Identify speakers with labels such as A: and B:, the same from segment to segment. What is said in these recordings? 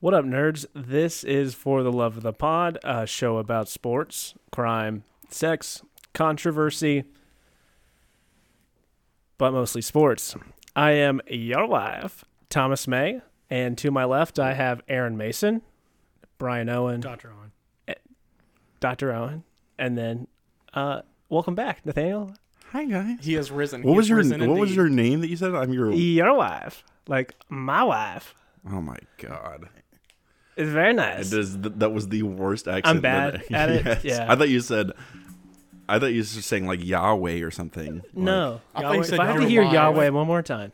A: What up, nerds? This is For the Love of the Pod, a show about sports, crime, sex, controversy, but mostly sports. I am your wife, Thomas May, and to my left, I have Aaron Mason, Brian Owen,
B: Dr. Owen.
A: Dr. Owen, and then uh, welcome back, Nathaniel.
C: Hi guys.
B: He has risen.
C: What
B: He
C: was
B: has
C: your What
B: risen
C: was
B: indeed.
C: your name that you said? I'm your.
A: Your wife, like my wife,
C: oh my god.
A: is very
C: It
A: nice.
C: is th- that was the worst accent.
A: bad at
C: that-
A: it, yeah.
C: I thought you said. I thought you were just saying like Yahweh or something. Like,
A: No,
B: I thought you
A: Yahweh,
B: said
A: if I have to
B: your
A: hear
B: wife.
A: Yahweh one more time,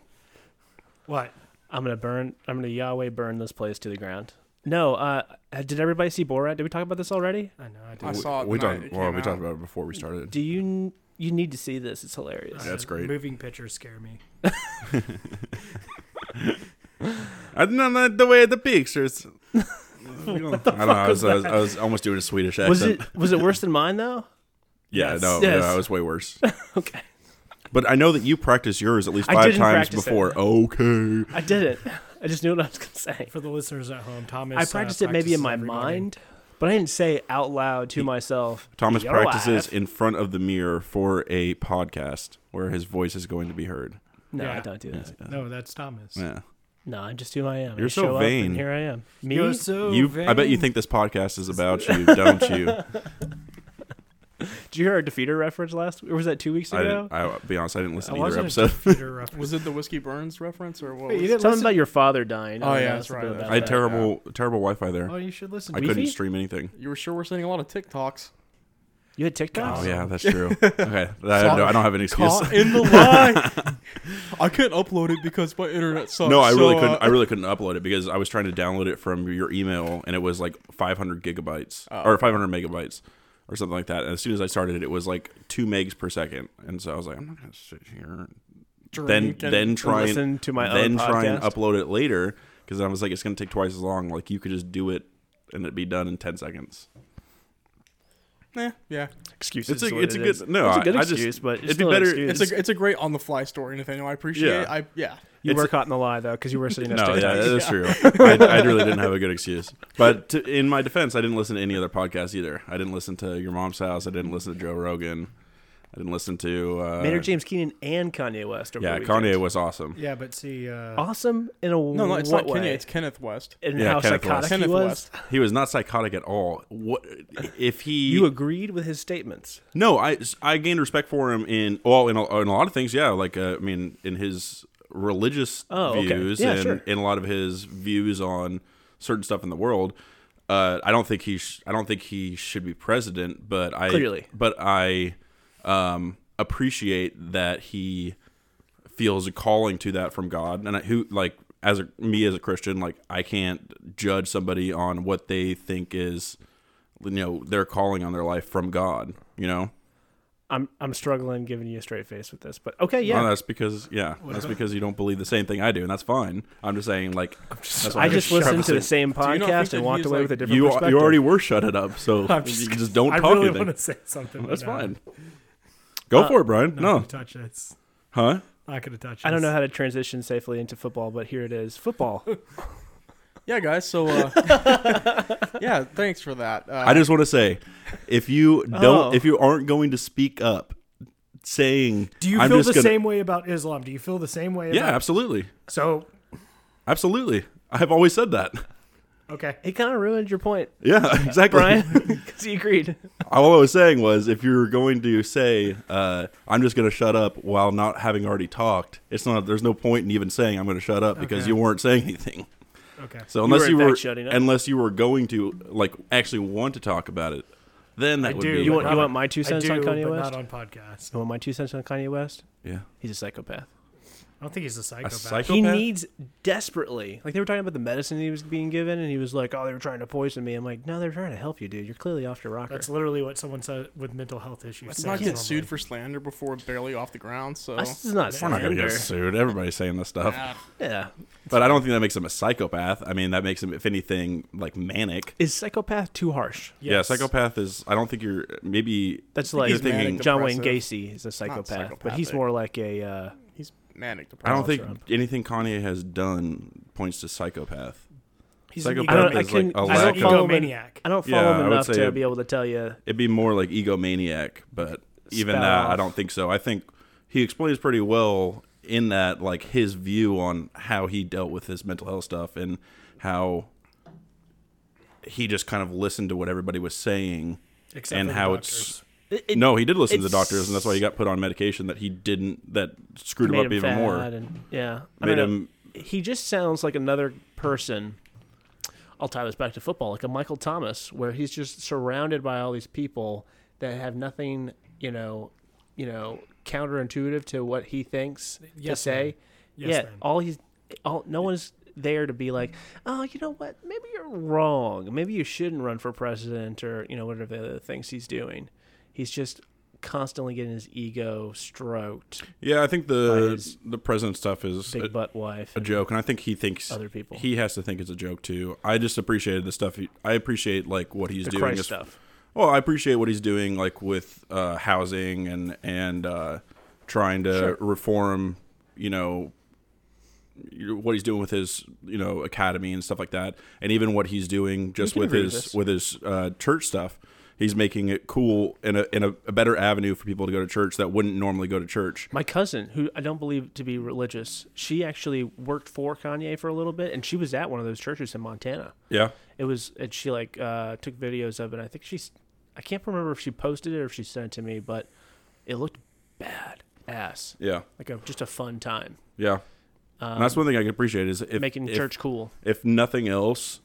B: what?
A: I'm gonna burn. I'm gonna Yahweh burn this place to the ground. No, uh, did everybody see Borat? Did we talk about this already?
B: I know. I
C: we,
B: did.
D: saw it
C: we
D: the night
C: talked.
D: it
C: well,
D: came
C: we
D: out.
C: talked about it before we started.
A: Do you you need to see this? It's hilarious.
C: That's great.
B: Moving pictures scare me.
C: I don't know the way the pictures. what the I don't know. I was, I was, I was almost doing a Swedish accent.
A: Was it was it worse than mine though?
C: Yeah,
A: Yes.
C: no,
A: Yes.
C: no, I was way worse.
A: Okay,
C: But I know that you practiced yours at least
A: I
C: five
A: didn't
C: times
A: practice it.
C: before. Okay.
A: I did it. I just knew what I was gonna say.
B: For the listeners at home, Thomas.
A: I
B: uh,
A: practiced it maybe in
B: practices
A: my
B: every morning.
A: mind, but I didn't say it out loud to myself.
C: Thomas
A: "Your
C: practices
A: wife."
C: in front of the mirror for a podcast where his voice is going to be heard.
A: No, I
B: Yeah.
A: don't do that.
B: No, that's Thomas.
C: Yeah.
A: No, I'm just who I am. I
C: You're
A: just
C: so
A: show up and
C: vain.
A: here I am. Me.
B: You're so
C: You I bet you
B: vain.
C: think this podcast is about you, don't you?
A: Did you hear our defeater reference last? Or was that two weeks
C: I
A: ago?
C: didn't, I'll be honest, I didn't listen
B: I
C: to either
B: wasn't a
C: episode.
B: computer reference.
D: Was it the Whiskey Burns reference or what? was
B: Wait, you
D: it?
B: didn't
A: Something
B: listen-
A: about your father dying. I
D: Oh,
A: don't
D: yeah,
A: know
D: that's
A: something
D: right.
A: about
C: I had
A: that.
C: terrible terrible Wi Fi there.
B: Oh, you should listen.
C: I
B: to it.
C: couldn't
A: Wi-Fi?
C: stream anything.
D: You were sure we're sending a lot of TikToks.
A: You had TikTok.
C: Oh yeah, that's true. Okay. I, have no, I don't have an excuse.
D: Caught in the lie. I couldn't upload it because my internet sucks.
C: No, I really
D: so, uh,
C: couldn't I really couldn't upload it because I was trying to download it from your email and it was like five hundred gigabytes
D: Oh,
C: or five hundred megabytes. Or something like that. And as soon as I started it, it was like two megs per second, and so I was like, "I'm not gonna sit here then
D: drink and-
C: then try and
A: listen to my
C: then
A: own
C: try and
A: podcast.
C: upload it later because I was like it's gonna take twice as long. Like you could just do it and it'd be done in ten seconds.
D: eh, yeah.
A: Excuses.
C: It's
A: is
C: a
A: what
C: it's a
A: it
C: good
A: is.
C: no.
A: It's
C: I-
A: a good
C: I just-
A: excuse, but it's
C: it'd be
A: still an
C: better-
A: excuse.
D: It's a it's a great on the fly story, Nathaniel. I appreciate.
C: Yeah.
D: it. I yeah.
A: you
C: it's-
A: were caught in the lie though, because you were sitting next
C: No,
A: to
C: yeah,
A: us.
C: that's true. I, I really didn't have a good excuse. But to, in my defense, I didn't listen to any other podcast either. I didn't listen to Your Mom's House. I didn't listen to Joe Rogan. I didn't listen to uh,
A: Maynard James Keenan and Kanye West. Over
C: Yeah,
A: the
C: Kanye
A: weekend.
C: was awesome.
B: Yeah, but see, uh,
A: Awesome in a
D: No, no, it's
A: what
D: not
A: way?
D: Kenya. It's Kenneth West.
A: and
C: Yeah,
A: how
C: Kenneth
A: psychotic
C: West.
A: he
D: Kenneth
A: was.
D: West.
C: He was not psychotic at all. What if he?
A: You agreed with his statements.
C: No, I I gained respect for him in well in a, in a lot of things. Yeah, like uh, I mean, in his religious
A: Oh, okay.
C: views
A: Yeah,
C: and
A: sure.
C: in a lot of his views on certain stuff in the world. Uh, I don't think he sh- I don't think he should be president, but I
A: Clearly.
C: but I um, appreciate that he feels a calling to that from God, and I, who like as a, me as a Christian, like I can't judge somebody on what they think is, you know, their calling on their life from God. You know,
A: I'm I'm struggling giving you a straight face with this, but okay, yeah.
C: Well, that's because yeah, that's because you don't believe the same thing I do, and that's fine. I'm just saying like that's why
A: I just listened to the same
D: not think
A: podcast
D: that
A: and walked
D: he's
A: away
D: like-
A: with a different
C: You
A: perspective.
C: you already were shut it up, so
B: I'm
C: you
B: just-
C: just don't
B: I
C: talk
B: really
C: anything.
B: want to say Uh, something.
C: That's
B: but, uh,
C: fine. Go for it, Brian.
B: Not
C: No,
B: gonna touch it. It's
C: huh?
B: not gonna touch it.
A: I don't know how to transition safely into football, but here it is. Football.
D: Yeah, guys. So, uh, yeah. Thanks for that. Uh,
C: I just want to say, if you
A: Oh.
C: don't, if you aren't going to speak up, saying
B: Do you
C: I'm
B: feel the
C: just gonna,
B: same way about Islam? Do you feel the same way?
C: Yeah,
B: About,
C: absolutely,
B: so
C: absolutely. I've always said that.
B: okay.
A: it kind of ruined your point,
C: Yeah, exactly.
A: Brian, because he agreed.
C: All I was saying was, if you're going to say, uh, "I'm just going to shut up," while not having already talked, it's not. There's no point in even saying I'm going to shut up because
B: Okay.
C: you weren't saying anything.
B: Okay.
C: So unless
A: were,
C: you
A: in fact,
C: were,
A: shutting up.
C: unless you were going to like actually want to talk about it, then that
B: I
C: would
B: do.
C: be.
A: You want you
B: Robert,
A: want my two
B: I
A: cents
B: do,
A: on Kanye
B: but
A: West?
B: not on podcasts.
A: You want my two cents on Kanye West?
C: yeah.
A: He's a psychopath.
B: I don't think he's a psychopath.
C: psycho-
A: He
C: Psychopath?
A: needs desperately. Like they were talking about the medicine he was being given, and he was like, "Oh, they were trying to poison me." I'm like, "No, they're trying to help you, dude. You're clearly off your rocker."
B: That's literally what someone said with mental health issues.
D: Let's
B: says
D: not get
B: normally.
D: sued for slander before we're barely off the ground. So.
A: This is not
B: We're
C: We're not going to
A: slander.
C: get sued. Everybody's saying this stuff,
D: Ah,
A: Yeah.
C: but I don't think that makes him a psychopath. I mean, that makes him, if anything, like manic.
A: Is psychopath too harsh?
C: Yeah,
B: Yes.
C: psychopath is. I don't think you're maybe.
A: That's
C: you're
A: like
D: manic
C: thinking.
D: depressive.
A: John Wayne Gacy is a psychopath, but he's
D: psychopathic.
A: more like a. Uh,
D: he's manic.
C: I don't
D: depressive.
C: think anything Kanye has done points to psychopath.
B: He's an
C: Psychopath
A: I don't- I
B: egomaniac.
C: is like
A: couldn't-
C: a
A: I
B: He's an
C: lack
A: don't follow him
C: of.
A: in-
B: egomaniac.
A: I don't
C: Yeah,
A: follow
C: I
A: him
C: would
A: enough
C: say-
A: to be able to tell you.
C: It'd be more like egomaniac, but even
A: Spout
C: that, I
A: off.
C: don't think so. I think he explains pretty well in that, like his view on how he dealt with his mental health stuff and how he just kind of listened to what everybody was saying
B: Except
C: and
B: for the
C: how
B: doctors.
C: it's.
A: It, it
C: no, he did listen to the
A: it's-
C: doctors, and that's why he got put on medication that he didn't. That screwed him
A: made
C: up
A: him
C: even
A: fat
C: more.
A: And, yeah, I
C: Made
A: don't know.
C: him
A: He just sounds like another person. I'll tie this back to football, like a Michael Thomas, where he's just surrounded by all these people that have nothing, you know, you know, counterintuitive to what he thinks
B: Yes,
A: to say.
B: Yes,
A: yeah,
B: man.
C: Oh,
A: all he's, all no one's there to be like, oh, you know what? Maybe you're wrong. Maybe you shouldn't run for president, or you know, whatever the other things he's doing. He's just constantly getting his ego stroked.
C: Yeah, I think
A: by
C: the
A: his
C: the president stuff is
A: Big
C: a,
A: butt wife.
C: a
A: and-
C: joke, and I think he thinks
A: Other people.
C: He has to think it's a joke too. I just appreciated the stuff. He, I appreciate like what he's
A: the
C: doing.
A: Christ
C: as-
A: stuff.
C: Well, I appreciate what he's doing, like with uh, housing and and uh, trying to
A: Sure.
C: reform. You know your- what he's doing with his you know academy and stuff like that, and even what he's doing just
A: can
C: with
A: agree with
C: his
A: this.
C: with his uh, church stuff. He's making it cool and a, and a, a better avenue for people to go to church that wouldn't normally go to church.
A: My cousin, who I don't believe to be religious, she actually worked for Kanye for a little bit, and she was at one of those churches in Montana.
C: Yeah.
A: It was, and she like uh, took videos of it. I think she's, I can't remember if she posted it or if she sent it to me, but it looked bad ass,
C: Yeah.
A: like a, just a fun time
C: Yeah. and that's one thing I can appreciate is if
A: Um, making
C: if,
A: church cool.
C: if nothing else,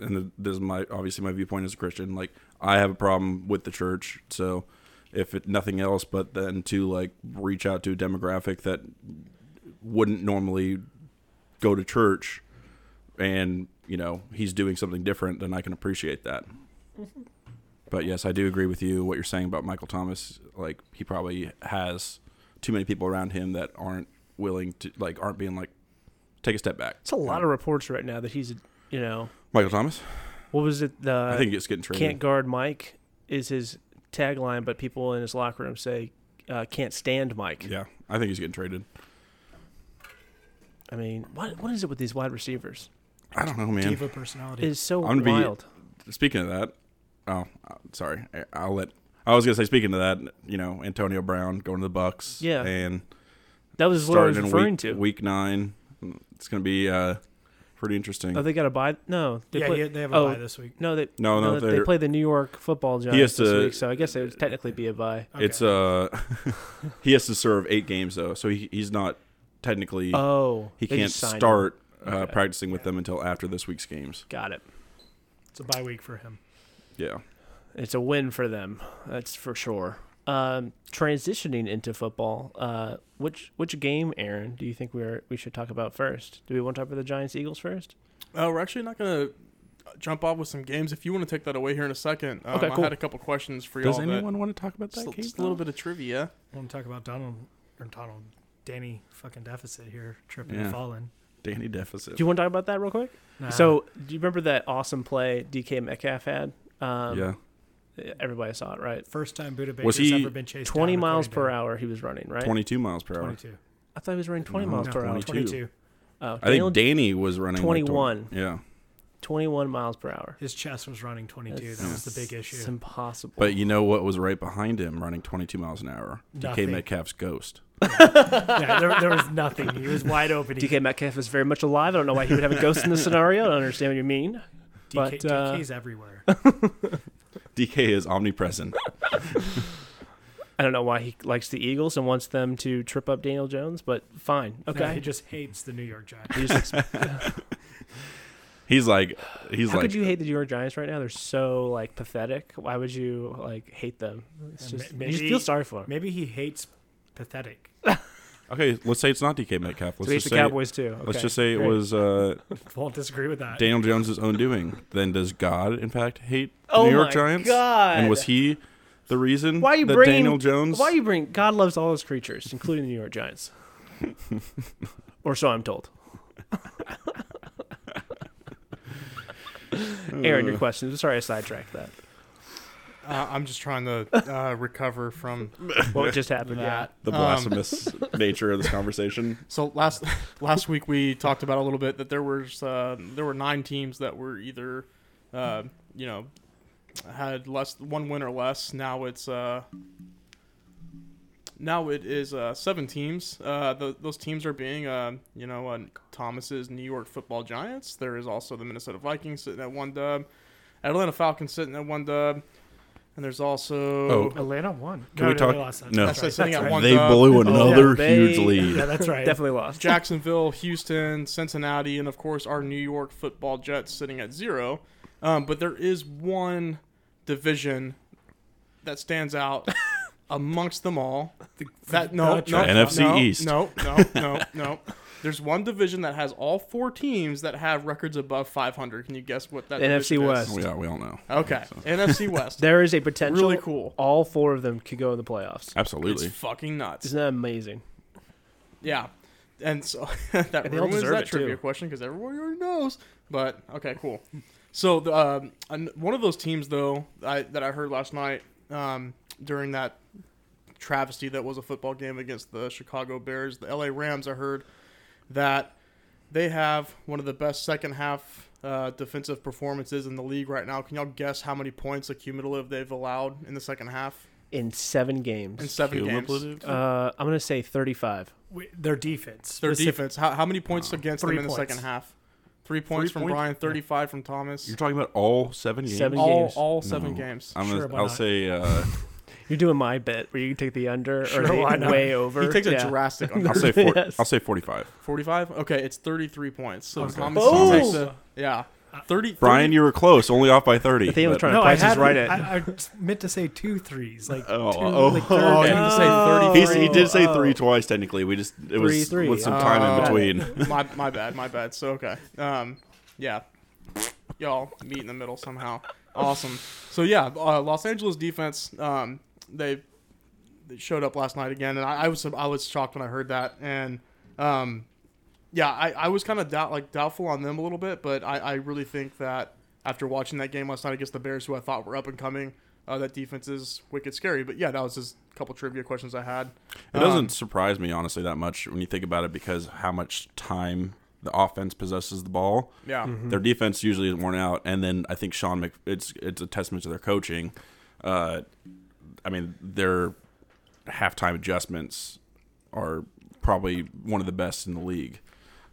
C: and th- this is my obviously my viewpoint as a Christian. Like I have a problem with the church, so if it, nothing else, but then to like reach out to a demographic that wouldn't normally go to church, and you know he's doing something different, then I can appreciate that. But yes, I do agree with you what you're saying about Michael Thomas. Like he probably has too many people around him that aren't willing to like aren't being like take a step back.
A: It's a lot of reports right now that he's, you know,
C: Michael Thomas.
A: what was it? The
C: I think it's getting traded.
A: Uh, can't guard Mike is his tagline, but people in his locker room say uh, can't stand Mike.
C: yeah, I think he's getting traded.
A: I mean, what what is it with these wide receivers?
C: I don't know, man.
B: diva personality.
A: It is so
C: I'm gonna be-
A: wild.
C: Speaking of that, oh, uh, sorry. I- I'll let. I was gonna say, speaking of that, you know, Antonio Brown going to the Bucks.
A: Yeah.
C: and
A: that was what I was
C: starting in
A: referring
C: week,
A: to.
C: week nine. It's gonna be uh, pretty interesting.
A: oh, they got to buy. No, they
B: yeah,
A: play,
B: yeah, they have a
A: oh,
B: buy this week.
A: No, they
C: no, Oh, no,
A: no, uh, they
C: they're-
A: play the New York Football Giants
C: has
A: this
C: to-
A: week, so I guess it would technically be a buy.
B: Okay.
C: it's uh, he has to serve eight games though, so he, he's not technically
A: Oh,
C: he
A: they
C: can't
A: just signed him.
C: start uh,
A: Okay.
C: practicing with them until after this week's games.
A: Got it.
B: it's a bye week for him.
C: Yeah,
A: It's a win for them. That's for sure. Um, transitioning into football, uh, which which game, Aaron, do you think we are we should talk about first? Do we want to talk about the Giants Eagles first?
D: Uh, we're actually not gonna jump off with some games. If you want to take that away here in a second, um,
A: Okay,
D: I
A: cool.
D: had a couple questions for you
C: does
D: all.
C: anyone want to talk about
D: that,
C: that?
D: just,
C: game
D: just a little bit of trivia.
B: I want to talk about Donald or Donald Danny fucking deficit here, tripping
C: Yeah.
B: and falling.
C: Danny deficit.
A: Do you want to talk about that real quick?
B: Nah.
A: So, do you remember that awesome play DK Metcalf had? Um,
C: yeah.
A: everybody saw it, right?
B: first time Buda Baker's
C: Was he
B: ever been chased.
A: 20
B: down,
A: miles per
B: according
A: hour he was running, right?
C: 22 miles per hour.
B: to- 22.
A: I thought he was running 20
C: No,
A: miles
B: No,
A: per hour.
C: 22.
B: 22.
A: Oh,
C: I
A: Daniel,
C: think Danny was running like
A: 21.
C: tw- yeah,
A: 21 miles per hour.
B: His chest was running 22. That was
A: That's-
B: the big
A: It's
B: issue.
A: impossible.
C: but you know what was right behind him, running 22 miles an hour? DK
B: Nothing.
C: Metcalf's ghost.
B: yeah, there, there was nothing. He was wide open. He-
A: DK Metcalf is very much alive. I don't know why he would have a ghost in the scenario. I don't understand what you mean.
B: DK,
A: but, uh,
B: DK's everywhere.
C: DK is omnipresent.
A: I don't know why he likes the Eagles and wants them to trip up Daniel Jones, but fine. Okay.
B: No, he just hates the New York Giants.
A: He just-
C: he's like, he's
A: how
C: like,
A: could you hate the New York Giants right now? They're so like pathetic. Why would you like hate them? It's
B: Yeah,
A: just
B: ma-
A: you just
B: maybe-
A: feel sorry for them.
B: Maybe he hates pathetic.
C: okay, let's say it's not DK Metcalf. Let's
A: So he hates
C: just
A: the
C: say,
A: Cowboys too.
C: let's
A: Okay.
C: just say
A: Great.
C: it was uh,
B: Won't disagree with that.
C: Daniel Jones' own doing. Then does God, in fact, hate the
A: Oh
C: New York
A: my
C: Giants?
A: God.
C: And was he the reason
A: Why are you
C: that
A: bringing-
C: Daniel Jones?
A: Why you bring God loves all his creatures, including the New York Giants, or so I'm told. Aaron, your question. Sorry, I sidetracked that.
E: Uh, I'm just trying to uh, recover from
A: What just happened?
E: that.
C: The
E: Um,
C: blasphemous nature of this conversation.
E: so last last week we talked about a little bit that there was uh, there were nine teams that were either uh, you know had less one win or less. Now it's uh, now it is uh, seven teams. Uh, tho- those teams are being uh, you know uh, Thomas's New York Football Giants. There is also the Minnesota Vikings sitting at one dub, Atlanta Falcons sitting at one dub, and there's also
C: Oh,
B: Atlanta won.
C: Can
B: no,
C: we
B: no,
C: talk-
B: they lost that.
C: no.
B: That's right,
E: Sitting
B: that's
E: at
B: right.
E: one
C: They
E: dub.
C: blew
A: Oh,
C: another
A: yeah, they-
C: huge lead.
B: Yeah, that's right.
A: Definitely lost.
E: Jacksonville, Houston, Cincinnati, and of course our New York Football Jets sitting at zero. Um, but there is one division that stands out amongst them all. That no,
B: the
E: no,
C: NFC
E: no,
C: East.
E: No, no, no, no. There's one division that has all four teams that have records above 500. Can you guess what that
A: NFC
E: division is?
A: West.
C: Yeah, we all know.
E: Okay, NFC West.
A: There is a potential.
E: really cool.
A: All four of them could go in the playoffs.
C: Absolutely.
E: It's fucking nuts.
A: Isn't that amazing?
E: Yeah. And so that
A: And they all
E: ruins
A: deserve
E: that
A: it, too.
E: trivia question because everyone already knows. But okay, cool. So the, um, an- one of those teams though I, that I heard last night um, during that travesty that was a football game against the Chicago Bears, the LA Rams. I heard that they have one of the best second half uh, defensive performances in the league right now. Can y'all guess how many points accumulative they've allowed in the second half
A: In seven
E: in
A: games,
E: seven games?
C: Cumulative?
A: uh, I'm gonna say 35.
B: We- their defense.
E: Their
B: specific-
E: defense. How, how many points against them
B: Three
E: in the
B: points.
E: second half? Three points from
C: points?
E: Brian, thirty-five from Thomas.
C: You're talking about all seven games.
A: Seven-
E: all
A: games.
E: all seven
C: No.
E: games.
C: I'm
B: Sure,
C: gonna,
B: why
C: I'll
B: not?
C: say uh,
A: You're doing my bet where you take the under
B: Sure,
A: or
B: why
A: the
B: not?
A: way
C: Uh,
A: over.
E: He takes a
A: Yeah.
E: drastic
C: I'll
E: under
C: say four,
A: Yes.
C: I'll say 45.
E: forty-five. Okay, it's thirty-three points. So
C: Okay.
E: Thomas
A: Boom!
E: takes the- yeah, thirty.
C: Brian, you were close, only off by 30.
A: I think I was
C: but-
A: trying to
B: No, I
A: price is
B: had
A: right
B: right
A: at.
B: I, I meant to say two threes, like
C: Oh,
B: two,
C: oh,
B: like
C: oh,
B: third
C: okay.
B: and-
E: to say Oh, 33.
C: He's, he did say
A: Oh.
C: three twice, technically. We just it was
A: Three, three.
C: with some time
E: Oh.
C: in between.
E: my my bad, my bad. So okay, um, yeah, y'all meet in the middle somehow. Awesome. So yeah, uh, Los Angeles defense. Um, they they showed up last night again, and I, I was I was shocked when I heard that. And um, yeah, I, I was kind of doubt like doubtful on them a little bit, but I, I really think that after watching that game last night against the Bears, who I thought were up and coming, uh, that defense is wicked scary. But yeah, that was just a couple trivia questions I had.
C: It
A: Oh.
E: Um,
C: doesn't surprise me honestly that much when you think about it because how much time the offense possesses the ball.
E: yeah.
B: Mm-hmm.
C: Their defense usually is worn out, and then I think Sean Mc, it's it's a testament to their coaching. Uh, I mean, their halftime adjustments are probably one of the best in the league.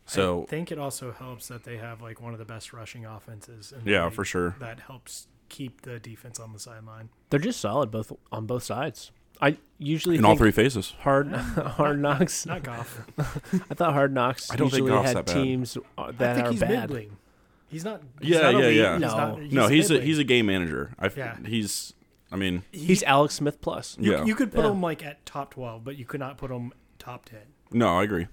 C: So
B: I think it also helps that they have like one of the best rushing offenses. In the
C: yeah,
B: league.
C: for sure.
B: That helps keep the defense on the sideline.
A: They're just solid both on both sides. I usually
C: In all
A: think
C: three phases.
A: hard hard knocks.
B: Not Goff.
A: I thought hard knocks
C: I don't think
A: usually
C: Goff's
A: had
C: that bad.
A: teams uh,
B: I
A: that
B: think
A: are
B: he's
A: bad.
B: middling. He's not. He's
C: Yeah,
B: not
C: yeah,
B: elite.
C: yeah.
B: He's
A: No.
B: not,
C: no, he's a
B: middling.
C: he's a game manager. I
B: Yeah.
C: he's I mean
A: He's Alex Smith plus.
B: You,
C: yeah.
B: you could put
A: Yeah.
B: him like at top twelve, but you could not put him top ten.
C: No, I agree.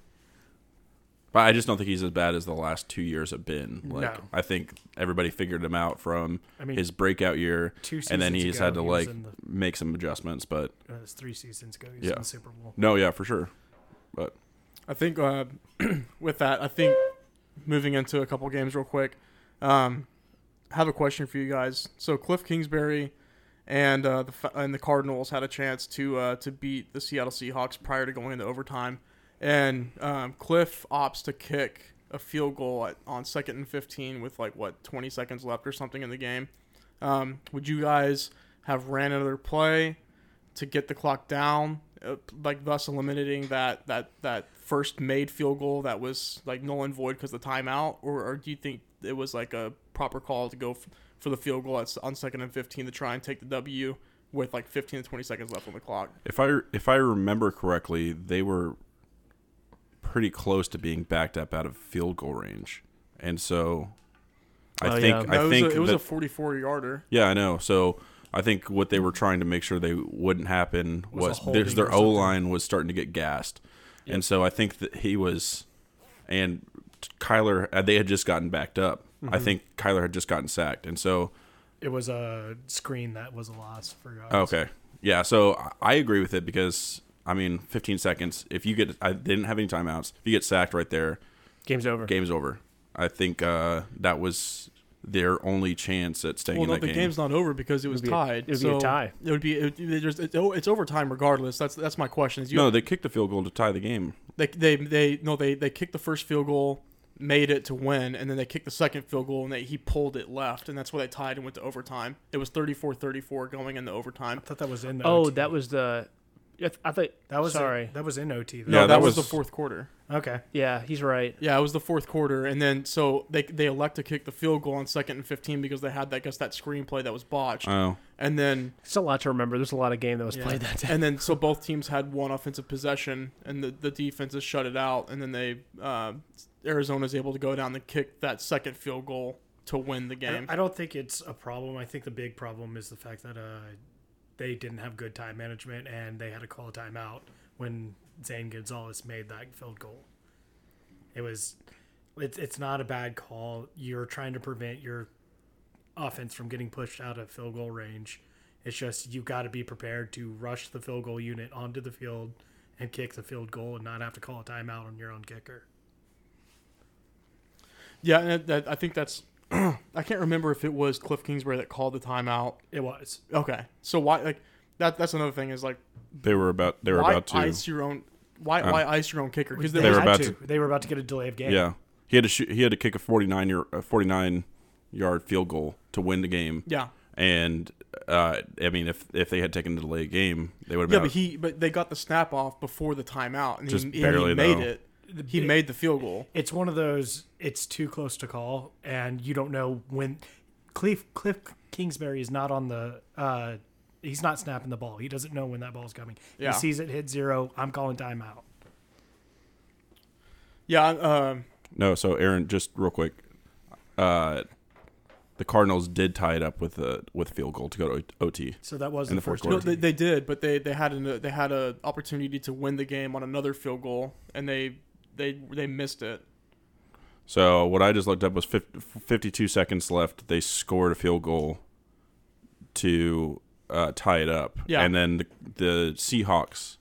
C: But I just don't think he's as bad as the last two years have been. Like
B: No.
C: I think everybody figured him out from
B: I mean,
C: his breakout year,
B: two
C: and then
B: seasons
C: he's
B: ago,
C: had to
B: he was
C: like
B: in the-
C: make some adjustments. But
B: uh, it was three seasons ago. He was
C: Yeah.
B: in the Super Bowl.
C: no, yeah, for sure. But
E: I think uh, with that, I think moving into a couple games real quick, um, I have a question for you guys. So Cliff Kingsbury and uh, the Fa- and the Cardinals had a chance to uh, to beat the Seattle Seahawks prior to going into overtime, and um, Cliff opts to kick a field goal at, on second and fifteen with like what twenty seconds left or something in the game. Um, would you guys have ran another play? to get the clock down, uh, like thus eliminating that that that first made field goal that was like null and void because the timeout, or, or do you think it was like a proper call to go f- for the field goal at, on second and fifteen to try and take the W with like fifteen to twenty seconds left on the clock?
C: if I if I remember correctly, they were pretty close to being backed up out of field goal range, and so I
A: Oh,
C: think
A: yeah.
C: I
E: No, it
C: think
E: was a, it was
C: that-
E: a forty-four yarder.
C: Yeah, I know. So I think what they were trying to make sure they wouldn't happen
B: Was a
C: was,
B: holding
C: there's
B: or
C: their O
B: something.
C: line was starting to get gassed, and so I think that he was, and Kyler uh, they had just gotten backed up. I think Kyler had just gotten sacked, and so
B: It was a screen that was a loss for uh, Goff.
C: okay, yeah. So I- I agree with it because I mean, 15 seconds. If you get, I they didn't have any timeouts. If you get sacked right there,
A: Game's over.
C: game's over. I think uh, that was their only chance at staying
E: Well,
C: in
E: no,
C: that
E: the
C: game.
E: game's not over because it was
A: It'd be a-
E: tied.
A: it'd be a
E: so
A: tie.
E: It would be. It, it, there's- it's, o- it's overtime regardless. That's that's my question. Is you,
C: no, they kicked the field goal to tie the game.
E: they, they they no they they kicked the first field goal, made it to win, and then they kicked the second field goal and they, he pulled it left, and that's why they tied and went to overtime. It was 34-34 going into overtime.
B: I thought that was in the
A: Oh,
B: OT.
A: that was the. I th- I thought
B: that was
A: sorry.
B: that was in OT. Though.
E: No,
C: Yeah,
E: that,
C: that
E: was,
C: was-
E: the fourth quarter.
B: Okay.
A: yeah, he's right.
E: Yeah, it was the fourth quarter, and then so they they elect to kick the field goal on second and fifteen because they had that I guess that screenplay that was botched,
C: Oh,
E: and then
A: It's a lot to remember. There's a lot of game that was
E: Yeah.
A: played that day.
E: and then so both teams had one offensive possession, and the the defenses shut it out, and then they uh, Arizona's able to go down and kick that second field goal to win the
B: I-
E: game.
B: I don't think it's a problem. I think the big problem is the fact that uh, they didn't have good time management and they had to call a timeout when Zane Gonzalez made that field goal. It was, it's it's not a bad call. You're trying to prevent your offense from getting pushed out of field goal range. It's just you got to be prepared to rush the field goal unit onto the field and kick the field goal and not have to call a timeout on your own kicker.
E: yeah, and that, I think that's I can't remember if it was Cliff Kingsbury that called the timeout.
B: It was.
E: Okay, so why like that? That's another thing is like
C: they were about they were
E: why
C: about to.
E: ice your own why
C: Uh,
E: why ice your own kicker because
C: They were
B: had
C: about
B: to. They were about to get a delay of game.
C: Yeah, he had to shoot, he had to kick a forty nine year a forty nine yard field goal to win the game.
E: yeah
C: And uh, I mean, if if they had taken the delay game, they would have
E: yeah
C: been.
E: but he but they got the snap off before the timeout and
C: Just
E: he, and he
C: barely,
E: made
C: though.
E: it he made the field goal
B: it's one of those it's too close to call and you don't know when cliff cliff kingsbury is not on the uh he's not snapping the ball he doesn't know when that ball's coming
E: Yeah.
B: he sees it hit zero i'm calling timeout
E: yeah um
C: no, so Aaron, just real quick, uh, the Cardinals did tie it up with a with field goal to go to O- OT.
B: so that was
C: In
B: the
C: the fourth
B: first
E: no,
C: quarter.
E: they, they did but they they had an they had a opportunity to win the game on another field goal and they they they missed it
C: So what I just looked up was 50, 52 seconds left. They scored a field goal to uh, tie it up.
E: Yeah.
C: And then the, the Seahawks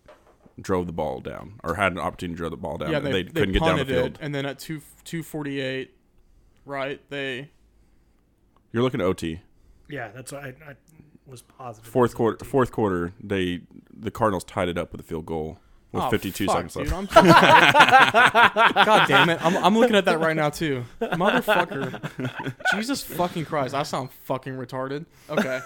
C: drove the ball down or had an opportunity to drive the ball down.
E: yeah
C: and
E: they,
C: Um, they, couldn't get down the
E: punted
C: field.
E: it and then at 2 248 right they
C: You're looking at OT.
B: yeah that's what i, I was positive it was
C: Fourth
B: the
C: quarter
B: OT.
C: fourth quarter they the Cardinals tied it up with a field goal with
E: Oh,
C: 52
E: fuck,
C: seconds left.
E: dude, I'm so sorry. God damn it. I'm, I'm looking at that right now, too. Motherfucker. Jesus fucking Christ. I sound fucking retarded. Okay.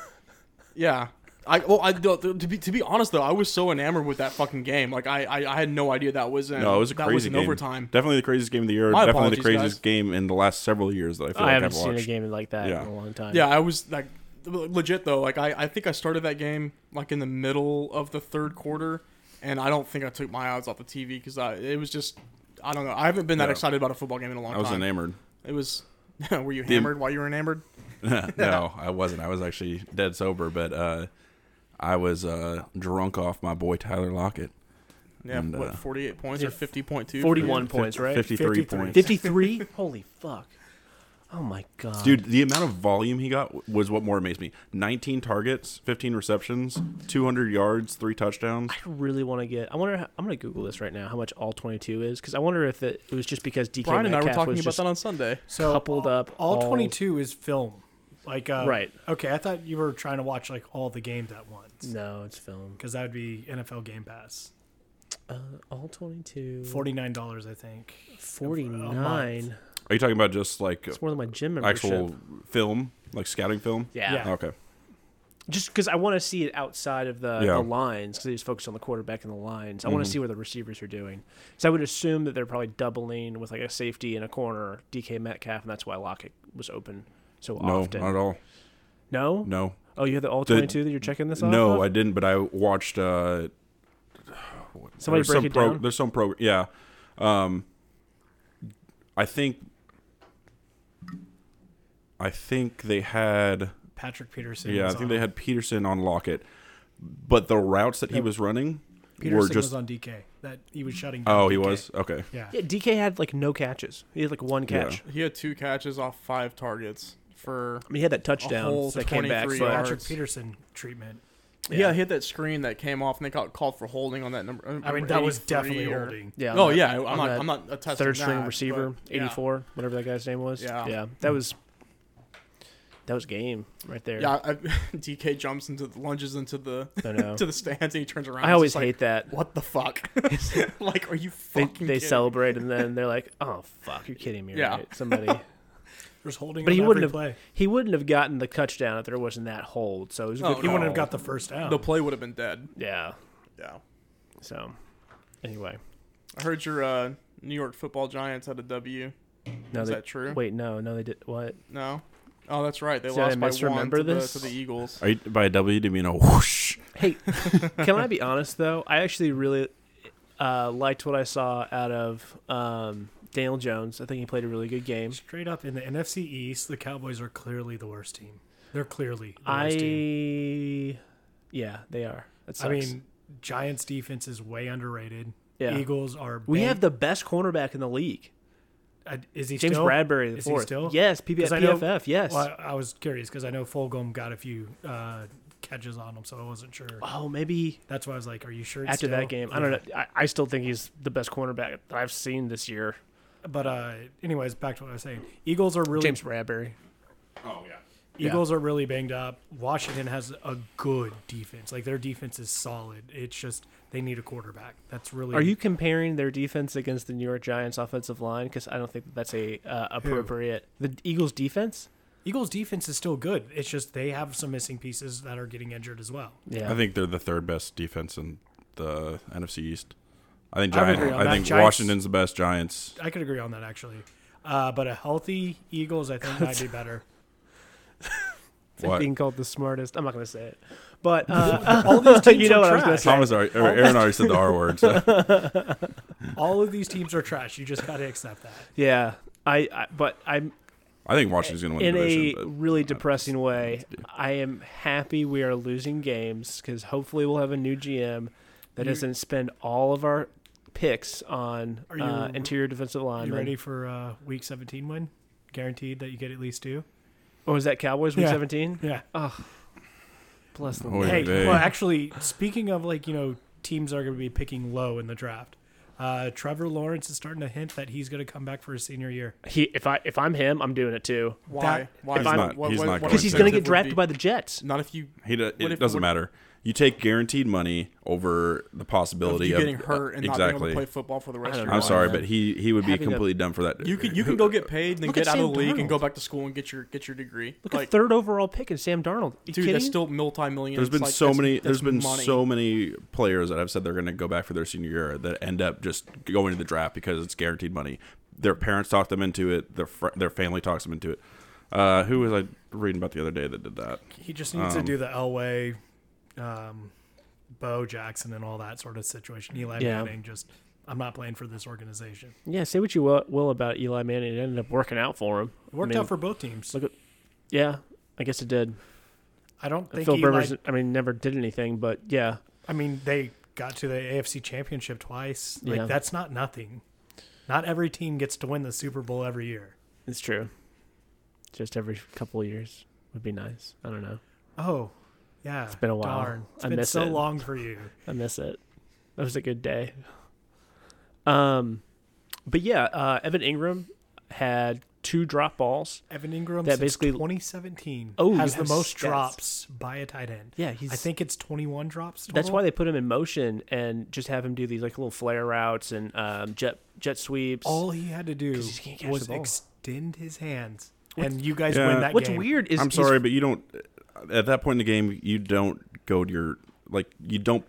E: Yeah. I, well, I to be to be honest though, I was so enamored with that fucking game. Like I, I, I had no idea that was in.
C: No, it was a
E: that
C: crazy
E: was in
C: game.
E: overtime.
C: Definitely the craziest game of the year.
E: My
C: Definitely the
E: apologies,
C: craziest
E: guys.
C: game in the last several years that I
A: I
C: feel like
A: haven't
C: I've
A: seen
C: watched.
A: a game like that
C: Yeah.
A: in a long time.
E: Yeah, I was like legit though. Like I, I think I started that game like in the middle of the third quarter, and I don't think I took my eyes off the TV because I it was just I don't know. I haven't been that
C: Yeah.
E: excited about a football game in a long
C: I was
E: time.
C: enamored.
E: It was. were you hammered while you were enamored?
C: no, I wasn't. I was actually dead sober, but uh, I was uh, drunk off my boy Tyler Lockett.
E: Yeah.
C: And,
E: what,
C: uh,
E: forty-eight points
A: yeah,
E: or fifty-point two?
A: 41 points, right?
C: 53,
B: 53.
C: points.
A: 53? Holy fuck. Oh my god.
C: Dude, the amount of volume he got w- was what more amazed me. 19 targets, 15 receptions, 200 yards, three touchdowns.
A: I really want to get. I wonder. How, I'm going to Google this right now. How much all 22 is? Because I wonder if it, it was just because DK
E: Brian and I
A: Metcalf
E: were talking
A: was
E: about
A: just
E: that on Sunday.
B: so
A: coupled
B: all,
A: up
B: all,
A: all-
B: 22 is film like uh
A: Right.
B: okay i thought you were trying to watch like all the games at once
A: No, it's film.
B: because that would be nfl game pass
A: Uh, all 22.
B: $49 i think
A: Oh, 49.
C: Are you talking about just like
A: It's more than my gym membership.
C: actual film, like scouting film?
A: Yeah.
B: Yeah.
C: Okay.
A: Just because I want to see it outside of the,
C: Yeah.
A: the
C: Mm-hmm.
A: lines, because they just focused on the quarterback and the lines. I want to see where the receivers are doing. So I would assume that they're probably doubling with like a safety and a corner, DK Metcalf, and that's why Lockett was open so
C: No,
A: often.
C: not at all.
A: No?
C: No.
A: Oh, you had the all
C: The-
A: 22 that you're checking this off?
C: no,
A: of?
C: I didn't, but I watched. Uh, what-
A: Somebody
C: there's
A: break
C: some
A: it down.
C: There's some program. Yeah. Um, I think. I think they had.
B: patrick peterson
C: yeah, I
B: was
C: think
B: on.
C: they had Peterson on Lockett, but the routes that he
B: Yep.
C: was running were
B: peterson
C: just.
B: was on dk that he was shutting down
C: oh, he
B: DK.
C: was okay.
B: yeah
A: Yeah, DK had like no catches. He had like one
C: Yeah.
A: catch.
E: He had two catches off five targets for.
A: I mean, he had that touchdown
E: whole
A: that came back.
E: 23
A: but-
E: yards.
B: Patrick Peterson treatment.
E: Yeah. he hit that screen that came off, and they got called for holding on that number.
B: I mean, that was definitely holding.
A: Yeah.
E: oh
A: on
E: yeah,
A: that-
E: I'm
A: on
E: not.
A: that
E: I'm not attesting
A: Third string
E: that,
A: receiver,
E: but- yeah.
A: 84, whatever that guy's name was.
E: Yeah.
A: Yeah. That was That was game right there.
E: Yeah, I, DK jumps into the lunges into the
A: I know.
E: to the stands and he turns around.
A: Oh. I
E: and
A: always
E: just like,
A: hate that.
E: What the fuck? like, are you
A: They,
E: fucking?
A: they
E: kidding
A: celebrate and then they're like, "Oh fuck, you're kidding me!"
E: Yeah.
A: Right? Somebody.
B: There's holding.
A: But
B: on
A: he wouldn't
B: every
A: have.
B: play.
A: He wouldn't have gotten the touchdown if there wasn't that hold. So it was a
E: Oh,
A: good
E: no.
B: He wouldn't have
A: call.
B: got the first
A: Oh.
B: down.
E: The play would have been dead.
A: Yeah.
E: Yeah.
A: So, anyway,
E: I heard your uh, New York Football Giants had a W.
A: no,
E: Is
A: they,
E: that true?
A: Wait, no, no, they did what?
E: No. Oh, that's right. They
A: Did I
E: lost by one
A: misremember
E: to the,
A: this?
E: to the Eagles.
C: Are you, by a W, do you mean a whoosh?
A: Hey, can I be honest though? I actually really uh, liked what I saw out of um, Daniel Jones. I think he played a really good game.
B: Straight up in the NFC East, the Cowboys are clearly the worst team. They're clearly the worst team.
A: I, yeah, they are. That sucks.
B: I mean, Giants defense is way underrated.
A: Yeah.
B: Eagles are.
A: we
B: bang-
A: have the best cornerback in the league,
B: Uh, is he
A: James
B: still?
A: Bradbury the
B: Is he
A: fourth.
B: still?
A: Yes, PB,
B: 'Cause I
A: PFF.
B: know-
A: yes.
B: Well, I, I was curious because I know Fulgham got a few uh, catches on him, so I wasn't sure.
A: oh, maybe
B: That's why I was like, "Are you sure?" it's
A: after
B: still?
A: that game, I don't
B: Yeah.
A: know. I, I still think he's the best cornerback that I've seen this year.
B: But uh, anyways, back to what I was saying. Eagles are really
A: James Bradbury.
C: Oh, yeah.
B: Eagles are really banged up. Washington has a good defense. Like their defense is solid. It's just they need a quarterback. That's really.
A: Are you comparing their defense against the New York Giants offensive line? Because I don't think that that's a uh, appropriate. The Eagles defense.
B: Eagles defense is still good. It's just they have some missing pieces that are getting injured as well.
A: Yeah,
C: I think they're the third best defense in the NFC East. I think
B: I would
C: Giants.
B: agree on
C: I,
B: that.
C: think
B: Giants-
C: Washington's the best. Giants.
B: I could agree on that actually. Uh, but a healthy Eagles, I think, might be better.
A: It's like
C: What?
A: being called the smartest. I'm not going to say it, but uh,
B: All these teams
A: you know
B: are
A: what I was
B: trash.
A: going to say.
C: Thomas already, or Aaron already said the R word. So.
B: All of these teams are trash. You just got to accept that.
A: Yeah, I, I. But I'm
C: I think Washington's going to win
A: in
C: the
A: a
C: division.
A: really depressing way. I am happy we are losing games because hopefully we'll have a new GM that doesn't spend all of our picks on
B: Are you-
A: uh, interior defensive
B: You
A: line.
B: ready for uh, Week 17 win? Guaranteed that you get at least two.
A: What was that Cowboys Week
B: Yeah.
A: 17?
B: Yeah.
A: Bless them.
C: Oh, yeah.
B: Hey,
C: Hey.
B: well, actually, speaking of like you know teams that are going to be picking low in the draft, uh, Trevor Lawrence is starting to hint that he's going to come back for his senior year.
A: He, if I if I'm him, I'm doing it too
E: Why?
B: That-
E: Why?
A: He's not-
C: he's not
A: because he's
C: Going
A: going to
C: to.
A: get drafted by the Jets.
E: Not if you
C: he do,
E: What
C: it
E: if-
C: doesn't
E: what-
C: matter. You take guaranteed money over the possibility
E: you
C: of uh,
E: getting hurt and
C: exactly.
E: not being able to play football for the
A: I
E: rest of
A: don't
E: your
A: know.
C: I'm
E: life.
C: sorry, but he he would be
A: Having a-
C: completely done for that.
E: you can you can go get paid and then
A: Look at
E: get out of
A: Sam
E: the league
A: Darnold.
E: and go back to school and get your get your degree.
A: Look
E: like,
A: at third overall pick in Sam Darnold. You
E: dude,
A: kidding?
E: that's still multi-million.
C: There's been
E: like,
C: so
E: that's-
C: many.
E: that's
C: There's been
E: money.
C: so many players that have said they're going to go back for their senior year that end up just going to the draft because it's guaranteed money. Their parents talked them into it. Their fr- their family talks them into it. Uh, who was I reading about the other day that did that?
B: He just needs to do the Elway, um, Bo Jackson, and all that sort of situation. Eli
A: Yeah.
B: Manning just. I'm not playing for this organization.
A: yeah, say what you will, will about Eli Manning. It ended up working out for him.
B: It worked
A: I mean,
B: out for both teams.
A: look at- Yeah, I guess it did.
B: I don't think
A: Phil
B: Eli-
A: Rivers, I mean, never did anything, but yeah.
B: I mean, they got to the AFC Championship twice. Like
A: Yeah.
B: that's not nothing. Not every team gets to win the Super Bowl every year.
A: It's true. Just every couple of years would be nice. I don't know.
B: Oh, yeah. It's
A: been a while.
B: Darn. It's
A: I
B: been
A: miss
B: so
A: it.
B: long for you.
A: I miss it. That was a good day. Um, but yeah, uh, Evan Ingram had two drop balls.
B: Evan Ingram
A: That
B: that
A: basically-
B: basically 2017
A: Oh, you
B: has the
A: have
B: most
A: stats.
B: drops by a tight end.
A: Yeah, he's.
B: I think it's 21 drops. Total.
A: that's why they put him in motion and just have him do these like little flare routes and um, jet jet sweeps.
B: all he had to do
A: 'Cause he can't catch
B: was
A: the ball.
B: extend his hands, and you guys
C: Yeah.
B: win that
A: What's
B: game.
A: weird is
C: I'm
A: he's-
C: sorry, but you don't. At that point in the game, you don't go to your like you don't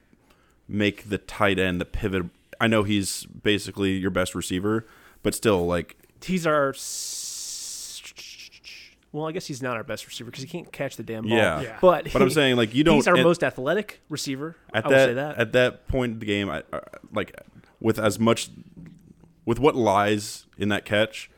C: make the tight end the pivot. I know he's basically your best receiver, but still, like
A: He's our. s- Well, I guess he's not our best receiver because he can't catch the damn ball.
C: Yeah.
B: Yeah.
A: But
C: But I'm
A: he-
C: saying, like, you don't-
A: He's our
C: it-
A: most athletic receiver.
C: at
A: I
C: that,
A: would say that.
C: at that point in the game, I, I like with as much with what lies in that catch.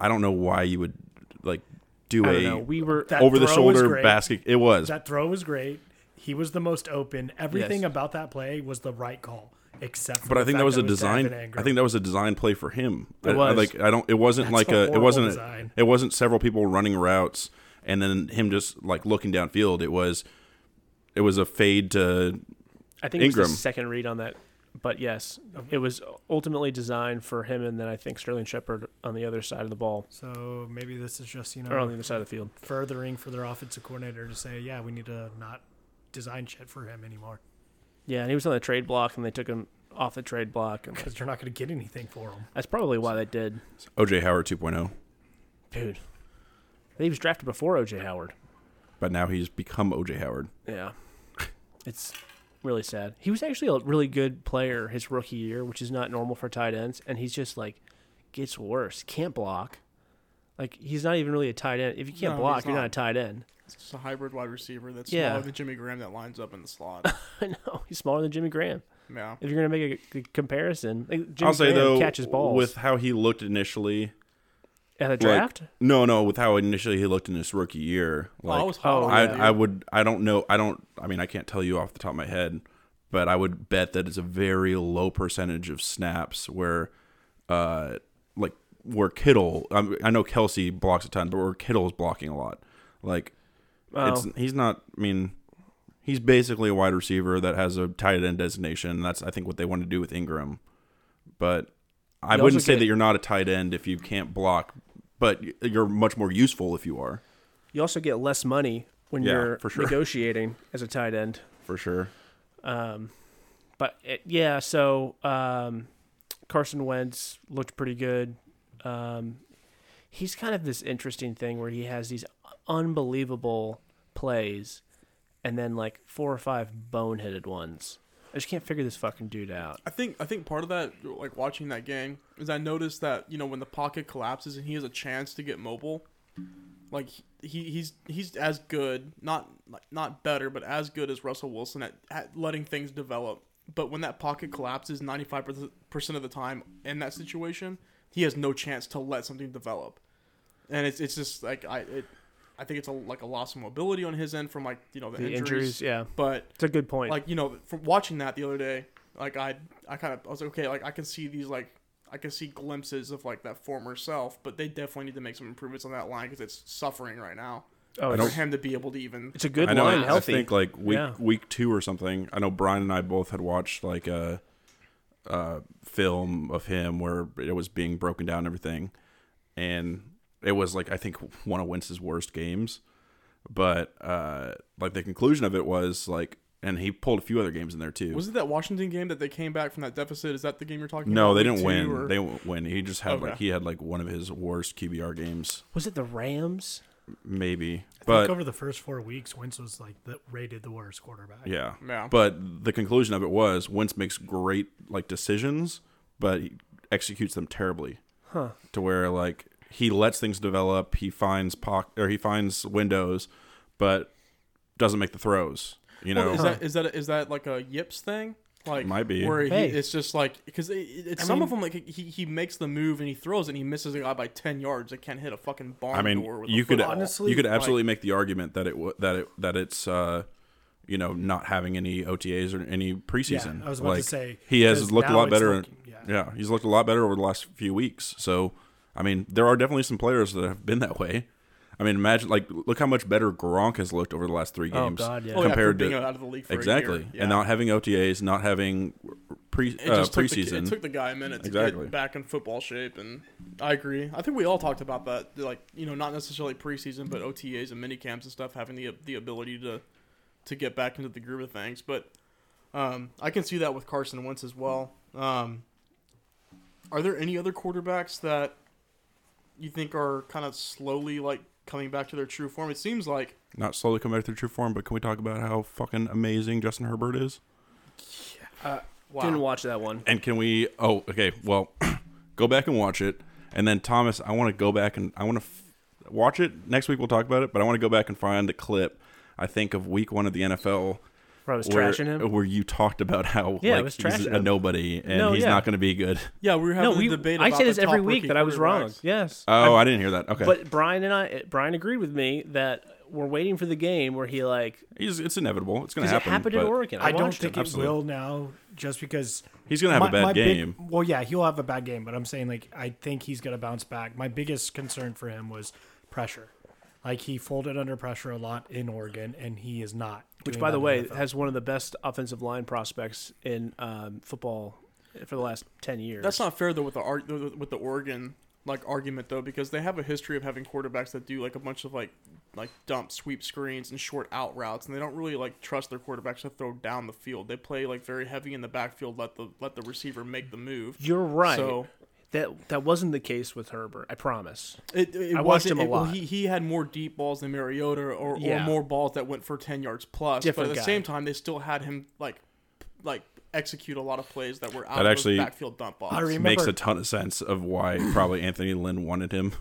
C: I don't know why you would like do
A: I
C: a
A: don't know. We were
B: That
C: over the
B: throw was
C: shoulder
B: great.
C: basket. It was
B: That throw was great. He was the most open. Everything
A: Yes.
B: about that play was the right call, except. For
C: But
B: the
C: I think
B: fact
C: that was a
B: to Evan
C: design. I
B: Ingram.
C: think that was a design play for him. I- I
A: was.
C: like I don't. It wasn't like
B: That's a
C: a. It
B: horrible
C: wasn't. a-
B: design.
C: it wasn't several people running routes and then him just like looking downfield. It was. It was a fade to.
A: I think it was
C: Ingram.
A: the second read on that But yes, it was ultimately designed for him, and then I think Sterling Shepard on the other side of the ball
B: So maybe this is just you know
A: or on the other side of the field.
B: furthering for their offensive coordinator to say, yeah, we need to not design shit for him anymore
A: Yeah, and he was on the trade block, and they took him off the trade block. And
B: because they're not going to get anything for him.
A: that's probably why they did,
C: OJ Howard oh, 2.0,
A: dude. He was drafted before OJ Howard.
C: but now he's become OJ Howard.
A: Yeah. It's really sad. He was actually a really good player his rookie year, which is not normal for tight ends, and he's just like gets worse. Can't block. Like he's not even really a tight end. If you can't
E: No,
A: block,
E: he's
A: you're not
E: not.
A: a tight end.
E: It's just a hybrid wide receiver that's
A: Yeah.
E: smaller than Jimmy Graham that lines up in the slot.
A: I know. He's smaller than Jimmy Graham.
E: yeah.
A: If you're gonna make a, a comparison, like Jimmy
C: I'll say
A: Graham
C: though,
A: catches balls
C: with how he looked initially.
A: at the
C: like-
A: draft.
C: No, no, with how initially he looked in his rookie year. Like,
E: Well, I was hot
A: oh,
E: on
C: I,
E: that.
A: yeah.
C: I would I don't know I don't I mean I can't tell you off the top of my head, but I would bet that it's a very low percentage of snaps where, uh, like where Kittle I, I know Kelsey blocks a ton, but where Kittle is blocking a lot, like it's he's not I mean he's basically a wide receiver that has a tight end designation. That's I think what they want to do with Ingram, but I
A: They also
C: wouldn't say
A: get-
C: that you're not a tight end if you can't block, but y- you're much more useful if you are
A: you also get less money when
C: Yeah,
A: you're
C: for sure.
A: negotiating as a tight end.
C: for sure.
A: Um, but it, yeah, so um, Carson Wentz looked pretty good. Um, he's kind of this interesting thing where he has these unbelievable plays, and then like four or five boneheaded ones. I just can't figure this fucking dude out.
E: I think I think part of that, like watching that game, is I noticed that you know when the pocket collapses and he has a chance to get mobile, like he he's he's as good, not like not better, but as good as Russell Wilson at, at letting things develop. But when that pocket collapses, ninety five percent of the time in that situation, he has no chance to let something develop, and it's it's just like I it, I think it's a, like a loss of mobility on his end from like you know the,
A: The injuries,
E: injuries,
A: yeah,
E: but
A: it's a good point.
E: like you know from watching that the other day like i i kind of i was like okay like i can see these like i can see glimpses of like that former self but they definitely need to make some improvements on that line because it's suffering right now
A: oh,
C: I
E: for
A: it's,
C: don't-
E: him to be able to even
A: it's a good
C: I know,
A: line,
C: I
A: healthy.
C: think like week
A: Yeah.
C: week two or something. I know Brian and I both had watched like a, a film of him where it was being broken down and everything, and it was like I think one of Wentz's worst games. But uh, like the conclusion of it was like, and he pulled a few other games in there too.
E: was it that washington game that they came back from that deficit is that the game you're talking about
C: no, they
E: Week
C: didn't
E: two,
C: win.
E: or-
C: They didn't win. He just had like
E: Okay.
C: he had like one of his worst QBR games,
A: Was it the Rams?
C: maybe.
B: I
C: But
B: think over the first four weeks, Wentz was like the, rated the worst quarterback.
C: Yeah.
E: Yeah.
C: But the conclusion of it was Wentz makes great like decisions, but he executes them terribly.
A: Huh.
C: To where like he lets things develop, he finds poc- or he finds windows, but doesn't make the throws. You know,
E: Well, is that is that is that like a yips thing like
C: uh, Might be.
E: where
A: Hey.
E: he, it's just like because it, it- it's some of them like he, he makes the move and he throws and he misses a guy by ten yards. It can't hit a fucking barn
C: I mean,
E: door. With
C: you
E: a
C: could
E: football.
C: honestly, you could absolutely make the argument that it wa- that it that it's uh, you know not having any OTAs or any preseason.
B: I was about to
C: Like,
B: say,
C: he has
B: because
C: looked a
B: now
C: lot
B: it's
C: better.
B: looking-
C: yeah.
B: yeah.
C: he's looked a lot better over the last few weeks. So I mean, there are definitely some players that have been that way. I mean, imagine like look how much better Gronk has looked over the last three
A: Oh,
C: games
A: God, yeah.
E: Oh, yeah, after
C: compared
E: being
C: to
E: out of the league for a year.
C: exactly,
E: Yeah.
C: and not having OTAs, not having pre
E: it
C: uh,
E: just took the,
C: preseason.
E: it took the guy a minute to
C: Exactly.
E: get back in football shape, and I agree. I think we all talked about that, like you know, not necessarily preseason, but OTAs and mini camps and stuff, having the the ability to to get back into the groove of things. But um, I can see that with Carson Wentz as well. Um, are there any other quarterbacks that you think are kind of slowly like coming back to their true form? It seems like
C: not slowly come back to true form, but can we talk about how fucking amazing Justin Herbert is?
E: wow.
A: Didn't watch that one.
C: And can we? Oh, okay. Well, go back and watch it, and then Thomas, I want to go back and I want to f- watch it next week. We'll talk about it, but I want to go back and find the clip. I think of week one of the NFL
A: Where I was
C: where,
A: trashing him.
C: where you talked about how
A: Yeah, I
C: like,
A: was
C: he's
A: trashing
C: a
A: him.
C: nobody and
A: No,
C: he's
A: yeah.
C: not going to be good.
E: yeah, we were having
A: No, we.
E: a debate.
A: I
E: about
A: say this
E: the
A: every
E: top
A: week
E: rookie Uh,
A: that I was wrong.
E: quarterbacks.
A: Yes.
C: Oh, I didn't hear that. Okay,
A: But Brian and I, Brian agreed with me that we're waiting for the game where he like
C: he's, it's inevitable. It's going to
A: because it
C: happen.
A: happened in
C: but
A: Oregon. I,
B: I don't
A: watched
B: think
A: it.
B: it
C: absolutely.
B: will now, just because
C: He's going to have a
B: my-
C: bad
B: my big-
C: game.
B: well, yeah, he'll have a bad game, but I'm saying like I think he's gonna bounce back. My biggest concern for him was pressure. Like he folded under pressure a lot in Oregon, and he is not.
A: Which,
B: doing
A: by
B: that
A: the
B: in
A: way,
B: NFL.
A: has one of the best offensive line prospects in um, football for the last ten years.
E: That's not fair though with the ar- with the Oregon like argument though because they have a history of having quarterbacks that do like a bunch of like like dump sweep screens and short out routes and they don't really like trust their quarterbacks to throw down the field. They play like very heavy in the backfield let the let the receiver make the move.
A: You're right.
E: So
A: that that wasn't the case with Herbert. I promise.
E: it, it
A: I watched
E: wasn't-
A: him a
E: it- well,
A: lot.
E: He, he had more deep balls than Mariota or,
A: Yeah.
E: or more balls that went for 10 yards plus.
A: Different
E: but at
A: guy.
E: the same time they still had him like like execute a lot of plays that were out
C: That
E: of
C: actually-
E: backfield dump balls.
B: I remember
C: Makes a ton of sense of why probably Anthony Lynn wanted him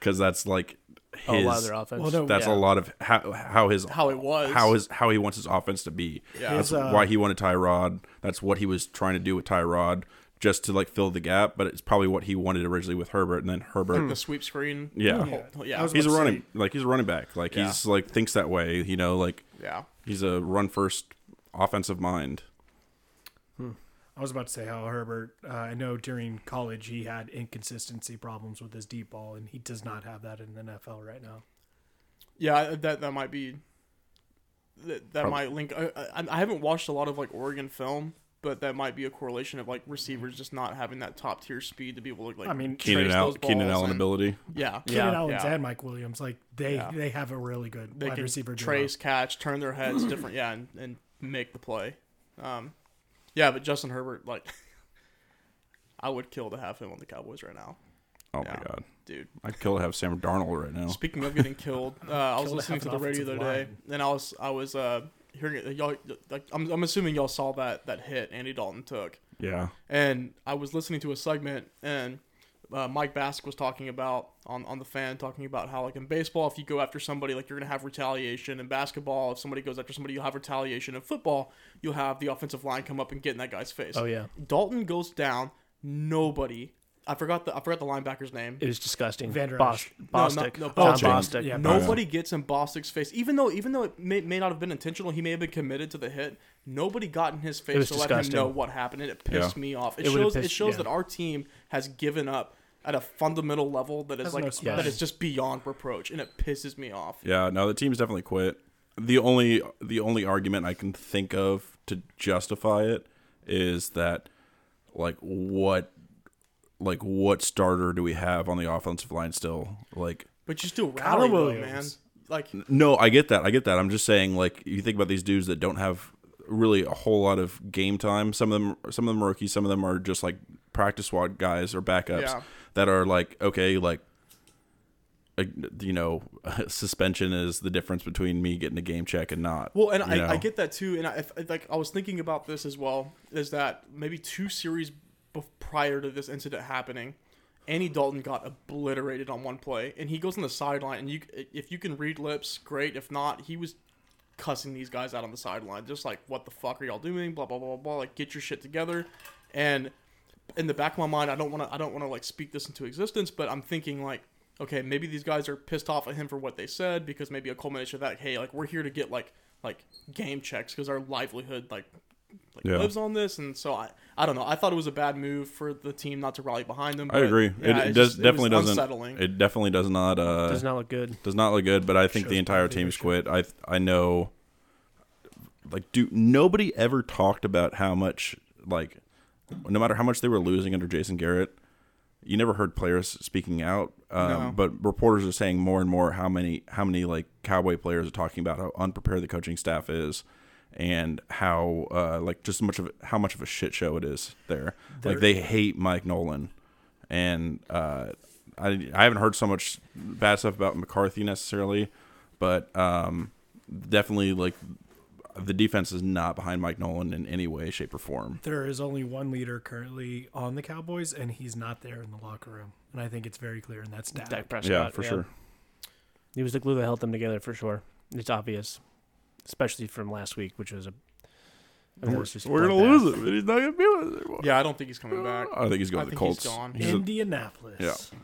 C: because that's like his.
A: a lot of their offense.
B: Well, no,
C: that's
A: yeah.
C: a lot of how, how his
E: How it was.
C: how his how he wants his offense to be.
E: Yeah.
C: That's
B: His, uh,
C: why he wanted Tyrod. That's what he was trying to do with Tyrod, just to like fill the gap. But it's probably what he wanted originally with Herbert, and then Herbert.
A: Hmm.
E: the sweep screen. Oh,
C: Yeah.
A: Oh,
E: Yeah.
B: I was
C: he's a
B: about to
C: running like he's a running back. Like he's like thinks that way. You know, like
E: Yeah.
C: he's a run first offensive mind.
B: I was about to say how Herbert. Uh, I know during college he had inconsistency problems with his deep ball, and he does not have that in the NFL right now.
E: Yeah, I- that that might be that, that might link. I, I, I haven't watched a lot of like Oregon film, but that might be a correlation of like receivers just not having that top tier speed to be able to like.
B: I mean,
C: Keenan
E: trace
C: Allen,
E: those
C: Keenan
E: balls
C: Allen
E: and-
C: ability.
E: Yeah,
B: Keenan
A: Yeah.
B: Allen's
E: Yeah.
B: and Mike Williams, like they
E: Yeah.
B: they have a really good
E: they
B: wide
E: can
B: receiver duo.
E: trace, catch, turn their heads different. Yeah, and, and make the play. Um, yeah, but Justin Herbert, like, I would kill to have him on the Cowboys right now,
C: Oh my
E: Yeah.
C: god,
E: dude.
C: I'd kill to have Sam Darnold right now.
E: Speaking of getting killed, uh, I was
B: Oh. Killed
E: listening
B: half
E: to
B: an
E: the radio the
B: offensive
E: other day,
B: line.
E: and I was I was uh, hearing it. Y'all, like, I'm, I'm assuming y'all saw that that hit Andy Dalton took,
C: Yeah,
E: and I was listening to a segment, and uh, Mike Bask was talking about on on the fan talking about how like in baseball, if you go after somebody, like you're gonna have retaliation. In basketball, if somebody goes after somebody, you'll have retaliation. In football, you'll have the offensive line come up and get in that guy's face.
A: Oh yeah,
E: Dalton goes down. Nobody. I forgot the I forgot the linebacker's name.
A: it was disgusting.
B: Van Der
A: Bos-
E: No,
A: Bostic,
E: no, no,
A: John
E: Bostic.
A: Bostic.
B: Yeah,
E: Nobody gets in Bostic's face, even though even though it may, may not have been intentional. He may have been committed to the hit. Nobody got in his face
A: was
E: to let him
A: disgusting.
E: know what happened, and it pissed
C: Yeah.
E: me off. It,
A: It would've
E: shows it
A: pissed-
E: shows
A: yeah.
E: that our team has given up at a fundamental level that is
B: Has
E: like
B: no
E: that
B: spine.
E: is just beyond reproach, and it pisses me off.
C: yeah. No, the team's definitely quit. The only the only argument I can think of to justify it is that like what like what starter do we have on the offensive line still? Like
E: But you still rally, though, man.
B: Williams.
E: Like
C: no, I get that. I get that. I'm just saying like you think about these dudes that don't have really a whole lot of game time. Some of them some of them are rookies, some of them are just like practice squad guys or backups
E: Yeah.
C: that are like okay, like uh, you know, suspension is the difference between me getting a game check and not.
E: Well, and
C: you know?
E: I, I get that too, and I I- like I was thinking about this as well. Is that maybe two series bef- prior to this incident happening, Andy Dalton got obliterated on one play, and he goes on the sideline, and you if you can read lips, great. If not, he was cussing these guys out on the sideline, just like what the fuck are y'all doing? Blah blah blah blah. blah. Like get your shit together, and in the back of my mind, I don't want to. I don't want to like speak this into existence, but I'm thinking like, okay, maybe these guys are pissed off at him for what they said because maybe a culmination of that. Hey, like we're here to get like like game checks because our livelihood like like
C: Yeah.
E: lives on this, and so I I don't know. I thought it was a bad move for the team not to rally behind them.
C: I
E: but,
C: agree.
E: yeah,
C: it, it
E: it's
C: does
E: just-
C: definitely
E: was
C: doesn't.
E: unsettling.
C: It definitely does not. Uh,
A: Does not look good.
C: does not look good. But I think
B: Shows
C: the entire
B: bad
C: team's
B: leadership.
C: quit. I I know. Like, dude, nobody ever talked about how much like, no matter how much they were losing under Jason Garrett, you never heard players speaking out. Um,
E: No.
C: But reporters are saying more and more how many how many like Cowboy players are talking about how unprepared the coaching staff is. And how uh, like just much of how much of a shit show it is there. like they hate Mike Nolan, and uh, I I haven't heard so much bad stuff about McCarthy necessarily, but um, definitely like the defense is not behind Mike Nolan in any way, shape, or form.
B: There is only one leader currently on the Cowboys, and he's not there in the locker room. And I think it's very clear, and that's Dak.
A: Dak Prescott.
C: yeah, for sure.
A: He was the glue that held them together for sure. It's obvious, especially from last week, which was a. I mean, it was just bloodbath.
C: him, and he's not gonna be with us anymore.
E: Yeah, I don't think he's coming back.
C: I think he's
E: I
C: going to the
E: think
C: Colts.
E: he's gone.
C: He's a-
B: Indianapolis.
C: Yeah.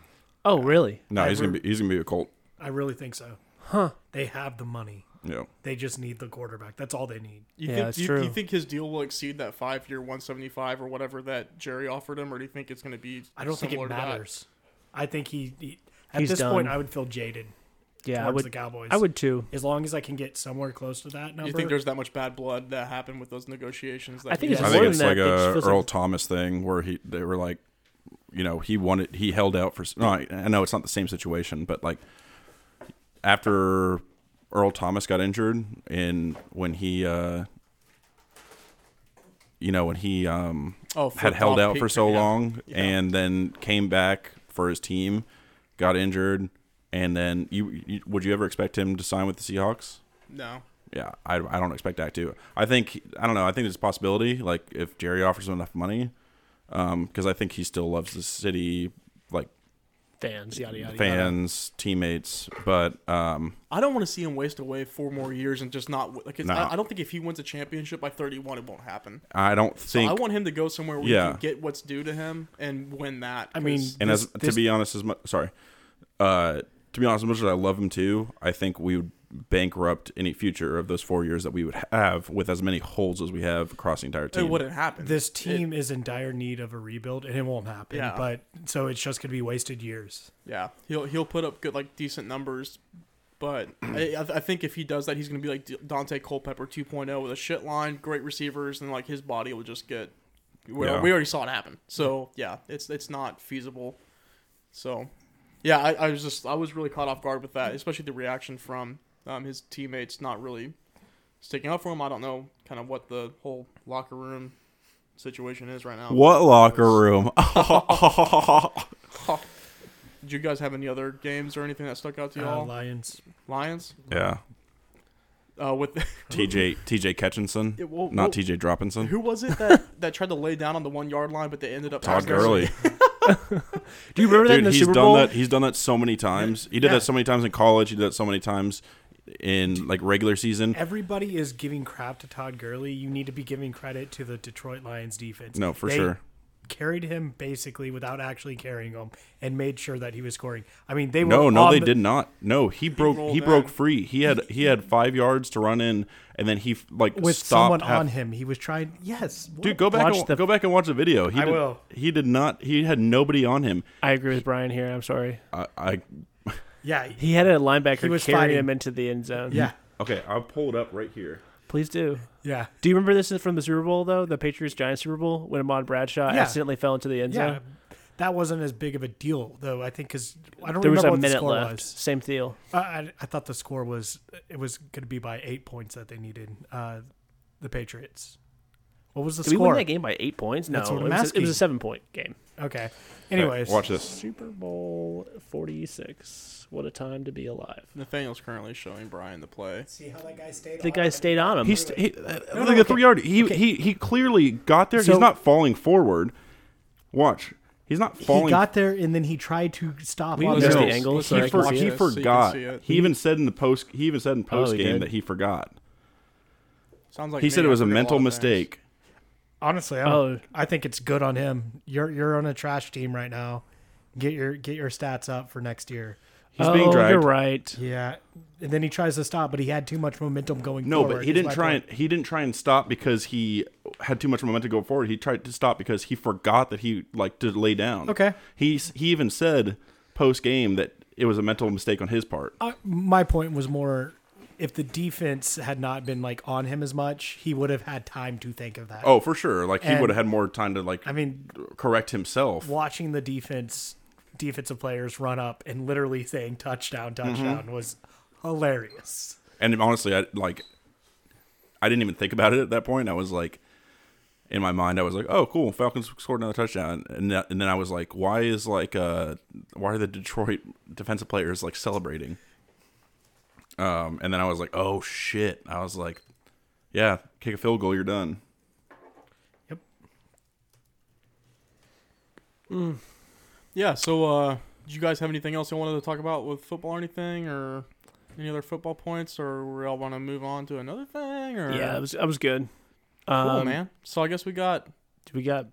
A: Oh really?
C: no, he's
B: Ever-
C: gonna be he's gonna be a Colt.
B: I really think so.
A: Huh.
B: They have the money.
C: Yeah,
B: They just need the quarterback. That's all they need.
E: You
A: Yeah,
E: think,
A: that's
E: do you,
A: true.
E: you think his deal will exceed that five year 175 or whatever that Jerry offered him, or do you think it's going to be?
B: I don't think it
E: similar to that?
B: matters. I think he, he- at
A: He's
B: this point
A: done.
B: I would feel jaded
A: Yeah, I
B: towards
A: would.
B: the Cowboys.
A: I would too.
B: as long as I can get somewhere close to that number.
E: You think there's that much bad blood that happened with those negotiations? That
A: I think
E: he
A: it's
C: I
E: had?
A: more
C: think
A: than
C: it's
A: that, it
C: like
A: just
C: a
A: feels
C: Earl
A: like-
C: Thomas thing where he they were like, you know, he wanted he held out for. s- No, I, I know it's not the same situation, but like after Earl Thomas got injured and when he, uh you know, when he um
E: Oh, for
C: had held
E: Tom
C: out for
E: Peake,
C: so
E: yeah.
C: long
E: Yeah.
C: and then came back for his team, got injured, and then you, you would you ever expect him to sign with the Seahawks?
E: No.
C: yeah, I, I don't expect that to. I think I don't know. I think there's a possibility. Like if Jerry offers him enough money, because I think he still loves the city, like
A: fans, yada yada. Yada.
C: fans, teammates. But um,
E: I don't want to see him waste away four more years and just not wi- like. It's,
C: Nah.
E: I, I don't think if he wins a championship by 31, it won't happen.
C: I don't think.
E: I want him to go somewhere where
C: Yeah.
E: he can get what's due to him and win that.
B: I mean,
E: 'cause
C: and
B: this-
C: as to
B: this-
C: be honest, as much sorry, uh, to be honest, as much as I love him too, I think we would bankrupt any future of those four years that we would have with as many holes as we have across the entire team.
E: it wouldn't happen.
B: this team is in dire need of a rebuild, and it won't happen.
E: Yeah.
B: But so it's just gonna be wasted years.
E: Yeah, he'll he'll put up good like decent numbers, but I, I th- I think if he does that, he's gonna be like D- Dante Culpepper 2.0 with a shit line, great receivers, and like his body will just get. We,
C: Yeah.
E: we already saw it happen, so yeah, it's it's not feasible. So, yeah, I, I was just I was really caught off guard with that, especially the reaction from um, his teammates not really sticking up for him. I don't know kind of what the whole locker room situation is right now.
C: What locker room?
E: Did you guys have any other games or anything that stuck out
C: Um,
E: to
B: Uh,
E: y'all?
B: Lions.
E: Lions
C: yeah,
E: uh, with.
C: TJ TJ Ketchinson,
E: Yeah, well- well-
C: not TJ Droppinson.
E: Who was it that, that tried to lay down on the one yard line, but they ended up
C: Todd
E: passing it?
C: Gurley.
A: Do you remember that in
C: Dude,
A: the
C: he's
A: Super
C: done
A: Bowl?
C: that. He's done that so many times. He did
E: Yeah.
C: that so many times in college. He did that so many times in like regular season.
B: Everybody is giving crap to Todd Gurley. You need to be giving credit to the Detroit Lions defense.
C: No, for
B: They
C: sure.
B: Carried him basically without actually carrying him, and made sure that he was scoring. I mean, they were
C: No, no,
B: on
C: they
B: the-
C: did not. No, he broke. He,
E: rolled
C: broke
E: in.
C: free. He had he had five yards to run in, and then he like
B: with
C: stopped
B: someone
C: half-
B: on him. He was trying. Yes, what?
C: Dude, go back
A: Watch
C: and,
A: the-
C: go back and watch the video. He
B: I
C: did,
B: will.
C: He did not. He had nobody on him.
A: I agree with Brian here. I'm sorry.
C: I, I
B: Yeah,
A: He had a linebacker
B: He was
A: carry
B: fighting.
A: him into the end zone.
B: yeah,
C: okay. I'll pull it up right here.
A: Please do.
B: yeah,
A: Do you remember this is from the Super Bowl though? The Patriots Giants Super Bowl when Ahmad Bradshaw
B: Yeah.
A: accidentally fell into the end
B: yeah.
A: zone.
B: That wasn't as big of a deal though. I think because I don't
A: There was
B: remember
A: a
B: what the
A: minute
B: score
A: left.
B: was.
A: Same deal.
B: I, I, I thought the score was it was going to be by eight points that they needed. Uh, the Patriots. What was the
A: Did we
B: score?
A: win that game by eight points? No,
B: That's what
A: it
B: I'm
A: was, a, it was
B: asking.
A: a seven point game.
B: Okay. Anyways,
C: watch this.
A: Super Bowl 46. What a time to be alive.
E: Nathaniel's currently showing Brian the play.
B: See how that guy stayed.
A: The guy stayed on him.
C: He's st- he, uh, like a three yard. He, he he clearly got there.
A: So-
C: He's not falling forward. Watch. He's not falling.
B: He got there and then he tried to stop.
A: We
B: on
A: missed
B: the
A: the angle, so
C: he,
A: I
C: for-
A: can see
C: he
E: it. So you can
C: forgot.
E: see it.
C: he even said in the post. He even said in post
A: he
C: game
A: did?
C: that he forgot.
E: Sounds like
C: He
E: me,
C: said it
E: I
C: was a
E: forget
C: mental
E: lot of
C: mistake.
B: Honestly, i
A: Oh.
B: I think it's good on him. You're you're on a trash team right now. Get your get your stats up for next year.
C: He's being dragged.
A: Oh, You're right.
B: Yeah, and then he tries to stop, but he had too much momentum going.
C: No,
B: forward,
C: but he
B: is
C: didn't
B: my
C: try
B: point.
C: and he didn't try and stop because he had too much momentum to go forward. He tried to stop because he forgot that he like to lay down.
B: Okay.
C: He s- he even said post game that it was a mental mistake on his part.
B: I, my point was more if the defense had not been like on him as much, he would have had time to think of that.
C: Oh, for sure. Like he
B: And-
C: would have had more time to like
B: I mean,
C: correct himself.
B: watching the defense defensive players run up and literally saying touchdown,
C: Mm-hmm.
B: touchdown was hilarious.
C: And honestly, I like I didn't even think about it at that point. I was like in my mind I was like, "Oh, cool. Falcons scored another touchdown." And that, and then I was like, "Why is like uh why are the Detroit defensive players like celebrating?" Um and then I was like, "Oh shit." I was like, "Yeah, kick a field goal, you're done."
B: Yep.
E: things. Yeah. So, uh, did you guys have anything else you wanted to talk about with football or anything, or any other football points, or we all want to move on to another thing? Or
A: Yeah, it was, I was good.
E: cool,
A: Um,
E: man. So I guess we got.
A: We got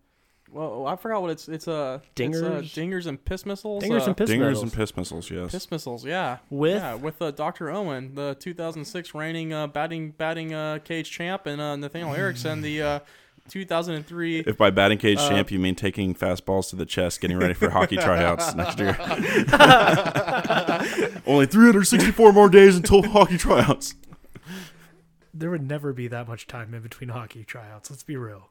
E: Well, I forgot what it's. It's uh, it's, uh,
A: Dingers?
E: dingers and piss missiles.
A: dingers
E: uh,
A: and piss
C: Dingers
A: medals.
C: and piss missiles, yes.
E: Piss missiles, yeah.
A: With-
E: yeah, with uh, Dr. Owen, the 2006 reigning uh, batting batting uh, cage champ, and uh, Nathaniel Erickson, the uh, 2003.
C: If by batting cage champ you mean taking fastballs to the chest, getting ready for hockey tryouts next year. Only 364 more days until hockey tryouts.
B: There would never be that much time in between hockey tryouts. Let's be real.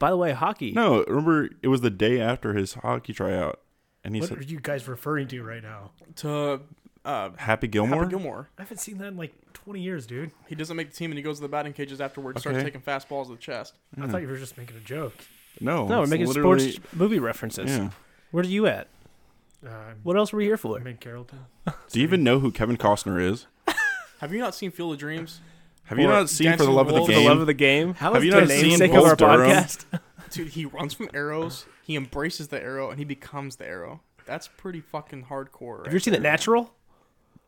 A: By the way, hockey.
C: No, remember it was the day after his hockey tryout, and he
B: What are
C: said,
B: you guys referring to right now?
E: To uh,
C: "Happy Gilmore."
E: Happy Gilmore.
B: I haven't seen that in like 20 years, dude.
E: He doesn't make the team, and he goes to the batting cages afterwards. Starts
C: Okay.
E: taking fastballs to the chest.
B: I
C: Mm.
B: thought you were just making a joke.
C: No,
A: no, we're
C: it's
A: making
C: literally-
A: sports movie references.
C: Yeah.
A: Where are you at?
B: Um,
A: What else were we here for?
B: I'm in Carrollton.
C: Do you even know who Kevin Costner is?
E: Have you not seen Field of Dreams?
C: Have you
A: Or
C: not seen
E: Dancing
C: For the Love of the
E: Wolves. For the
C: Game?
A: the game. How
C: Have
A: is
C: you
A: the
C: not
A: name
C: seen
A: sake of
C: Bull
A: our
C: Durham?
A: podcast?
E: Dude, he runs from arrows. He embraces the arrow, and he becomes the arrow. That's pretty fucking
A: Have
E: hardcore. Right?
A: you ever seen The Natural?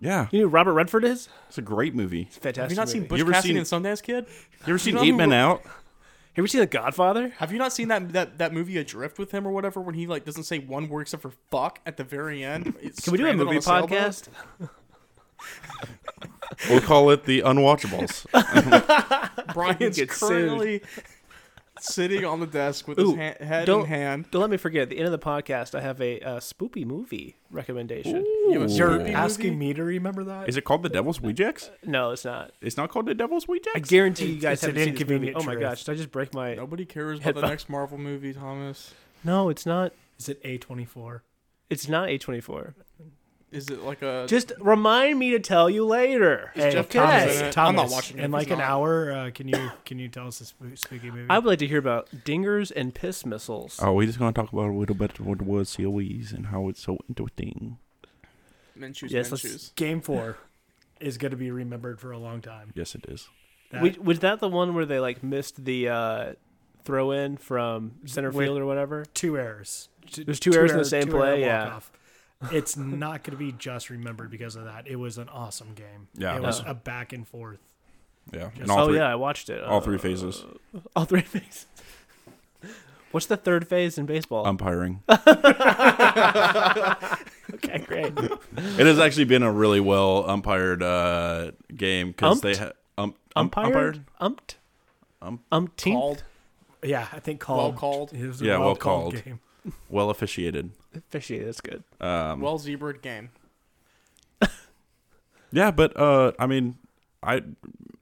C: Yeah,
A: You know who Robert Redford is?
C: it's a great movie.
A: It's a fantastic.
E: Have you not seen
A: movie.
E: Butch
C: You ever
E: Cassidy
C: seen-
E: and Sundance Kid?
C: You ever seen
E: know
C: Eight
E: who-
C: Men Out?
A: Have you ever seen The Godfather?
E: Have you not seen that that, that movie Adrift with him or whatever when he like doesn't say one word except for fuck at the very end? It's
A: Can we do a
E: stranded on
A: movie
E: sailboat?
A: podcast?
C: We'll call it the Unwatchables.
E: Brian's
A: Get sued.
E: currently sitting on the desk with
A: Ooh,
E: his ha- head
A: don't-
E: in hand.
A: Don't let me forget. At the end of the podcast, I have a uh, spoopy movie recommendation.
E: You have a
C: You're
E: spoopy
B: Asking
E: movie?
B: me to remember that?
C: Is it called The Devil's Rejects?
A: No, it's not.
C: It's not called The Devil's
A: I
C: Rejects.
A: guarantee you guys
B: it's an
A: haven't seen this movie.
B: inconvenient
A: Oh my
B: truth.
A: gosh! Did I just break my?
E: Nobody cares about the
A: Headphone.
E: next Marvel movie, Thomas.
A: No, it's not.
B: Is it A24?
A: It's not A twenty four.
E: Is it like a
A: Just remind me to tell you later.
E: Is Jeff Thomas in
A: okay.
E: it?
B: Thomas,
E: I'm not watching it
B: In
E: if
B: like
E: it's
B: an
E: not.
B: hour, uh, can you can you tell us this spooky movie?
A: I would like to hear about dingers and piss missiles.
C: Oh, we just gonna talk about a little bit what the word COEs and how it's so interesting.
E: Minshew's
A: Yes, let's-
E: Minshew's?
B: Game four is going to be remembered for a long time.
C: Yes, it is.
B: That-
A: Wa- was that the one where they like missed the uh, throw in from center
B: Wait.
A: field or whatever?
B: two errors. T-
A: There's two errors in the
B: error-
A: same
B: two error
A: play, yeah.
B: walk-off. It's not going to be just remembered because of that. It was an awesome game.
C: Yeah, it
B: It was
A: was.
B: a back and forth.
C: Yeah,
B: Just-
C: and all
A: oh
C: three.
A: yeah, I watched it.
C: all three
A: Uh,
C: phases.
A: All three phases. What's the third phase in
C: Um,
A: baseball?
C: Umpiring.
A: okay, great.
C: it has actually been a really well umpired uh, game because they
A: Umped?
C: ha- um, um,
A: Umpired? Umped?
C: Um-
A: Umpteenth?
E: Called.
B: Yeah, I think
E: Well
B: called.
E: called.
B: It was a
C: Yeah, well
B: well-called
C: called.
B: game.
C: well officiated.
A: Fishy, that's good.
C: Um,
E: Well zebraed game.
C: yeah, but uh, I mean, I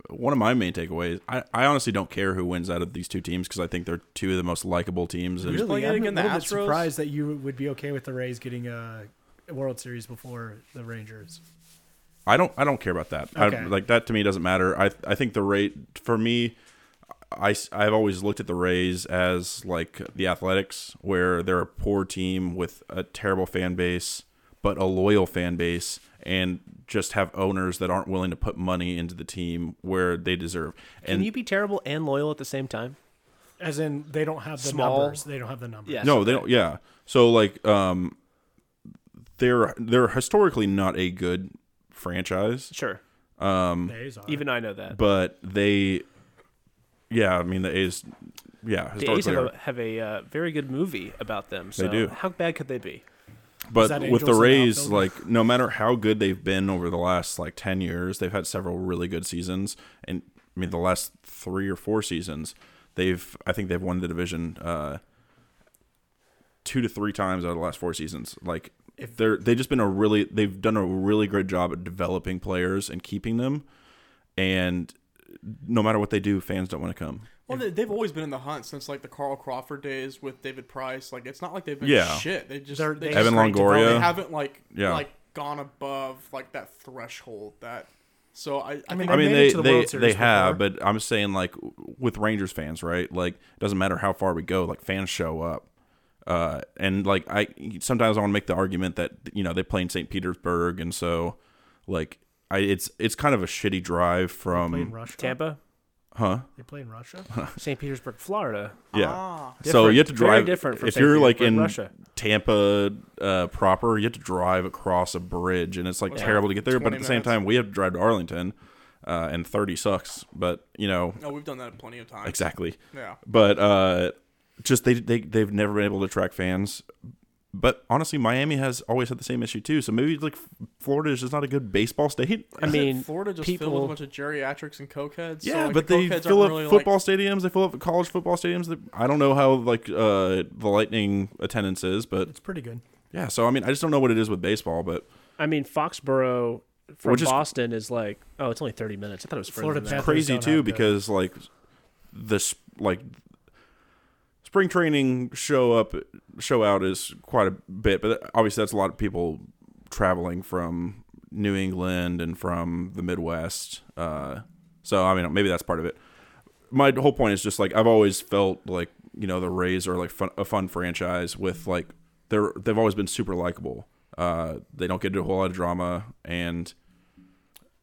C: one of my main takeaways. I, I honestly don't care who wins out of these two teams because I think they're two of the most likable teams. And
E: Really? playing it
B: I'm
E: again,
B: a
E: the
B: little bit
E: Astros?
B: surprised that you would be okay with the Rays getting a World Series before the Rangers.
C: I don't I don't care about that. I,
B: Okay.
C: like that to me doesn't matter. I I think the rate for me. I, have always looked at the Rays as like the Athletics, where they're a poor team with a terrible fan base, but a loyal fan base, and just have owners that aren't willing to put money into the team where they deserve.
A: Can
C: And
A: you be terrible and loyal at the same time?
B: As in, they don't have the
A: Small.
B: numbers. They don't have the numbers.
A: Yes.
C: no, they don't. Yeah, so like um, they're they're historically not a good franchise.
A: Sure.
C: Um,
B: Rays are.
A: Even I know that.
C: but they yeah i mean the a's yeah
A: the A's
C: historically
A: have
C: are-
A: a, have a uh, very good movie about them. So
C: do.
A: How bad could they be?
C: but
B: that
C: with the
B: Angels in the
C: rays
B: outfield?
C: like no matter how good they've been over the last like 10 years they've had several really good seasons and i mean the last three or four seasons they've i think they've won the division uh two to three times out of the last four seasons like
B: If-
C: they're they've just been a really they've done a really great job at developing players and keeping them and no matter what they do fans don't want to come
E: Well, they, they've always been in the hunt since like the Carl Crawford days with David Price. Like it's not like they've been
C: Yeah.
E: shit. They just
B: They're-
E: they
B: they
E: just-
C: Evan Longoria.
E: they haven't like
C: Yeah.
E: like gone above like that threshold that. So I, I, think
B: mean, they
C: I mean,
B: made
C: they
B: it to the
C: they,
B: World Series
C: they have,
B: before.
C: but I'm saying like with Rangers fans, right? Like, it doesn't matter how far we go, like fans show up. Uh, and like I sometimes I want to make the argument that you know they play in St. Petersburg, and so like I it's it's kind of a shitty drive
B: play in
C: from
B: Russia.
A: Tampa,
C: huh?
B: They play in Russia.
A: St. Petersburg, Florida.
C: Yeah.
E: Ah.
C: so you have to
A: Different- very
C: drive
A: different from
C: if
A: St.
C: you're like in
A: Petersburg, Russia.
C: Tampa uh, proper, you have to drive across a bridge, and it's like terrible to get there. But
E: 20
C: at the same
E: minutes.
C: time, we have to drive to Arlington, uh, and thirty sucks. But you know
E: no, we've done that plenty of times.
C: exactly.
E: Yeah.
C: but uh, just they they they've never been able to attract fans. But honestly, Miami has always had the same issue too. So maybe like Florida is just not a good baseball state.
A: I
E: Isn't
A: mean,
E: Florida just
A: people-
E: filled with a bunch of geriatrics and cokeheads. so,
C: Yeah,
E: like,
C: but
E: the
C: they
E: cokeheads
C: fill up
E: aren't really, like-
C: football stadiums. They fill up college football stadiums. They- I don't know how like uh, the Lightning attendance is, but
B: It's pretty good.
C: yeah. So I mean, I just don't know what it is with baseball, but
A: I mean, Foxborough from
C: Which is-
A: Boston is like, oh, it's only 30 minutes. I thought it was further
B: Florida
A: than that.
B: Panthers
C: crazy
B: don't
C: too
B: have the-
C: because like this like spring training show up show out is quite a bit, but obviously that's a lot of people traveling from New England and from the Midwest. Uh, so I mean, maybe that's part of it. My whole point is just like I've always felt like you know the Rays are like fun, a fun franchise with like they're they've always been super likable. Uh, they don't get into a whole lot of drama and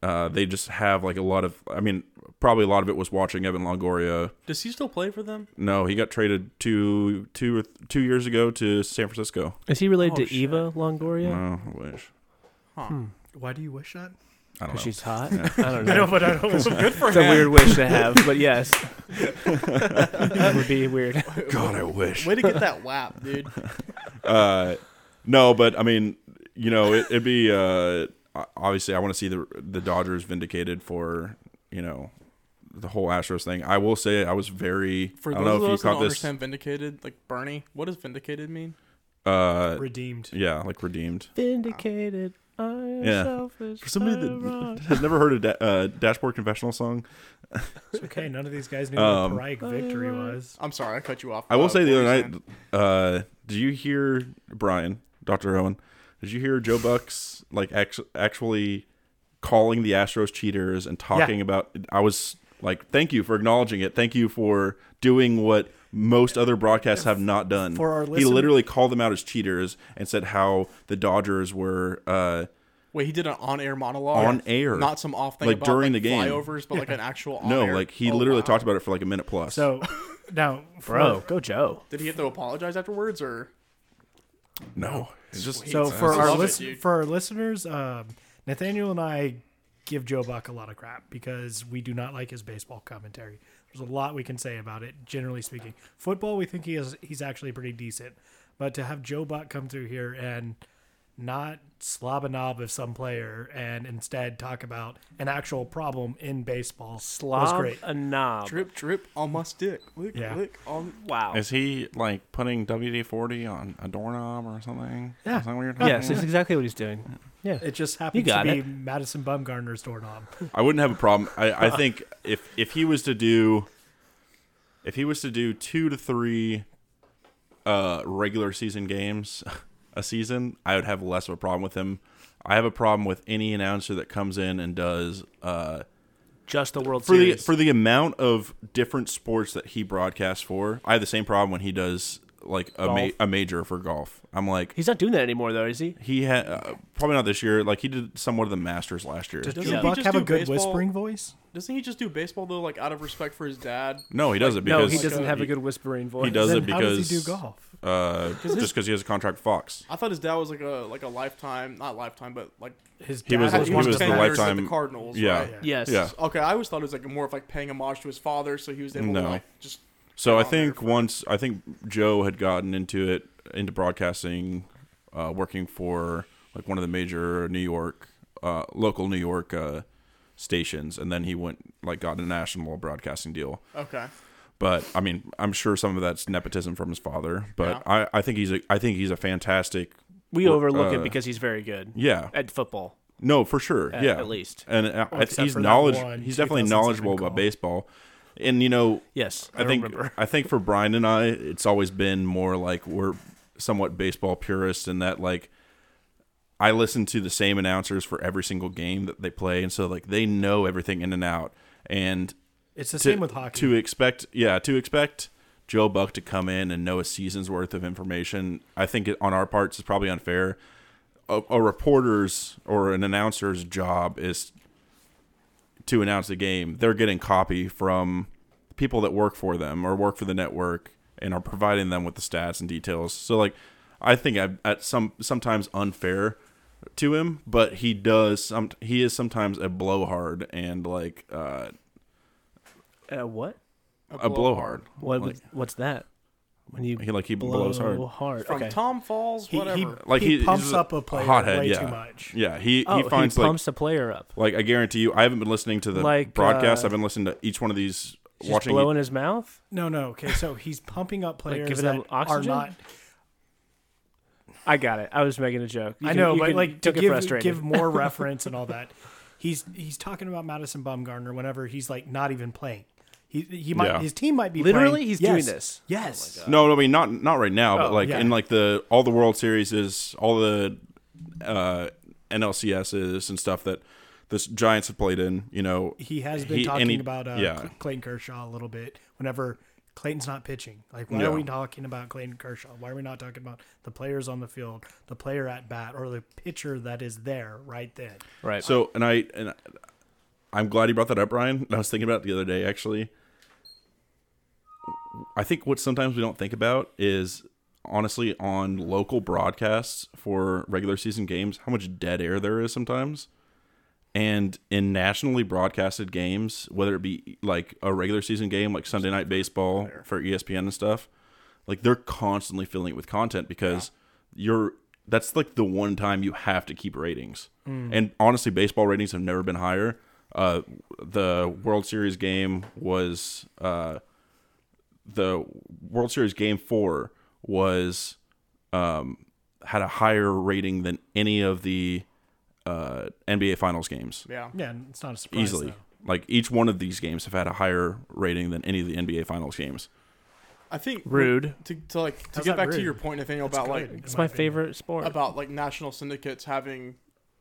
C: uh, they just have like a lot of. I mean, probably a lot of it was watching Evan Longoria.
E: Does he still play for them?
C: No, he got traded two two or th- two years ago to San Francisco.
A: Is he related
E: Oh,
A: to
E: shit.
A: Eva Longoria?
C: No, Mm, I wish. Hmm.
B: Why do you wish that?
C: I don't know.
A: Because she's hot? Hmm. I don't
B: I know,
A: know.
B: but I don't. good for
A: It's a weird wish to have, but yes. it would be weird.
C: God, I wish.
E: Way to get that whap, dude.
C: Uh, no, but I mean, you know, it, it'd be uh, o- obviously I want to see the the Dodgers vindicated for you know the whole Astros thing. I will say I was very.
E: For
C: I don't
E: those
C: know
E: of
C: if you
E: us that
C: caught
E: don't
C: this.
E: understand vindicated, like Bernie, what does vindicated mean?
C: Uh,
B: Redeemed.
C: yeah, like redeemed.
A: Vindicated. I am
C: Yeah.
A: selfish.
C: For somebody
A: I am
C: that
A: wrong.
C: has never heard a da- uh, Dashboard Confessional song,
B: It's okay. None of these guys knew
C: Um,
B: what Pariah victory was.
E: I'm sorry, I cut you off.
C: I will
E: Uh,
C: say
E: what
C: the other
E: were you
C: night, uh, did you hear Brian, Dr. Owen? Did you hear Joe Buck's like act- actually calling the Astros cheaters and talking about? I was like, thank you for acknowledging it. Thank you for doing what most other broadcasts have not done.
B: For our
C: he
B: listen-
C: literally called them out as cheaters and said how the Dodgers were. Uh,
E: Wait, he did an on-air monologue.
C: On air.
E: not some off thing
C: Like,
E: about,
C: during
E: like,
C: the game.
E: flyovers, but like an actual.
C: no,
E: on-air-
C: like he
E: Oh,
C: literally
E: wow.
C: talked about it for like a minute plus.
B: So now, for-
A: Bro, go Joe.
E: Did he have to apologize afterwards, or
C: no, it's just
B: So
C: it's-
B: for
E: I
B: our
E: love it,
B: lis-
E: dude.
B: for our listeners, um, Nathaniel and I give Joe Buck a lot of crap because we do not like his baseball commentary. There's a lot we can say about it. Generally speaking, football we think he is he's actually pretty decent, but to have Joe Buck come through here and not slob a knob of some player and instead talk about an actual problem in baseball was
A: Slob
B: great.
A: a knob.
E: drip drip on my stick? Lick
B: Yeah.
E: lick on.
A: Wow.
C: Is he like putting WD forty on a doorknob or something?
B: Yeah.
C: Is that what you're talking
A: Yes,
C: about?
A: that's exactly what he's doing. Yeah.
B: It just happens to
A: got
B: be
A: Mm. it.
B: Madison Bumgarner's doorknob.
C: I wouldn't have a problem. I, I think if if he was to do if he was to do two to three uh, regular season games a season, I would have less of a problem with him. I have a problem with any announcer that comes in and does uh,
A: Just the World
C: for the
A: Series.
C: for the amount of different sports that he broadcasts for. I have the same problem when he does like a, ma-
A: Golf.
C: a major for golf. I'm like,
A: he's not doing that anymore, though, is he?
C: He had uh, probably not this year. Like he did somewhat of the Masters last year.
B: Does
E: Doesn't
A: Yeah.
E: he
B: Buck
E: just
B: have
E: do
B: a good
E: baseball?
B: whispering voice?
E: Doesn't he just do baseball though, like out of respect for his dad?
C: No, he does it because
A: No, he doesn't have a good whispering voice.
C: He does
B: Then
C: it
B: how
C: because
B: does he do golf?
C: Uh, just because he has a contract with Fox.
E: I thought his dad was like a like a lifetime, not lifetime, but like
B: His
C: He was
B: dad
E: had
C: he
E: one
C: was the
E: of ten years at
C: lifetime-
E: the Cardinals.
C: Yeah.
E: right?
B: Yeah.
A: Yes.
C: Yeah.
E: Okay, I always thought it was like more of like paying homage to his father, so he was able
C: No.
E: to like just.
C: So
E: get
C: I
E: on there
C: think
E: for-
C: once I think Joe had gotten into it into broadcasting, uh, working for like one of the major New York, uh, local New York uh, stations, and then he went like got a national broadcasting deal.
E: Okay.
C: but I mean, I'm sure some of that's nepotism from his father. But I, I think he's a, I think he's a fantastic.
A: We overlook
C: uh,
A: it because he's very good
C: Yeah,
A: at football.
C: no, for sure.
A: At-
C: yeah,
A: at least.
C: and uh, I,
B: except
C: he's
B: for that
C: knowledge.
B: one
C: He's definitely
B: 2007
C: knowledgeable
B: call.
C: about baseball, and you know,
A: Yes. I,
C: I think
A: remember.
C: I think for Brian and I, it's always been more like we're somewhat baseball purists in that like I listen to the same announcers for every single game that they play, and so like they know everything in and out, and
B: It's the
C: to,
B: same with hockey.
C: to expect yeah to expect joe buck to come in and know a season's worth of information i think it, on our parts is probably unfair a, a reporter's or an announcer's job is to announce the game they're getting copy from people that work for them or work for the network and are providing them with the stats and details so like i think I, at some sometimes unfair to him but he does some he is sometimes a blowhard and like uh
A: Uh, what?
C: a blowhard.
A: What?
C: Like-
A: what's that? when you
C: He like he blows hard.
A: hard.
E: From
A: okay.
E: Tom Falls,
B: He,
E: whatever.
B: he,
C: Like,
B: he
C: he-
B: pumps
C: he's a
B: up a player
C: hothead,
B: way
C: yeah.
B: too much.
C: Yeah, he
A: oh,
C: he finds like
A: pumps the player up.
C: like I guarantee you, I haven't been listening to the
A: Like,
C: broadcast.
A: uh,
C: I've been listening to each one of these,
A: Just
C: watching.
A: blow in his mouth.
B: No, no. Okay, so he's pumping up players
A: giving them
B: that are
A: oxygen?
B: not.
A: I got it. I was making a joke. You
B: I
A: can-
B: know,
A: you
B: but
A: can-
B: like to
A: don't get
B: give,
A: frustrated.
B: give more reference and all that. He's he's talking about Madison Bumgarner whenever he's like not even playing. He he might
C: Yeah.
B: his team might be
A: Literally,
B: playing.
A: he's
B: Yes.
A: doing this.
B: Yes.
C: no, no, I mean not not right now, but
A: Oh,
C: like
B: yeah.
C: in like the all the World Series is all the uh, NLCSs and stuff that this Giants have played in. You know,
B: he has been
C: He- and
B: talking
C: he-
B: about uh,
C: yeah.
B: Cl- Clayton Kershaw a little bit whenever Clayton's not pitching. Like, why
C: Yeah.
B: are we talking about Clayton Kershaw? Why are we not talking about the players on the field, the player at bat, or the pitcher that is there right then?
A: Right.
C: So and I and I- I'm glad you brought that up, Ryan. I was thinking about it the other day actually. I think what sometimes we don't think about is honestly on local broadcasts for regular season games how much dead air there is sometimes. And in nationally broadcasted games, whether it be like a regular season game like Sunday night baseball for E ESPN and stuff, like they're constantly filling it with content because you're that's like the one time you have to keep ratings. And honestly, baseball ratings have never been higher. Uh, the World Series game was uh, the World Series game four was um, had a higher rating than any of the uh, NBA Finals games
E: yeah.
B: Yeah, and it's not a surprise.
C: easily.
B: though.
C: Like each one of these games have had a higher rating than any of the NBA Finals games.
E: I think
A: Rude.
E: to, to like to
B: How's
E: get
B: that
E: back to
B: rude?
E: your point, Nathaniel,
B: That's
E: about
B: good, in
E: like
A: It's my
B: opinion.
A: favorite sport.
E: about like national syndicates having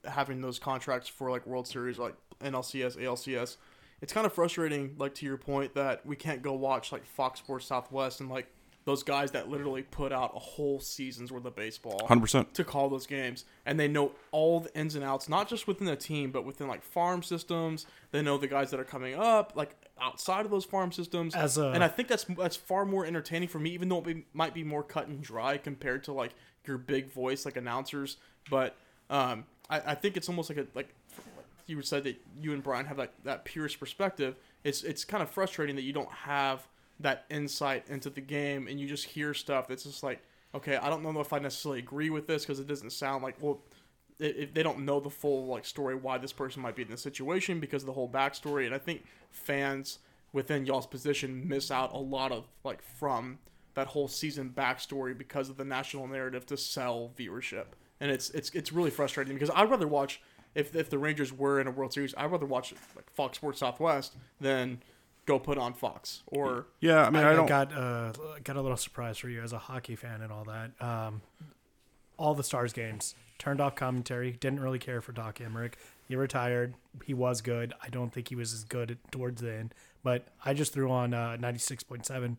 E: having those contracts for like World Series, like NLCS, ALCS. It's kind of frustrating, like to your point, that we can't go watch like Fox Sports Southwest and like those guys that literally put out a whole season's worth of baseball.
C: Hundred percent.
E: to call those games and they know all the ins and outs not just within the team but within like farm systems they know the guys that are coming up like outside of those farm systems
B: As a-
E: and i think that's that's far more entertaining for me even though it be, might be more cut and dry compared to like your big voice like announcers but um i, I think it's almost like a like you said that you and brian have like that purist perspective it's it's kind of frustrating that you don't have that insight into the game and you just hear stuff that's just like okay i don't know if i necessarily agree with this because it doesn't sound like well it, it, they don't know the full like story why this person might be in this situation because of the whole backstory and i think fans within y'all's position miss out a lot of like from that whole season backstory because of the national narrative to sell viewership and it's it's it's really frustrating because i'd rather watch if, if the rangers were in a world series i'd rather watch like fox sports southwest than go put on fox or
C: Yeah, I mean, I,
B: I, I
C: don't.
B: got uh, got a little surprise for you as a hockey fan and all that. Um, all the Stars games turned off commentary. Didn't really care for Doc Emmerich. He retired. He was good. I don't think he was as good at- towards the end, but I just threw on uh, ninety six point seven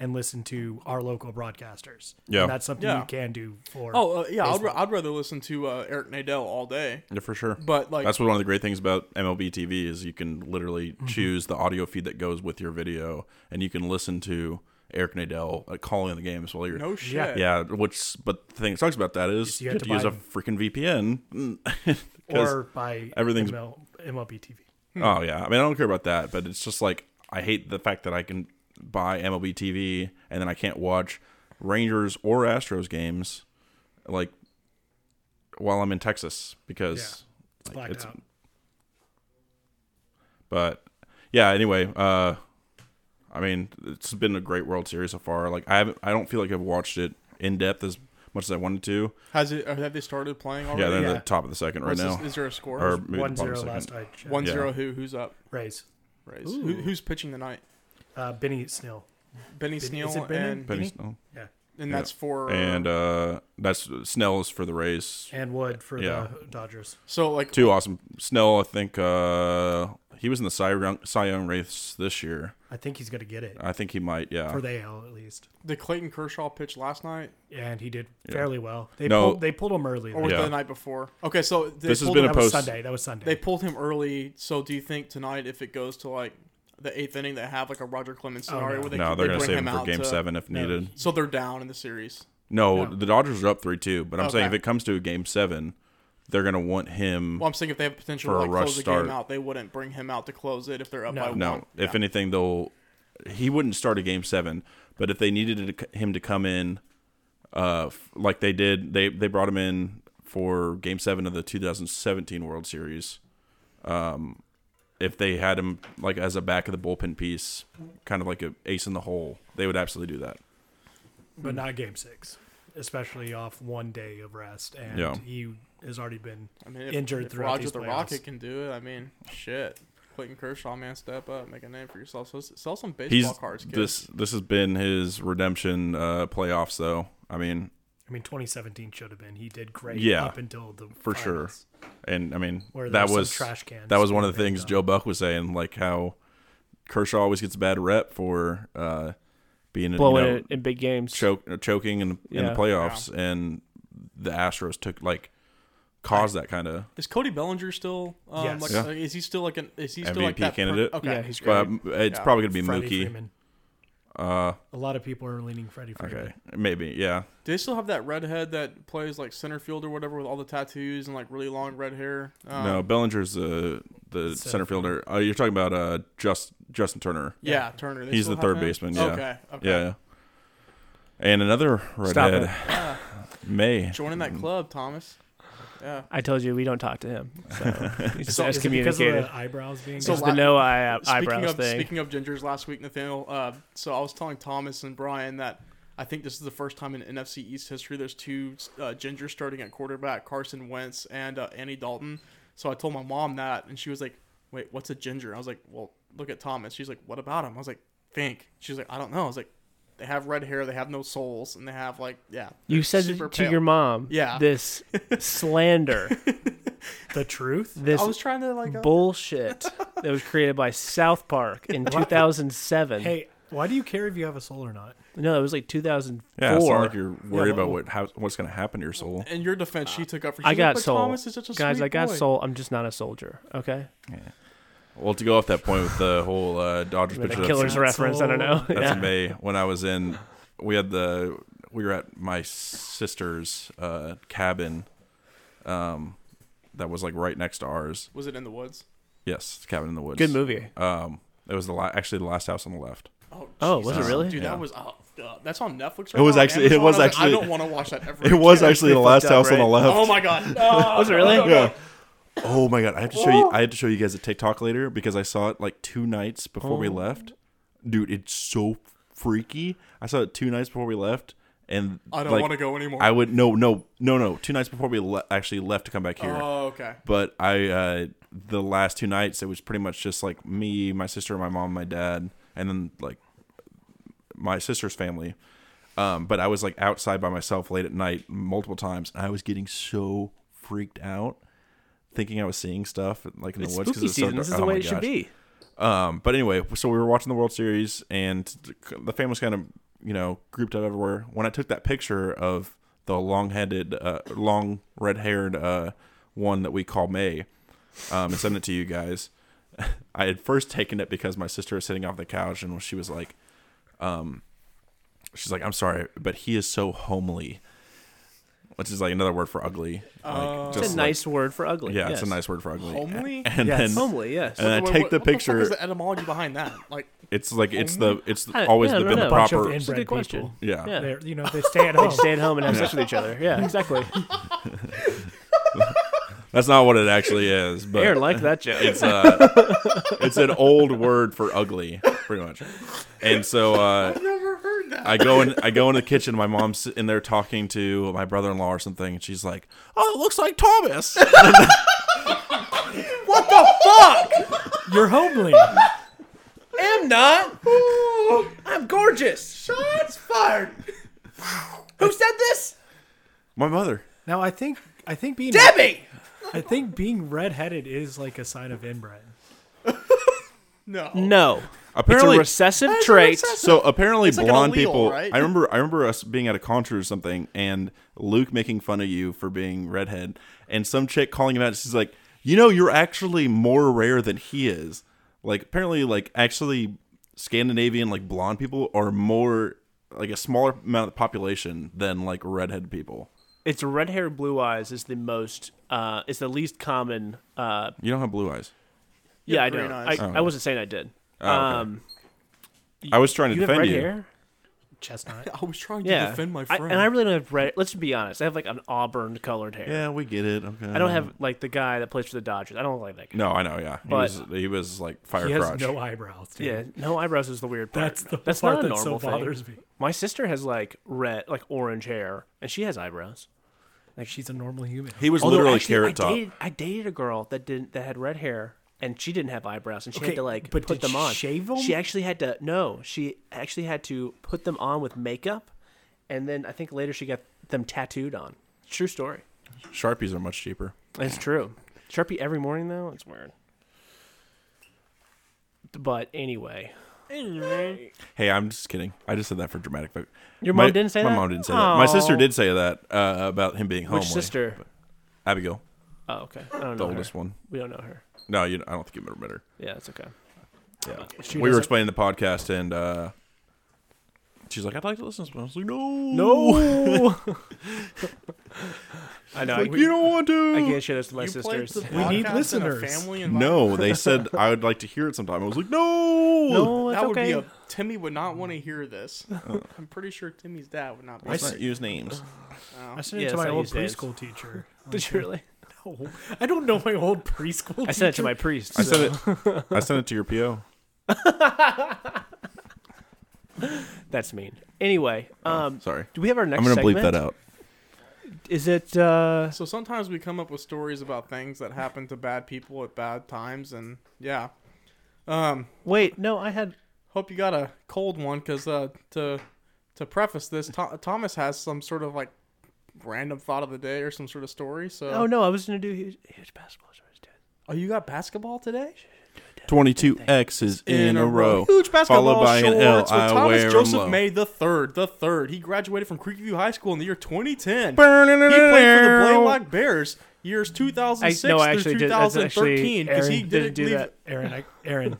B: and listened to our local broadcasters.
C: Yeah.
B: and that's something
E: Yeah.
B: you can do for.
E: oh uh, yeah I'd, ra- I'd rather listen to uh, eric nadell all day
C: yeah, for sure.
E: but like
C: That's one of the great things about MLB TV is you can literally choose the audio feed that goes with your video, and you can listen to Eric Nadell uh, calling the games while you're.
E: no shit
C: Yeah, which but the thing that sucks about that is
B: You
C: you
B: have
C: have
B: to
C: to use a
B: buy
C: freaking VPN. Mm. 'Cause-
B: or by
C: everything's-
B: ML, MLB TV.
C: oh yeah, I mean I don't care about that, but it's just like I hate the fact that I can buy MLB TV and then I can't watch Rangers or Astros games, like while I'm in Texas because
B: It's
C: like,
B: blacked
C: it's-
B: out.
C: but yeah anyway uh i mean it's been a great world series so far like i haven't i don't feel like i've watched it in depth as much as i wanted to
E: has it or have they started playing already
C: yeah they're at
B: yeah.
C: the top of the second right
E: What's
C: now
E: this- is there a score
C: or maybe the
B: One
C: bottom
B: zero
C: second.
B: last I checked.
E: One
C: Yeah.
E: zero. Who who's up?
B: Rays.
E: Raise. Who,
B: Ooh.
E: who's pitching tonight?
B: Uh, Benny Snell.
E: Benny
B: Ben-
E: Snell
B: is it Bennett?
E: and
C: Penny
B: Penny?
C: Snell.
B: Yeah.
E: and that's for
C: and uh that's snell's for the rays
B: And Wood for
C: Yeah.
B: the Dodgers.
E: so like
C: two awesome snell i think uh he was in the cy young, cy young race this year
B: I think he's going to get it
C: i think he might yeah
B: for the AL at least.
E: the Clayton Kershaw pitch last night
B: And he did fairly well. They
C: No.
B: pulled, they pulled him early.
E: or
B: though.
E: was it
C: Yeah.
E: the night before? Okay, so they
C: This has
E: pulled
C: been
E: him,
C: a-
B: that was
C: post-
B: Sunday. That was Sunday.
E: they pulled him early. So do you think tonight if it goes to like the eighth inning they have like a Roger Clemens
B: Oh,
E: scenario
B: no.
E: where they,
C: no
E: they
C: they're gonna
E: bring
C: save
E: him
C: him for
E: out
C: game
E: to-
C: seven if
B: No.
C: needed
E: So they're down in the series.
C: No,
B: No.
C: the Dodgers are up three two, but I'm saying if
E: Okay.
C: it comes to a game seven, they're gonna want him.
E: Well, I'm saying if they have potential
C: For
E: to
C: a
E: like
C: rush
E: close the
C: start.
E: game out, they wouldn't bring him out to close it if they're up
B: No.
E: by one.
C: no, if
E: Yeah.
C: anything, they'll he wouldn't start a game seven, but if they needed to- him to come in, uh, f- like they did, they they brought him in for game seven of the 2017 World Series. Um, if they had him like as a back of the bullpen piece, kind of like a ace in the hole, they would absolutely do that.
B: but not game six, especially off one day of rest. And
C: Yeah.
B: he has already been.
E: I mean, if,
B: Injured
E: if
B: throughout
E: Roger
B: these
E: the
B: playoffs.
E: Rocket can do it, I mean, shit. Clayton Kershaw, man, step up, make a name for yourself. So sell some baseball
C: He's
E: cards, kid.
C: this this has been his redemption uh, playoffs though. I mean,
B: I mean, 2017 should have been. He did great
C: Yeah,
B: up until the
C: for sure.
B: finals,
C: and I mean
B: Where there
C: that
B: some
C: was
B: trash cans. uh,
C: that was one of the
B: being
C: things
B: picked
C: Joe
B: up.
C: Buck was saying, like how Kershaw always gets a bad rep for uh, being you
A: blowing
C: know,
A: it in big games.
C: choke uh, choking in, in
A: Yeah.
C: the playoffs, and the Astros took like caused that kind of.
E: Is Cody Bellinger still? Um,
B: Yes.
E: like,
C: Yeah.
E: like, is he still like an? Is he still like
C: MVP
E: that per-
C: candidate?
E: okay.
A: Yeah, he's great.
C: But it's
E: Yeah.
C: probably gonna be
B: Freddie
C: Mookie.
B: Freeman.
C: Uh,
B: A lot of people are leaning Freddie Freeman.
C: okay, maybe yeah.
E: Do they still have that redhead that plays like center field or whatever with all the tattoos and like really long red hair? Um,
C: no, Bellinger's the the
B: Center
C: center fielder. Oh, you're talking about uh just Justin Turner.
E: Yeah, Turner. they
C: He's
E: still
C: the
E: have
C: third
E: him?
C: baseman, yeah.
E: Okay. Okay.
C: Yeah. And another
A: Stop
C: redhead, May.
E: Ah, Joining that club, Thomas. Yeah.
A: I told you we don't talk to him. So he's
E: So-
B: Is it because of
A: excommunicated.
B: the eyebrows being
E: So
A: It's
B: gone?
A: the no eye, uh,
E: speaking
A: eyebrows
E: of
A: thing.
E: speaking of gingers, last week Nathaniel. Uh, so I was telling Thomas and Brian that I think this is the first time in NFC East history there's two uh, gingers starting at quarterback: Carson Wentz and uh, Annie Dalton. So I told my mom that, and she was like, "Wait, what's a ginger?" I was like, "Well, look at Thomas." She's like, "What about him?" I was like, "Think." She's like, "I don't know." I was like, "They have red hair. They have no souls, and they have like, yeah."
A: you said
E: super
A: to your
E: pale.
A: mom,
E: Yeah.
A: this slander,
B: the truth?
A: this
E: I was trying to like. uh,
A: bullshit that was created by South Park in 2007.
B: Hey, why do you care if you have a soul or not?
A: No, it was like 2004.
C: Yeah, it's not like you're worried
B: Yeah,
C: about
B: well-
C: what how, what's going to happen to your soul.
E: in your defense, she took up for. she's
A: Uh, I
E: like,
A: got
E: "But
A: soul.
E: Thomas is such a
A: Guys,
E: sweet
A: I got
E: boy."
A: soul. I'm just not a soldier. Okay,
C: Well, to go off that point with the whole uh, Dodgers
A: the
C: picture,
A: killer's
C: that's,
B: not
A: reference. I don't know.
B: soul.
C: that's
A: Yeah.
C: in May. When I was in, we had the we were at my sister's uh, cabin, um, that was like right next to ours.
E: Was it in the woods?
C: Yes, it's cabin in the woods.
A: Good movie.
C: Um, it was the la- actually the last house on the left.
E: Oh,
A: Oh, was it
E: Jesus.
A: really?
E: Dude,
C: Yeah.
E: that was oh, uh, that's on Netflix. Right
C: It was
E: now, on
C: actually- it
E: Amazon.
C: was
E: I like,
C: actually-
E: I don't want to watch that ever.
C: It was
E: again.
C: actually the
A: pretty
C: last
A: fucked up,
C: house on the
A: right?
C: left.
E: Oh my god. No.
A: Was it really?
C: yeah. Oh my god, I have to show you. I had to show you guys a TikTok later because I saw it like two nights before
A: Oh.
C: we left. Dude, it's so freaky. I saw it two nights before we left, and
E: I don't
C: like,
E: want to go anymore.
C: I would no no no no two nights before we le- actually left to come back here.
E: oh, okay.
C: but I uh, the last two nights it was pretty much just like me, my sister, my mom, my dad, and then like my sister's family. Um, but I was like outside by myself late at night multiple times, and I was getting so freaked out, thinking I was seeing stuff like in the
A: It's
C: woods
A: spooky
C: it's
A: season.
C: so
A: this is the
C: dark. Oh my
A: way it should
C: gosh.
A: be.
C: Um, but anyway, so we were watching the World Series, and the family's kind of you know grouped up everywhere. When I took that picture of the long-headed, uh, long red-haired uh, one that we call May, um, and sent it to you guys, I had first taken it because my sister was sitting off the couch, and she was like, um, she's like, "I'm sorry, but he is so homely," which is like another word for ugly. Like,
A: It's a
C: like-
A: nice word for ugly.
C: yeah, it's a
A: yes.
C: nice word for ugly.
E: Homely?
C: and
A: Yes.
C: then
A: Homely, yes.
C: and I
E: Wait,
C: take
E: what-
C: the
E: what fuck is
C: picture.
E: the etymology behind that? Like,
C: It's like it's the it's
A: I-
C: always
A: yeah, I
C: the,
A: don't
C: been the
A: know.
B: Bunch of
C: proper.
A: It's a
B: inbred
A: good question.
B: people.
C: yeah.
A: Yeah.
B: They're, you know, they stay at home.
A: Stay at home and have sex with each other. Yeah, exactly.
C: that's not what it actually is, but
A: Aaron liked that joke.
C: it's uh, it's an old word for ugly, pretty much. And so uh,
E: never heard that.
C: I go in I go in the kitchen. My mom's in there talking to my brother in law or something, and she's like, "Oh, it looks like Thomas."
E: what the fuck?
B: You're homely.
A: am not. I'm gorgeous.
E: Shots fired.
A: Who said this?
C: my mother.
B: now I think I think being
A: Debbie.
B: I think being redheaded is like a sign of inbred.
E: No.
A: No. It's a
C: Apparently,
A: recessive trait.
C: So apparently,
E: like an
C: blonde
E: allele,
C: people.
E: right?
C: I remember. I remember us being at a concert or something, and Luke making fun of you for being redhead, and some chick calling him out. She's like, "You know, you're actually more rare than he is." Like apparently, like actually, Scandinavian like blonde people are more like a smaller amount of the population than like redhead people.
A: It's red hair, blue eyes is the most. Uh, it's the least common. Uh,
C: You don't have blue eyes.
A: yeah, Oh, I
E: green
A: know. I,
E: eyes.
A: I wasn't saying I did.
C: okay.
A: Um,
C: I was trying to
A: you have
C: defend
A: red
C: you.
A: hair.
B: Chestnut.
E: I was trying
A: Yeah,
E: to defend my
A: I-
E: friend.
A: and I really don't have red. Let's just be honest. I have like an auburn colored hair.
C: Yeah, we get it. Okay.
A: I don't have like the guy that plays for the Dodgers. I don't like that guy.
C: No, I know. Yeah, he
A: But-
C: was he was like fire
B: He has
C: crotch.
B: no eyebrows. dude.
A: Yeah, no eyebrows is the weird part.
B: That's the
A: that's
B: part
A: not a
B: that
A: normal
B: so
A: thing.
B: bothers me.
A: My sister has like red, like orange hair, and she has eyebrows.
B: Like she's a normal human.
C: he was
A: Although,
C: literally
A: actually,
C: carrot
A: I
C: top.
A: Dated, I dated a girl that didn't that had red hair, and she didn't have eyebrows, and she
B: Okay,
A: had to like
B: but
A: put
B: did
A: them
B: she
A: on.
B: shave 'em?
A: She actually had to no. She actually had to put them on with makeup, and then I think later she got them tattooed on. True story.
C: Sharpies are much cheaper.
A: It's true. Sharpie every morning though. It's weird. But anyway,
C: Hey, I'm just kidding. I just said that for dramatic effect.
A: Your
C: My-
A: mom didn't say
C: my
A: that?
C: mom didn't say that. My sister
A: Aw.
C: did say that uh, about him being homely.
A: which sister?
C: Abigail,
A: Oh, okay. I don't know.
C: the
A: her.
C: oldest one.
A: We don't know her.
C: No, you. I don't think you've ever met her.
A: Yeah, it's okay.
C: Yeah.
B: She
C: we were
B: doesn't-
C: explaining the podcast, and uh, she's like, "I'd like to listen to this." one." I was like, "No,
A: No. I know.
C: Like,
A: I,
C: you don't want to.
A: I can't share this with my sisters.
B: We need listeners.
C: no, they said I would like to hear it sometime. I was like, "No,
A: no, it's
E: that would
A: okay.
E: be a Timmy would not want to hear this.
C: Oh.
E: I'm pretty sure Timmy's dad would not be.
C: Let's not use names."
B: I sent
A: Yeah,
B: it to
A: that's
B: my
A: how
B: old
A: you say it.
B: preschool teacher.
A: Did you really?
B: No, I don't know my old preschool. teacher.
A: I sent it to my priest.
C: I sent it. I sent it to your PO.
A: That's mean. Anyway, um,
C: Sorry,
A: do we have our next?
C: I'm gonna
A: segment?
C: bleep that out.
A: Is it? Uh,
E: So sometimes we come up with stories about things that happen to bad people at bad times, and yeah. Um,
A: wait, no. I had.
E: hope you got a cold one, cause uh, to to preface this, Tho- Thomas has some sort of like random thought of the day or some sort of story. So
A: Oh no, I was gonna do huge, huge basketball stories. Dude.
E: Oh, you got basketball today?
C: 22 X's in a row,
E: Huge basketball
C: followed by an
E: shorts
C: L.
E: with
C: I
E: Thomas
C: wear 'em
E: Joseph
C: low.
E: May the third. The third. He graduated from Creekview High School in the year 2010. He played for the Blaylock Bears years 2006
A: I- no, I actually
E: through
A: did- that's actually
E: 2013 because he
A: Aaron
E: didn't,
A: didn't do
E: leave
A: that.
B: Aaron. I, Aaron,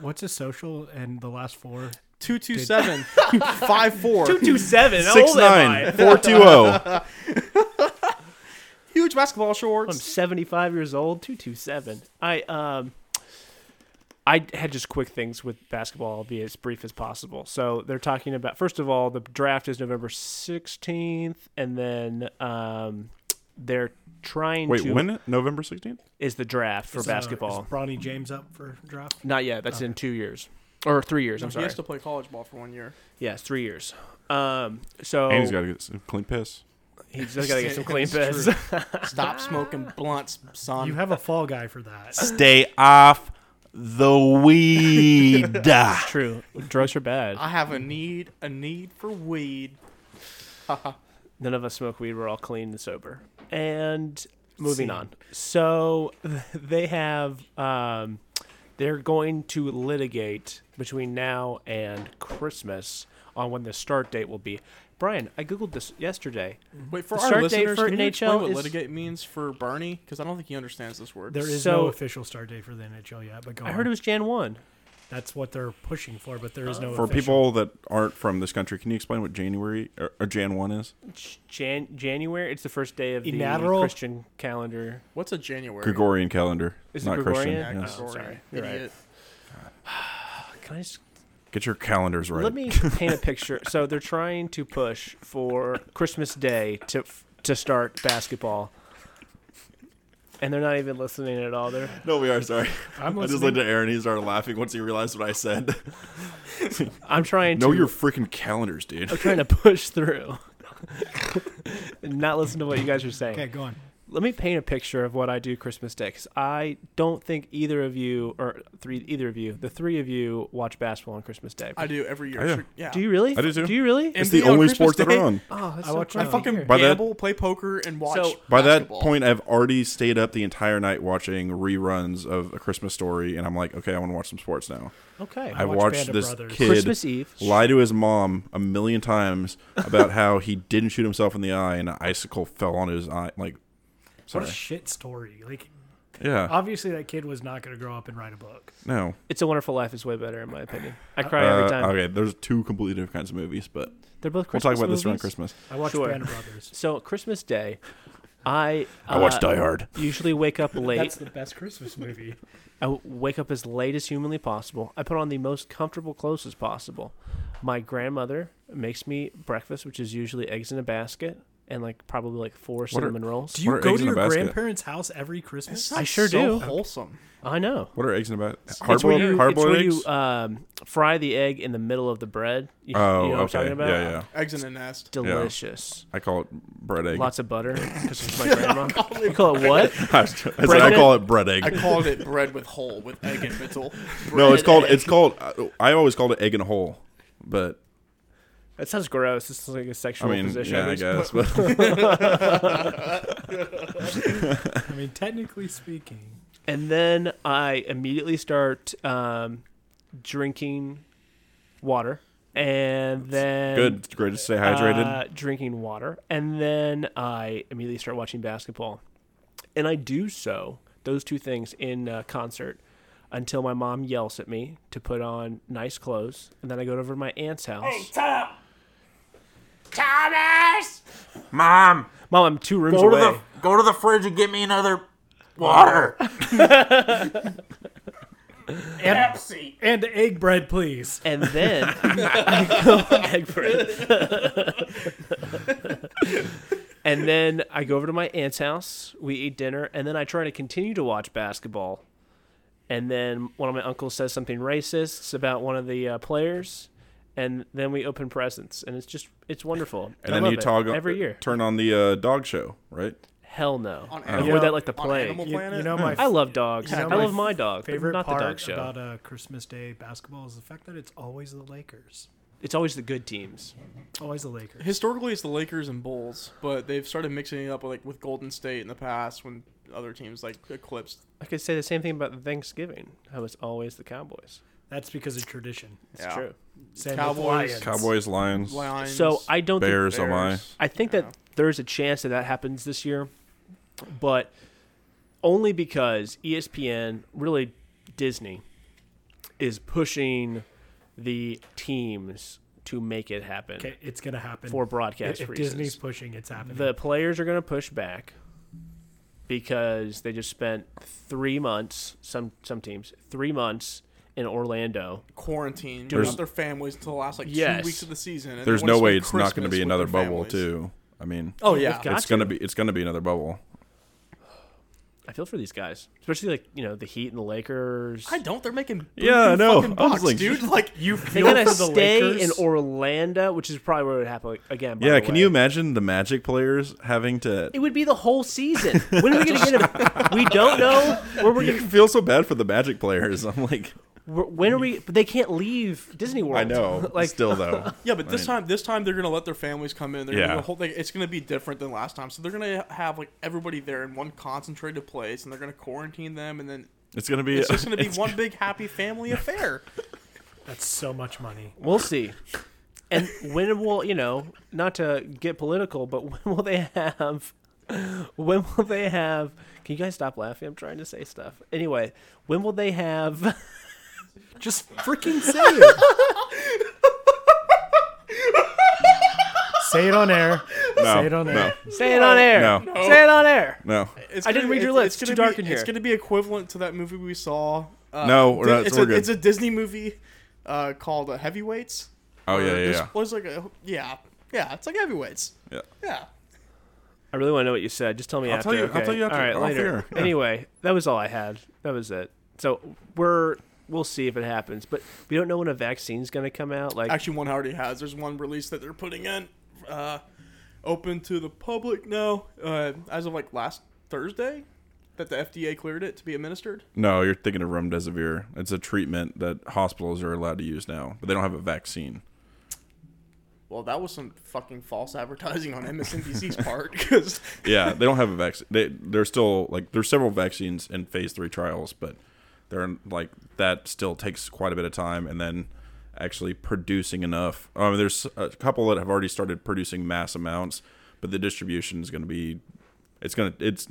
B: what's his social and the last four?
E: 227 54.
A: Two seven. Oh,
C: Six nine four two oh. zero.
E: Huge basketball
A: I'm
E: shorts.
A: 75 years old. Two two seven. I um. I had just quick things with basketball. I'll be as brief as possible. So they're talking about first of all, the draft is November 16th, and then um, they're trying
C: Wait,
A: to
C: when? November 16th?
A: is the draft for
B: Is, uh,
A: basketball.
B: is Bronny James up for draft?
A: Not yet. That's in two years or three years. I'm
E: He
A: sorry.
E: has to play college ball for one year.
A: yeah, it's three years. Um, so
C: And he's got to get some clean piss.
A: he's just got to get some clean
E: That's
A: beds.
E: true.
A: Ah.
E: Stop smoking blunts,
A: Um,
E: son.
B: You have a fall guy for that.
C: Stay off the weed.
A: True. Drugs are bad.
E: I have a need, a need for weed.
A: None of us smoke weed. We're all clean and sober. And moving on. So they have um, they're going to litigate between now and Christmas on when the start date will be. Brian, I googled this yesterday.
E: Wait, for
A: The
E: our
A: start date
E: listeners,
A: for
E: can you explain
A: NHL
E: what
A: is-
E: litigate means for Bernie? Because I don't think he understands this word.
B: There is
A: So-
B: no official start date for the NHL yet, but go
A: I heard it
B: on.
A: was Jan one.
B: that's what they're pushing for. But there is no
C: For
B: official.
C: people that aren't from this country, can you explain what January or, or Jan 1 is?
A: Jan- January. It's the first day of the
B: Inaugural?
A: Christian calendar.
E: What's a January?
C: Gregorian calendar.
A: Is it
C: not
A: Gregorian?
C: Christian.
E: Yeah,
C: yes.
A: Oh.
E: Gregorian.
A: sorry. You're right.
E: Idiot.
A: Can I just
C: Get your calendars right.
A: Oh. let me paint a picture? So they're trying to push for Christmas Day to to start basketball, and they're not even listening at all. They're
C: no, we are sorry.
B: I'm
C: I just
B: listening.
C: looked at Aaron. He started laughing once he realized what I said.
A: I'm trying to
C: know your freaking calendars, dude.
A: I'm trying to push through, and not listen to what you guys are saying.
B: okay, go on.
A: Let me paint a picture of what I do Christmas Day. 'cause I don't think either of you or three either of you, the three of you, watch basketball on Christmas Day.
E: I do every year.
C: I do.
E: Sure, Yeah.
A: Do you really?
C: I do too.
A: Do you really?
E: And
C: It's the
E: NBA on
C: only
E: Christmas
C: sports that
E: Day,
C: are on.
A: oh, that's
B: I
A: so
B: watch-
A: great.
E: I fucking
C: By that-
E: gamble, play poker, and watch.
A: So-
C: By that
E: basketball.
C: point, I've already stayed up the entire night watching reruns of A Christmas Story, and I'm like, okay, I want to watch some sports now.
A: okay.
C: I,
B: watch
C: watched
B: Band of
C: this
B: Brothers.
C: kid
A: Christmas Eve.
C: lie to his mom a million times about how he didn't shoot himself in the eye and an icicle fell on his eye. Like,
B: What
C: sorry,
B: a shit story. Like
C: yeah,
B: obviously that kid was not going to grow up and write a book.
C: no.
A: It's a Wonderful Life is way better in my opinion. I cry
C: Uh,
A: every time.
C: Okay, there's two completely different kinds of movies, but
A: They're both Christmas
C: we'll talk about this around
A: movies.
C: Christmas.
B: I watched
A: Sure.
B: Band of Brothers.
A: So Christmas Day, I
C: I watched
A: uh,
C: Die Hard.
A: Usually wake up late.
B: That's the best Christmas movie.
A: I w- wake up as late as humanly possible. I put on the most comfortable clothes as possible. My grandmother makes me breakfast, which is usually eggs in a basket and like probably like four
C: are-
A: cinnamon rolls.
B: Do
C: What are
B: you go
C: eggs
B: to
C: in a
B: your
C: basket?
B: grandparents' house every Christmas?
A: I sure
E: so
A: do.
E: Wholesome.
A: I know.
C: What are eggs in a basket?
A: It's
C: Hard boiled,
A: where you,
C: hard
A: it's
C: boiled
A: where
C: eggs.
A: you um, fry the egg in the middle of the bread. You,
C: oh,
A: you know what I'm
C: okay.
A: talking about?
C: Yeah, yeah.
E: Eggs in a nest.
A: Delicious.
C: I call it bread egg.
A: Lots of butter because it's my grandma. you call it what?
C: I said
A: Bread
C: I call it bread
E: I
C: egg.
E: called it bread with hole with egg in middle.
C: No, it's called it's called. I always called it egg in a hole, but
A: That sounds gross. This is like a
C: I
A: sexual
C: mean,
A: position.
C: yeah, I guess. But
B: I mean, technically speaking,
A: And then I immediately start um, drinking water, and then
C: good. It's great to stay hydrated.
A: uh, drinking water, and then I immediately start watching basketball, and I do so those two things in uh, concert until my mom yells at me to put on nice clothes, and then I go over to my aunt's house. Hey, Tom! Thomas! Mom! Mom, I'm two rooms away.
F: go to the fridge and get me another water. Pepsi.
B: and egg bread, please.
A: and then I go egg bread. and then I go over to my aunt's house. We eat dinner, and then I try to continue to watch basketball. And then one of my uncles says something racist about one of the uh, players, and then we open presents, and it's just it's wonderful.
C: and
A: I
C: then
A: love
C: you
A: it.
C: toggle
A: every year.
C: Turn on the uh, dog show, right?
A: Hell no,
E: On
A: I
E: Animal-
A: avoid that like the
E: on
A: plague.
E: Animal
B: You,
E: Planet?
B: you know my
A: I love dogs.
B: You know
A: I
B: my
A: love my dog, but
B: favorite
A: not
B: part
A: the dog show.
B: about uh, Christmas Day basketball is the fact that it's always the Lakers.
A: it's always the good teams.
B: It's always the Lakers.
E: Historically, it's the Lakers and Bulls, but they've started mixing it up with, like with Golden State in the past when other teams like eclipsed.
A: I could say the same thing about Thanksgiving. How it's always the Cowboys.
B: That's because of tradition.
A: It's true.
B: Same
E: Cowboys.
B: With Lions.
C: Cowboys, Lions,
E: Lions,
A: So I don't think
C: Bears. Oh my!
E: Bears.
A: I think that
E: Yeah.
A: there's a chance that that happens this year, but only because E ESPN, really Disney, is pushing the teams to make it happen
B: Okay, it's gonna happen.
A: for
B: if,
A: broadcast
B: if
A: reasons.
B: Disney's pushing, it's happening.
A: the players are going to push back because they just spent three months. Some some teams three months in Orlando.
E: quarantine,
C: There's-
E: without their families until the last like
A: Yes.
E: two weeks of the season. and
C: There's
E: they wanna
C: no way
E: spend
C: it's not going
E: Christmas
C: to be
E: with
C: another
E: their
C: bubble,
E: families.
C: too. I mean,
E: Oh yeah,
A: Got
C: it's going to be it's going to be another bubble.
A: I feel for these guys, especially like you know the Heat and the Lakers.
E: I don't. They're making
C: Yeah, I
E: yeah,
C: know.
E: no,
C: I was
E: bucks,
C: like-
E: dude. Like
B: you
A: They're
B: feel
A: gonna
B: for the
A: stay
B: Lakers.
A: in Orlando, which is probably where it would happen like, again. By
C: Yeah,
A: the
C: can
A: way.
C: you imagine the Magic players having to?
A: It would be the whole season. When are we gonna get him? We don't know where we're
C: You
A: gonna.
C: feel so bad for the Magic players. I'm like,
A: we're- When are we? But they can't leave Disney World.
C: I know.
A: like
C: still though,
E: yeah, but this
C: Right.
E: time, this time they're gonna let their families come in. They're
C: Yeah.
E: gonna do a whole thing. It's gonna be different than last time. So they're gonna have like everybody there in one concentrated place, and they're gonna quarantine them, and then
C: it's gonna be.
E: it's just gonna be
C: it's-
E: one big happy family affair.
B: That's so much money.
A: we'll see. And when will you know? Not to get political, but when will they have? When will they have? Can you guys stop laughing? I'm trying to say stuff. Anyway, when will they have?
B: Just freaking say it. say it on air.
C: No,
B: Say it on
C: no,
B: air.
A: Say it on air.
C: No.
A: Say it on air.
C: No,
E: It's
A: I didn't read your
E: it's-
A: lips.
E: It's
A: It's
E: gonna
A: too dark
E: be,
A: in here.
E: It's gonna be equivalent to that movie we saw. Uh,
C: No, we're
E: Di-
C: not-
E: it's,
C: we're
E: a,
C: good.
E: it's a Disney movie uh, called uh, Heavyweights.
C: Oh yeah,
E: Or
C: yeah,
E: this
C: yeah.
E: Was like a, yeah, yeah. It's like Heavyweights.
C: Yeah.
E: Yeah.
A: I really want to know what you said. Just tell me
C: I'll
A: after.
C: tell you- I'll
A: okay?
C: tell you after-
A: All right,
C: off
A: later.
C: air. Yeah.
A: Anyway, that was all I had. That was it. So we're we'll see if it happens, but we don't know when a vaccine's going to come out. Like,
E: Actually, one already has. There's one release that they're putting in, uh, open to the public now, uh, as of like last Thursday, that the FDA cleared it to be administered.
C: No, you're thinking of remdesivir. It's a treatment that hospitals are allowed to use now, but they don't have a vaccine.
E: Well, that was some fucking false advertising on MSNBC's part because
C: Yeah, they don't have a vaccine. They they're still like there's several vaccines in phase three trials, but they're in, like that still takes quite a bit of time, and then actually producing enough. I mean, there's a couple that have already started producing mass amounts, but the distribution is going to be. It's gonna. It's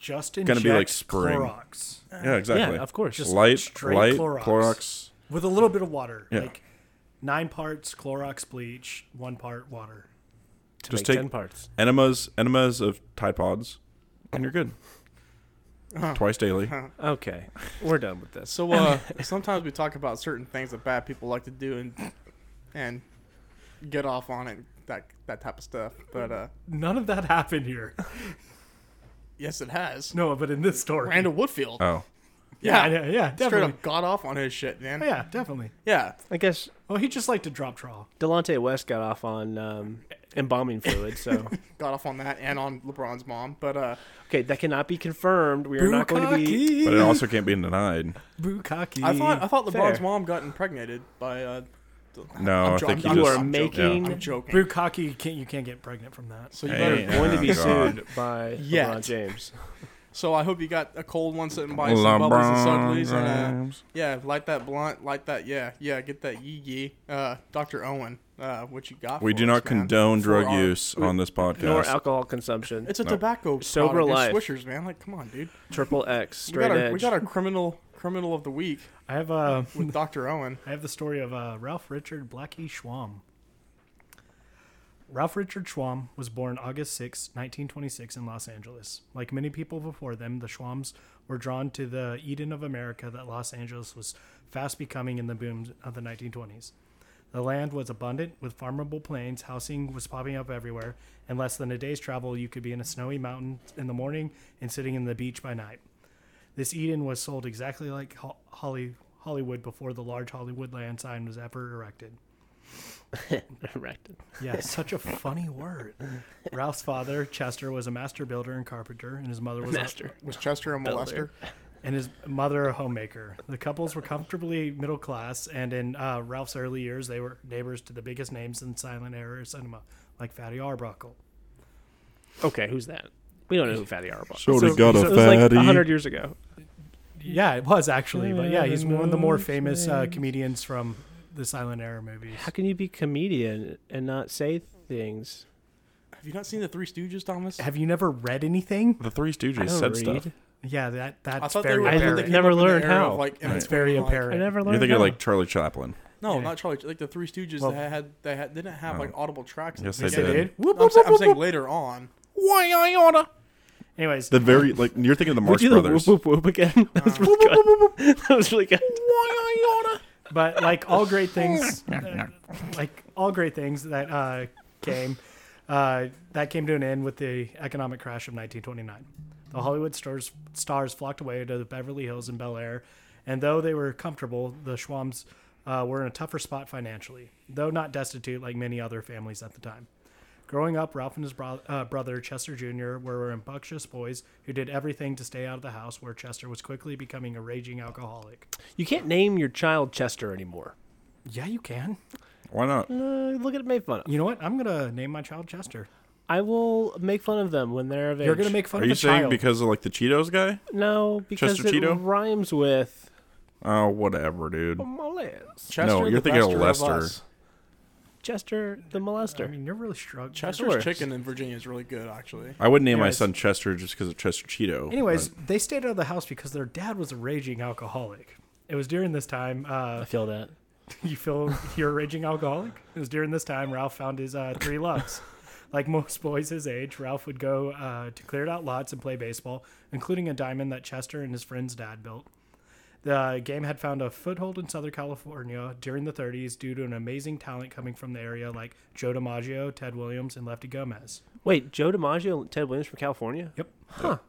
B: Just inject
C: Gonna be like spring.
B: Clorox
C: yeah, exactly.
A: yeah, of course.
B: Just-
C: light,
B: straight
C: light, Clorox.
B: Clorox. with a little bit of water.
C: Yeah.
B: Like nine parts Clorox bleach, one part water.
A: to
C: Just
A: make
C: take-
A: ten parts.
C: Enemas, enemas of Tide Pods, and you're good. Twice daily.
A: Okay, we're done with this.
E: So uh, sometimes we talk about certain things that bad people like to do and and get off on it that that type of stuff. But uh,
B: None of that happened here.
E: yes, it has.
B: No, but in this story,
E: Randall Woodfield.
C: Oh,
B: yeah, yeah, yeah,
E: straight
B: definitely, Oh,
E: up got off on his shit,
A: Oh,
E: man.
B: yeah, definitely.
E: Yeah.
A: I guess
B: Oh, he just liked to drop draw.
A: Delonte West got off on um, embalming fluid. So
E: got off on that and on LeBron's mom. But uh,
A: okay, that cannot be confirmed. We are not going to be.
C: but uh, it also can't be denied.
B: Bukaki.
E: I thought I thought LeBron's
A: Fair.
E: mom got impregnated by. Uh,
C: No,
E: I'm
C: Oh, I
E: jo-
C: think
E: I'm-
C: you
A: You
C: just-
A: are
E: I'm
A: making.
E: I'm joking.
B: Bukaki can't you can't get pregnant from that.
E: so you
C: Hey,
E: better.
C: yeah.
A: Going to be
C: Oh, God.
A: sued by
E: Yet.
A: LeBron James.
E: So I hope you got a cold one sitting by some bubbles and suckleys and uh, yeah, light that blunt, light that yeah, yeah, get that yee yee. Uh, Dr. Owen, uh, what you got?
C: We
E: for
C: do
E: us,
C: not
E: man?
C: condone drug
E: For our-
C: use on this
A: Nor
C: podcast.
A: alcohol consumption.
E: It's a
C: No.
E: tobacco
A: Sober
E: product.
A: life.
E: It's Swishers, man. Like, come on, dude.
A: Triple X.
E: We
A: Straight
E: got, our,
A: edge.
E: we got our criminal criminal of the week
B: I have uh,
E: with Dr. Owen.
B: I have the story of uh, Ralph Richard Blackie Schwam. Ralph Richard Schwam was born August 6, 1926, in Los Angeles. Like many people before them, the Schwams were drawn to the Eden of America that Los Angeles was fast becoming in the boom of the 1920s. The land was abundant with farmable plains, housing was popping up everywhere. In less than a day's travel, you could be in a snowy mountain in the morning and sitting in the beach by night. This Eden was sold exactly like Ho- Holly- Hollywood before the large Hollywood land sign was ever erected.
A: Erected.
B: Yeah, such a funny word. Ralph's father, Chester, was a master builder and carpenter, and his mother was a-
A: Master.
E: Was Chester a molester?
A: Builder.
B: and his mother a homemaker. The couples were comfortably middle class, and in uh, Ralph's early years, they were neighbors to the biggest names in silent era cinema, like Fatty Arbuckle.
A: Okay, who's that? We don't know who Fatty Arbuckle.
C: Shorty
B: So- got a so
A: It was like hundred years ago.
B: Yeah, it was actually, but yeah, he's one of the more famous uh, comedians from the silent era movies.
A: How can you be comedian and not say things?
E: Have you not seen the Three Stooges, Thomas?
B: Have you never read anything?
C: The Three
A: I
C: Stooges
A: don't
C: said
A: read.
C: stuff.
B: Yeah, that
E: I
B: that's
E: thought they
B: very
E: were. I thought
A: apparent.
E: they
A: I
E: came
B: apparent.
A: never
E: up in the
A: learned
E: era
A: how.
E: Of, like,
B: It's very
A: I
B: apparent.
A: never learned.
C: You're thinking
A: how.
C: like Charlie Chaplin.
E: No,
B: Yeah.
E: not Charlie. Like the Three Stooges,
B: Well-
E: they had they had they didn't have like audible tracks.
C: Yes,
E: Like,
C: they
B: They
C: did.
B: did. Whoop,
E: I'm,
B: whoop,
E: sa- I'm
B: whoop,
E: saying
B: whoop.
E: later on.
C: Why I oughta?
B: Anyways,
C: The very like you're thinking of the
A: Would
C: Marx
A: you do the
C: Brothers.
A: whoop whoop whoop again? That was really good. That was really good.
B: but like all great things, uh, like all great things that uh, came, uh, that came to an end with the economic crash of 1929. The Hollywood stars stars flocked away to the Beverly Hills and Bel Air, and though they were comfortable, the Schwams uh, were in a tougher spot financially, though not destitute like many other families at the time. Growing up, Ralph and his bro- uh, brother Chester Jr. were rambunctious boys who did everything to stay out of the house, where Chester was quickly becoming a raging alcoholic.
A: You can't name your child Chester anymore.
B: Yeah, you can.
C: Why not?
A: Uh, look at make fun. Of.
B: You know what? I'm gonna name my child Chester.
A: I will make fun of them when they're of age.
B: You're gonna make fun
C: Are
B: of
C: you
B: a
C: saying
B: child.
C: because of like the Cheetos guy?
A: no because
C: Chester
A: it
C: Cheeto?
A: rhymes with
C: Oh, whatever, dude.
A: molest.
E: Chester,
C: No, you're
E: the
C: thinking of
E: bastard
C: Lester.
E: us.
A: Chester the molester.
B: I mean, you're really struggling.
E: Chester's chicken in Virginia is really good, actually.
C: I wouldn't name my
B: Anyways.
C: son Chester just because of Chester Cheeto.
B: Anyways,
C: but
B: they stayed out of the house because their dad was a raging alcoholic. It was during this time. Uh,
A: I feel that.
B: you feel you're a raging alcoholic? It was during this time Ralph found his uh, three loves. like most boys his age, Ralph would go uh, to cleared out lots and play baseball, including a diamond that Chester and his friend's dad built. The game had found a foothold in Southern California during the 30s due to an amazing talent coming from the area like Joe DiMaggio, Ted Williams, and Lefty Gomez.
A: Wait, Joe DiMaggio, and Ted Williams from California.
B: Yep.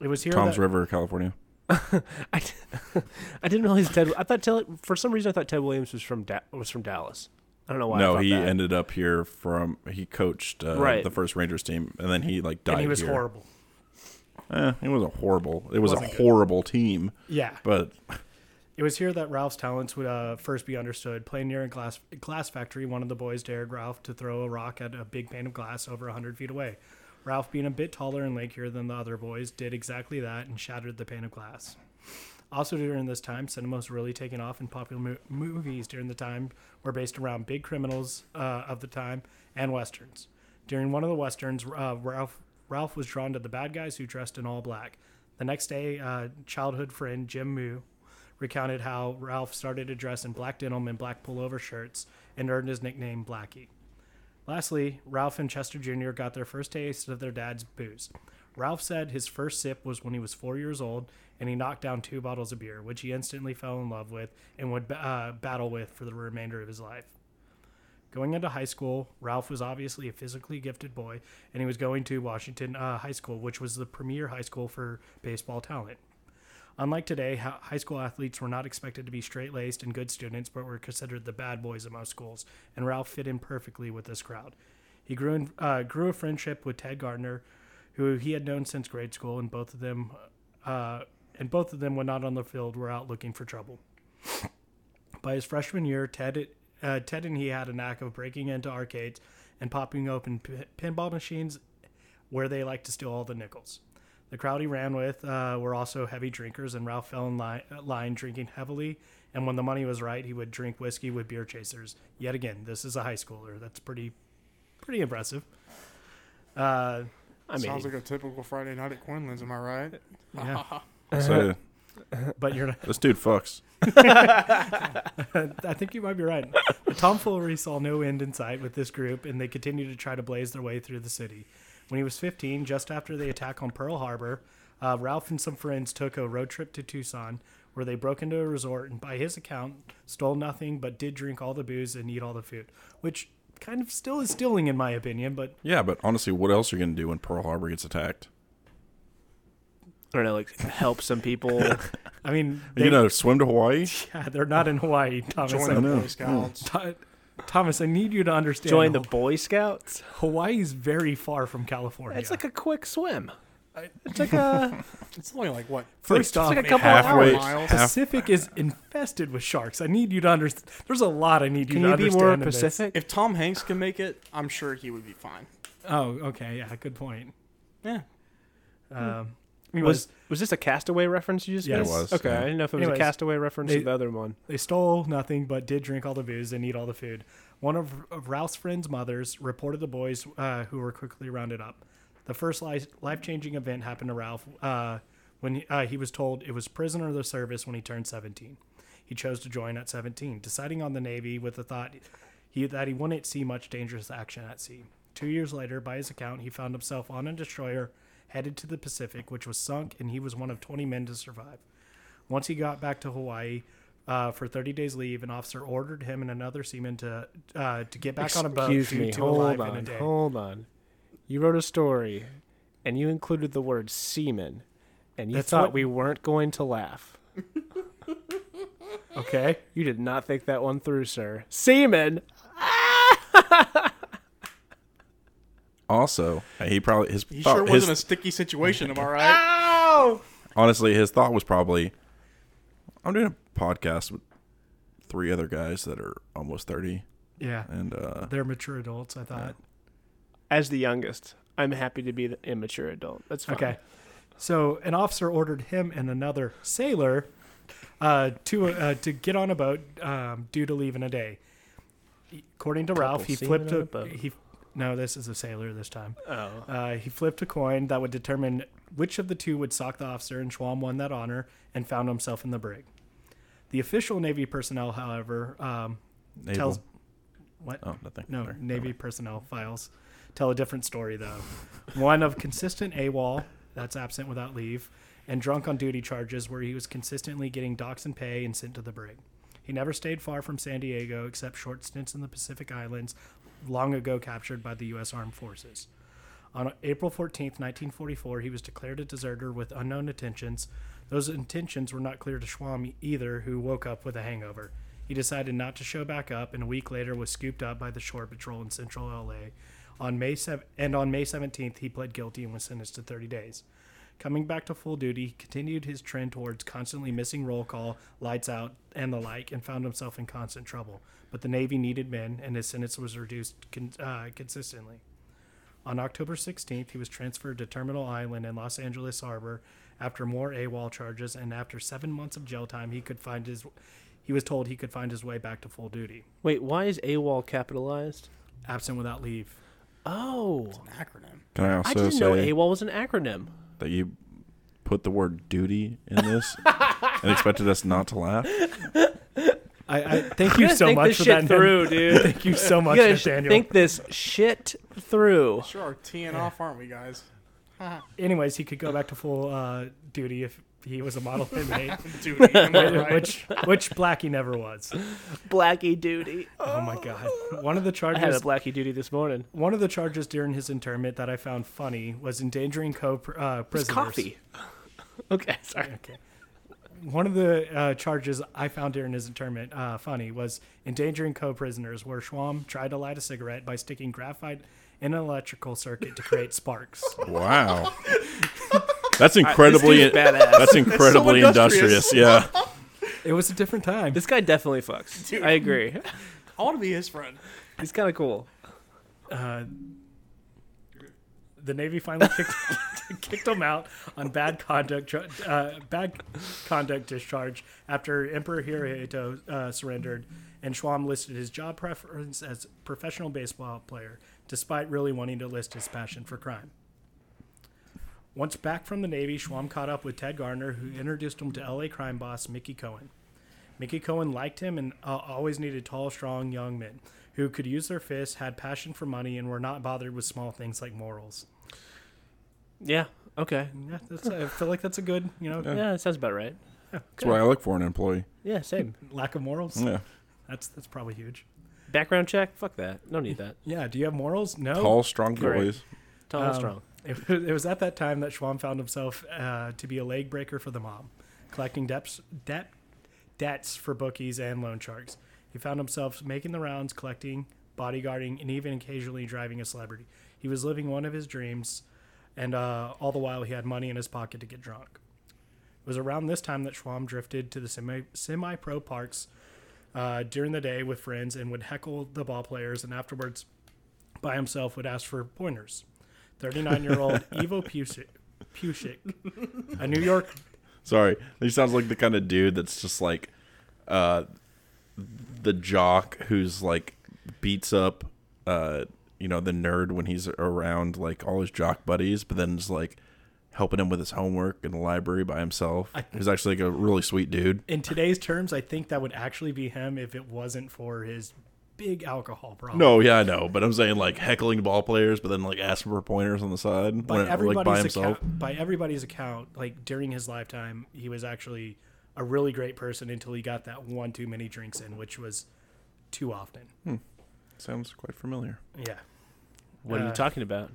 B: It was here
C: Tom's
B: that-
C: River, California.
A: I, d- I didn't realize Ted. I thought Ted, for some reason I thought Ted Williams was from da- was from Dallas. I don't know why. I
C: no,
A: thought
C: he
A: that.
C: ended up here from he coached uh,
A: Right.
C: the first Rangers team, and then he like died
B: and he was
C: here.
B: horrible.
C: Eh, it was a horrible. It was a
B: Wasn't good.
C: horrible team,
B: Yeah.
C: but
B: It was here that Ralph's talents would uh, first be understood. Playing near a glass, glass factory, one of the boys dared Ralph to throw a rock at a big pane of glass over 100 feet away. Ralph, being a bit taller and lankier than the other boys, did exactly that and shattered the pane of glass. Also, during this time, cinema was really taking off, and popular mo- movies during the time were based around big criminals uh, of the time and westerns. During one of the westerns, uh, Ralph Ralph was drawn to the bad guys who dressed in all black. The next day, uh, childhood friend Jim Moo recounted how Ralph started to dress in black denim and black pullover shirts and earned his nickname Blackie. Lastly, Ralph and Chester Jr. got their first taste of their dad's booze. Ralph said his first sip was when he was four years old, and he knocked down two bottles of beer, which he instantly fell in love with and would uh, battle with for the remainder of his life. Going into high school, Ralph was obviously a physically gifted boy, and he was going to Washington uh, High School, which was the premier high school for baseball talent. Unlike today, hi- high school athletes were not expected to be straight laced and good students, but were considered the bad boys at most schools, and Ralph fit in perfectly with this crowd. He grew, in, uh, grew a friendship with Ted Gardner, who he had known since grade school, and both of them, uh, and both of them, when not on the field, were out looking for trouble. By his freshman year, Ted uh, Ted and he had a knack of breaking into arcades and popping open p- pinball machines, where they liked to steal all the nickels. The crowd he ran with uh, were also heavy drinkers, and Ralph fell in line, line drinking heavily. And when the money was right, he would drink whiskey with beer chasers. Yet again, this is a high schooler. That's pretty, pretty impressive. Uh,
A: I mean,
E: Sounds like a typical Friday night at Quinlan's, am I right?
B: yeah,
C: So,
B: but you're.
C: this dude fucks.
B: I think you might be right. The tomfoolery saw no end in sight with this group, and they continued to try to blaze their way through the city. When he was 15, just after the attack on Pearl Harbor, uh, Ralph and some friends took a road trip to Tucson, where they broke into a resort and, by his account, stole nothing but did drink all the booze and eat all the food, which kind of still is stealing, in my opinion. But
C: Yeah, but honestly, what else are you gonna do when Pearl Harbor gets attacked?
A: I don't know, like help some people.
B: I mean, they,
C: you know, swim to Hawaii.
B: they're not in Hawaii, Thomas.
E: Join
B: I-
E: the Boy Scouts.
B: Th- Thomas, I need you to understand.
A: Join the Boy Scouts.
B: Hawaii is very far from California.
A: It's like a quick swim. It's like a
E: It's only like what?
B: first
A: it's
B: off,
A: like a couple of
C: halfway-
A: hours.
E: Miles.
C: half-
B: Pacific is infested with sharks. I need you to understand. There's a lot I need you
A: Can
B: to
A: you be
B: understand.
A: more
B: in this.
A: Pacific?
E: If Tom Hanks can make it, I'm sure he would be fine.
B: Oh, okay. Yeah, good point.
E: Yeah.
B: Um,
A: Was
B: anyways,
A: was this a Castaway reference you just
B: Yeah, it
A: made?
C: was,
A: Okay,
C: yeah.
A: I didn't know if it was
B: Anyways,
A: a Castaway reference
B: they-
A: or the other one.
B: they stole nothing but did drink all the booze and eat all the food. One of, of Ralph's friends' mothers reported the boys, uh, who were quickly rounded up. The first life changing event happened to Ralph uh, when he, uh, he was told it was prison or the service when he turned 17. He chose to join at 17, deciding on the Navy with the thought he, that he wouldn't see much dangerous action at sea. Two years later, by his account, he found himself on a destroyer headed to the Pacific, which was sunk, and he was one of 20 men to survive. Once he got back to Hawaii uh, for 30 days leave, an officer ordered him and another seaman to uh, to get back on a boat
A: Excuse
B: due
A: me,
B: to
A: hold
B: alive in a
A: on,
B: day.
A: hold on. You wrote a story, and you included the word semen, and you
B: That's
A: thought
B: what-
A: we weren't going to laugh. okay, you did not think that one through, sir. Semen.
C: Also, he probably his
E: He
C: thought-
E: sure
C: Oh, his-
E: wasn't a sticky situation, am I right?
C: honestly, his thought was probably, I'm doing a podcast with three other guys that are almost 30,
B: Yeah,
C: and uh,
B: they're mature adults. I thought.
A: As the youngest, I'm happy to be the immature adult. That's fine.
B: Okay. So an officer ordered him and another sailor uh, to uh, to get on a boat um, due to leave in a day. According to Ralph, he
A: seamen
B: flipped
A: on
B: a,
A: a boat.
B: he. No, this is a sailor this time.
A: Oh,
B: Uh, he flipped a coin that would determine which of the two would sock the officer, and Schwam won that honor and found himself in the brig. The official Navy personnel, however, um,
C: Naval.
B: tells what
C: oh nothing.
B: no,
C: Sorry.
B: Navy personnel files tell a different story though. One of consistent AWOL, that's absent without leave, and drunk on duty charges where he was consistently getting docks and pay and sent to the brig. He never stayed far from San Diego except short stints in the Pacific Islands, long ago captured by the U.S. Armed Forces. On April 14th, 1944, he was declared a deserter with unknown intentions. Those intentions were not clear to Schwamm either, who woke up with a hangover. He decided not to show back up, and a week later was scooped up by the Shore Patrol in central LA. On May 7- and on May 17th, he pled guilty and was sentenced to 30 days. Coming back to full duty, he continued his trend towards constantly missing roll call, lights out, and the like, and found himself in constant trouble. But the Navy needed men, and his sentence was reduced con- uh, consistently. On October 16th, he was transferred to Terminal Island in Los Angeles Harbor after more AWOL charges, and after seven months of jail time, he could find his. He was told he could find his way back to full duty,
A: wait. Why is AWOL capitalized?
B: absent without leave.
A: Oh,
E: Acronym.
C: Can I
A: I
C: also
A: didn't
C: say
A: know AWOL was an acronym.
C: that you put the word duty in this and expected us not to laugh?
B: I, I, Thank you
A: gotta
B: so
A: think
B: much
A: this
B: for
A: shit
B: that,
A: through, dude.
B: Thank you so much,
A: you gotta sh-
B: Nathaniel.
A: think this shit through.
E: Sure are teeing off, aren't we, guys?
B: Anyways, he could go back to full uh, duty if he was a model inmate,
E: Dude, am I right?
B: which which Blackie never was.
A: Blackie duty.
B: Oh my god! One of the
A: I had a
B: charges
A: blackie duty this morning.
B: one of the charges during his internment that I found funny was endangering co uh,
A: It's
B: prisoners.
A: coffee. okay, sorry.
B: Okay. One of the uh, charges I found during his internment uh, funny was endangering co-prisoners, where Schwamm tried to light a cigarette by sticking graphite in an electrical circuit to create sparks.
C: Wow. That's incredibly that's incredibly industrious.
E: industrious.
C: Yeah.
B: It was a different time.
A: This guy definitely fucks. I agree.
E: I want to be his friend.
A: He's kind of cool.
B: Uh, the Navy finally kicked, kicked him out on bad conduct, tr- uh, bad conduct discharge after Emperor Hirohito uh, surrendered, and Schwamm listed his job preference as professional baseball player, despite really wanting to list his passion for crime. Once back from the Navy, Schwamm caught up with Ted Gardner, who introduced him to LA crime boss Mickey Cohen. Mickey Cohen liked him and uh, always needed tall, strong young men who could use their fists, had passion for money, and were not bothered with small things like morals.
A: Yeah. Okay.
B: Yeah, that's, I feel like that's a good, you know,
A: Yeah, that sounds about right.
C: That's what I look for in an employee.
A: Yeah, same.
B: lack of morals.
C: Yeah.
B: That's that's probably huge.
A: Background check? Fuck that. No need that.
B: Yeah. Do you have morals? No.
C: Tall, strong
A: Correct.
C: boys.
A: Tall and
B: Um,
A: strong.
B: It, was- it was at that time that Schwamm found himself uh, to be a leg breaker for the mob, collecting debts, debt, debts for bookies and loan sharks. He found himself making the rounds, collecting, bodyguarding, and even occasionally driving a celebrity. He was living one of his dreams, and uh, all the while he had money in his pocket to get drunk. It was around this time that Schwamm drifted to the semi semi pro parks uh, during the day with friends and would heckle the ball players, and afterwards, by himself, would ask for pointers. 39 year old Ivo Pusik, Pusik, a New York.
C: Sorry. He sounds like the kind of dude that's just like uh the jock who's like beats up uh you know the nerd when he's around like all his jock buddies, but then is like helping him with his homework in the library by himself. he's actually like a really sweet dude.
B: In today's terms, I think that would actually be him if it wasn't for his big alcohol problem.
C: No, yeah, I know, but I'm saying like heckling ball players, but then like asking for pointers on the side
B: By
C: when, like by
B: everybody's
C: himself.
B: account, by everybody's account, like during his lifetime, he was actually a really great person until he got that one too many drinks in, which was too often.
C: Sounds quite familiar.
B: Yeah,
A: What are
B: uh,
A: you talking about?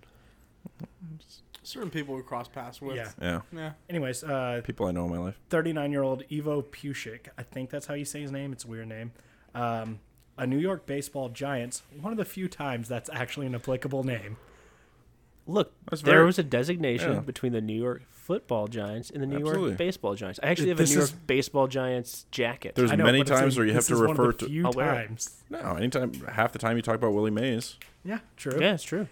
E: Certain people we cross paths with.
B: yeah.
C: Yeah,
E: Yeah.
B: Anyways, uh,
C: people I know in my life.
B: 39 year old Ivo Pushik. I think that's how you say his name. It's a weird name. Um, a New York baseball Giants, one of the few times that's actually an applicable name.
A: Look,
C: That's
A: there
C: very-
A: was a designation
C: yeah.
A: between the New York football giants and the New
C: Absolutely.
A: York baseball giants. I actually
B: It-
A: have a New
B: this
A: York
B: is-
A: baseball giants jacket.
C: There's
B: I know,
C: many
B: but it's
C: times
B: a-
C: where you have
B: this
C: to
B: is one of the
C: refer to.
B: few
A: I'll wear it.
B: times.
C: No, anytime, half the time you talk about Willie Mays.
B: Yeah, true.
A: yeah, it's true.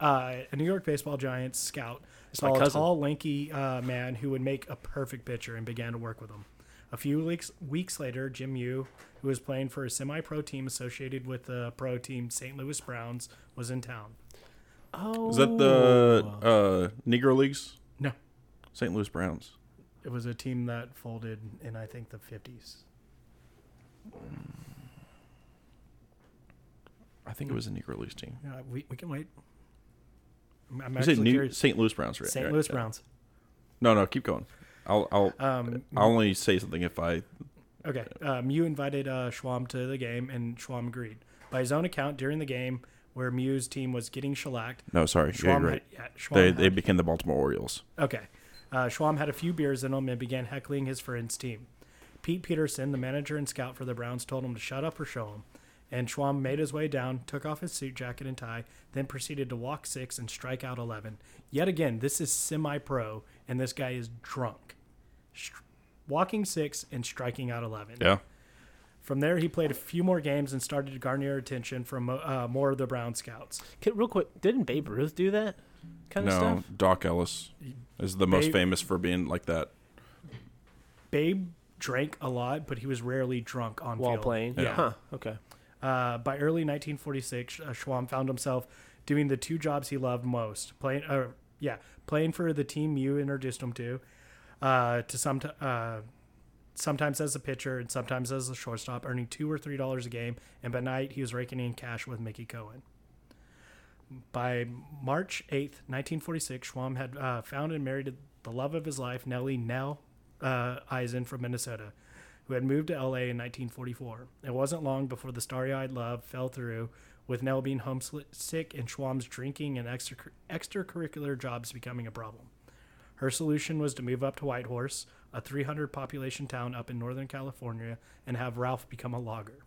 B: Uh, a New York baseball Giants scout
A: my
B: saw a
A: cousin.
B: tall, lanky uh, man who would make a perfect pitcher and began to work with him. A few weeks weeks later, Jim Yu, who was playing for a semi-pro team associated with the pro team St. Louis Browns, was in town.
A: Oh,
C: Is that the uh, Negro Leagues?
B: No,
C: St. Louis Browns.
B: It was a team that folded in I think the fifties.
C: I think it was a Negro Leagues team.
B: Yeah, we, we can wait. I'm, I'm
C: You say
B: actually
C: New-
B: curious.
C: St. Louis Browns, right?
B: St.
C: Right,
B: Louis
C: yeah.
B: Browns.
C: No, no, keep going. I'll, I'll,
B: Um,
C: I'll only say something if I.
B: okay. Uh, Mew invited uh, Schwam to the game, and Schwam agreed. By his own account, during the game where Mew's team was getting shellacked,
C: No, sorry. Yeah,
B: Schwam
C: you're
B: had,
C: right.
B: yeah, Schwam
C: They,
B: had-
C: they became the Baltimore Orioles.
B: Okay. Uh, Schwam had a few beers in him and began heckling his friend's team. Pete Peterson, the manager and scout for the Browns, told him to shut up or show him. And Schwam made his way down, took off his suit jacket and tie, then proceeded to walk six and strike out 11. Yet again, this is semi pro, and this guy is drunk. Str- walking six and striking out 11.
C: Yeah.
B: From there, he played a few more games and started to garner attention from uh, more of the Brown scouts.
A: Can- real quick? Didn't Babe Ruth do that kind of
C: No,
A: stuff?
C: Doc Ellis is the most
B: They-
C: famous for being like that.
B: Babe drank a lot, but he was rarely drunk on
A: While
B: field.
A: playing,
B: Yeah.
A: Huh. Okay.
B: Uh, by early 1946, uh, Schwamm found himself doing the two jobs he loved most: playing, uh, yeah, playing for the team you introduced him to, uh, to some, uh, sometimes as a pitcher and sometimes as a shortstop, earning two or three dollars a game. And by night, he was raking in cash with Mickey Cohen. By March 8th, 1946, Schwamm had uh, found and married the love of his life, Nellie Nell uh, Eisen from Minnesota, who had moved to LA in 1944. It wasn't long before the starry eyed love fell through, with Nell being homesick and Schwamm's drinking and extra- extracurricular jobs becoming a problem. Her solution was to move up to Whitehorse, a 300 population town up in Northern California, and have Ralph become a logger.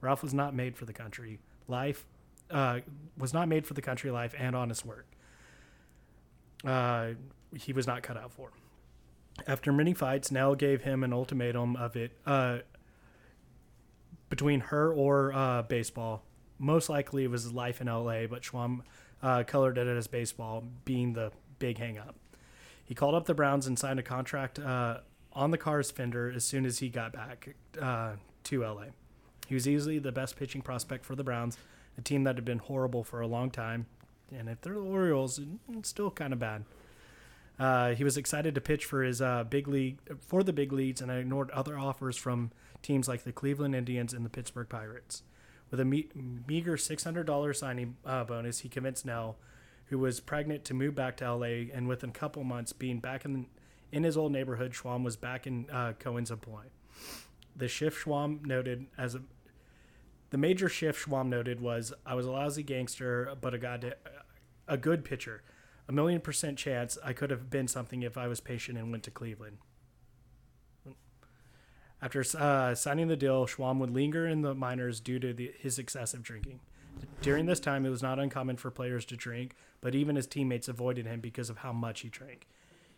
B: Ralph was not made for the country life, uh, was not made for the country life and honest work. Uh, he was not cut out for. After many fights, Nell gave him an ultimatum of it uh, between her or uh, baseball. Most likely, it was his life in LA, but Schwamm uh, colored it as baseball, being the big hang up. He called up the Browns and signed a contract uh, on the car's fender as soon as he got back uh, to LA. He was easily the best pitching prospect for the Browns, a team that had been horrible for a long time. And if they're the Orioles, it's still kind of bad. Uh, he was excited to pitch for his uh, big league for the big leagues and ignored other offers from teams like the Cleveland Indians and the Pittsburgh Pirates. With a me- meager $600 signing uh, bonus, he convinced Nell, who was pregnant, to move back to LA. And within a couple months, being back in in his old neighborhood, Schwamm was back in uh, Cohen's employ. The shift Schwamm noted as a the major shift Schwamm noted was I was a lousy gangster, but a god, a good pitcher. A million percent chance I could have been something if I was patient and went to Cleveland. After uh, signing the deal, Schwamm would linger in the minors due to the, his excessive drinking. During this time, it was not uncommon for players to drink, but even his teammates avoided him because of how much he drank.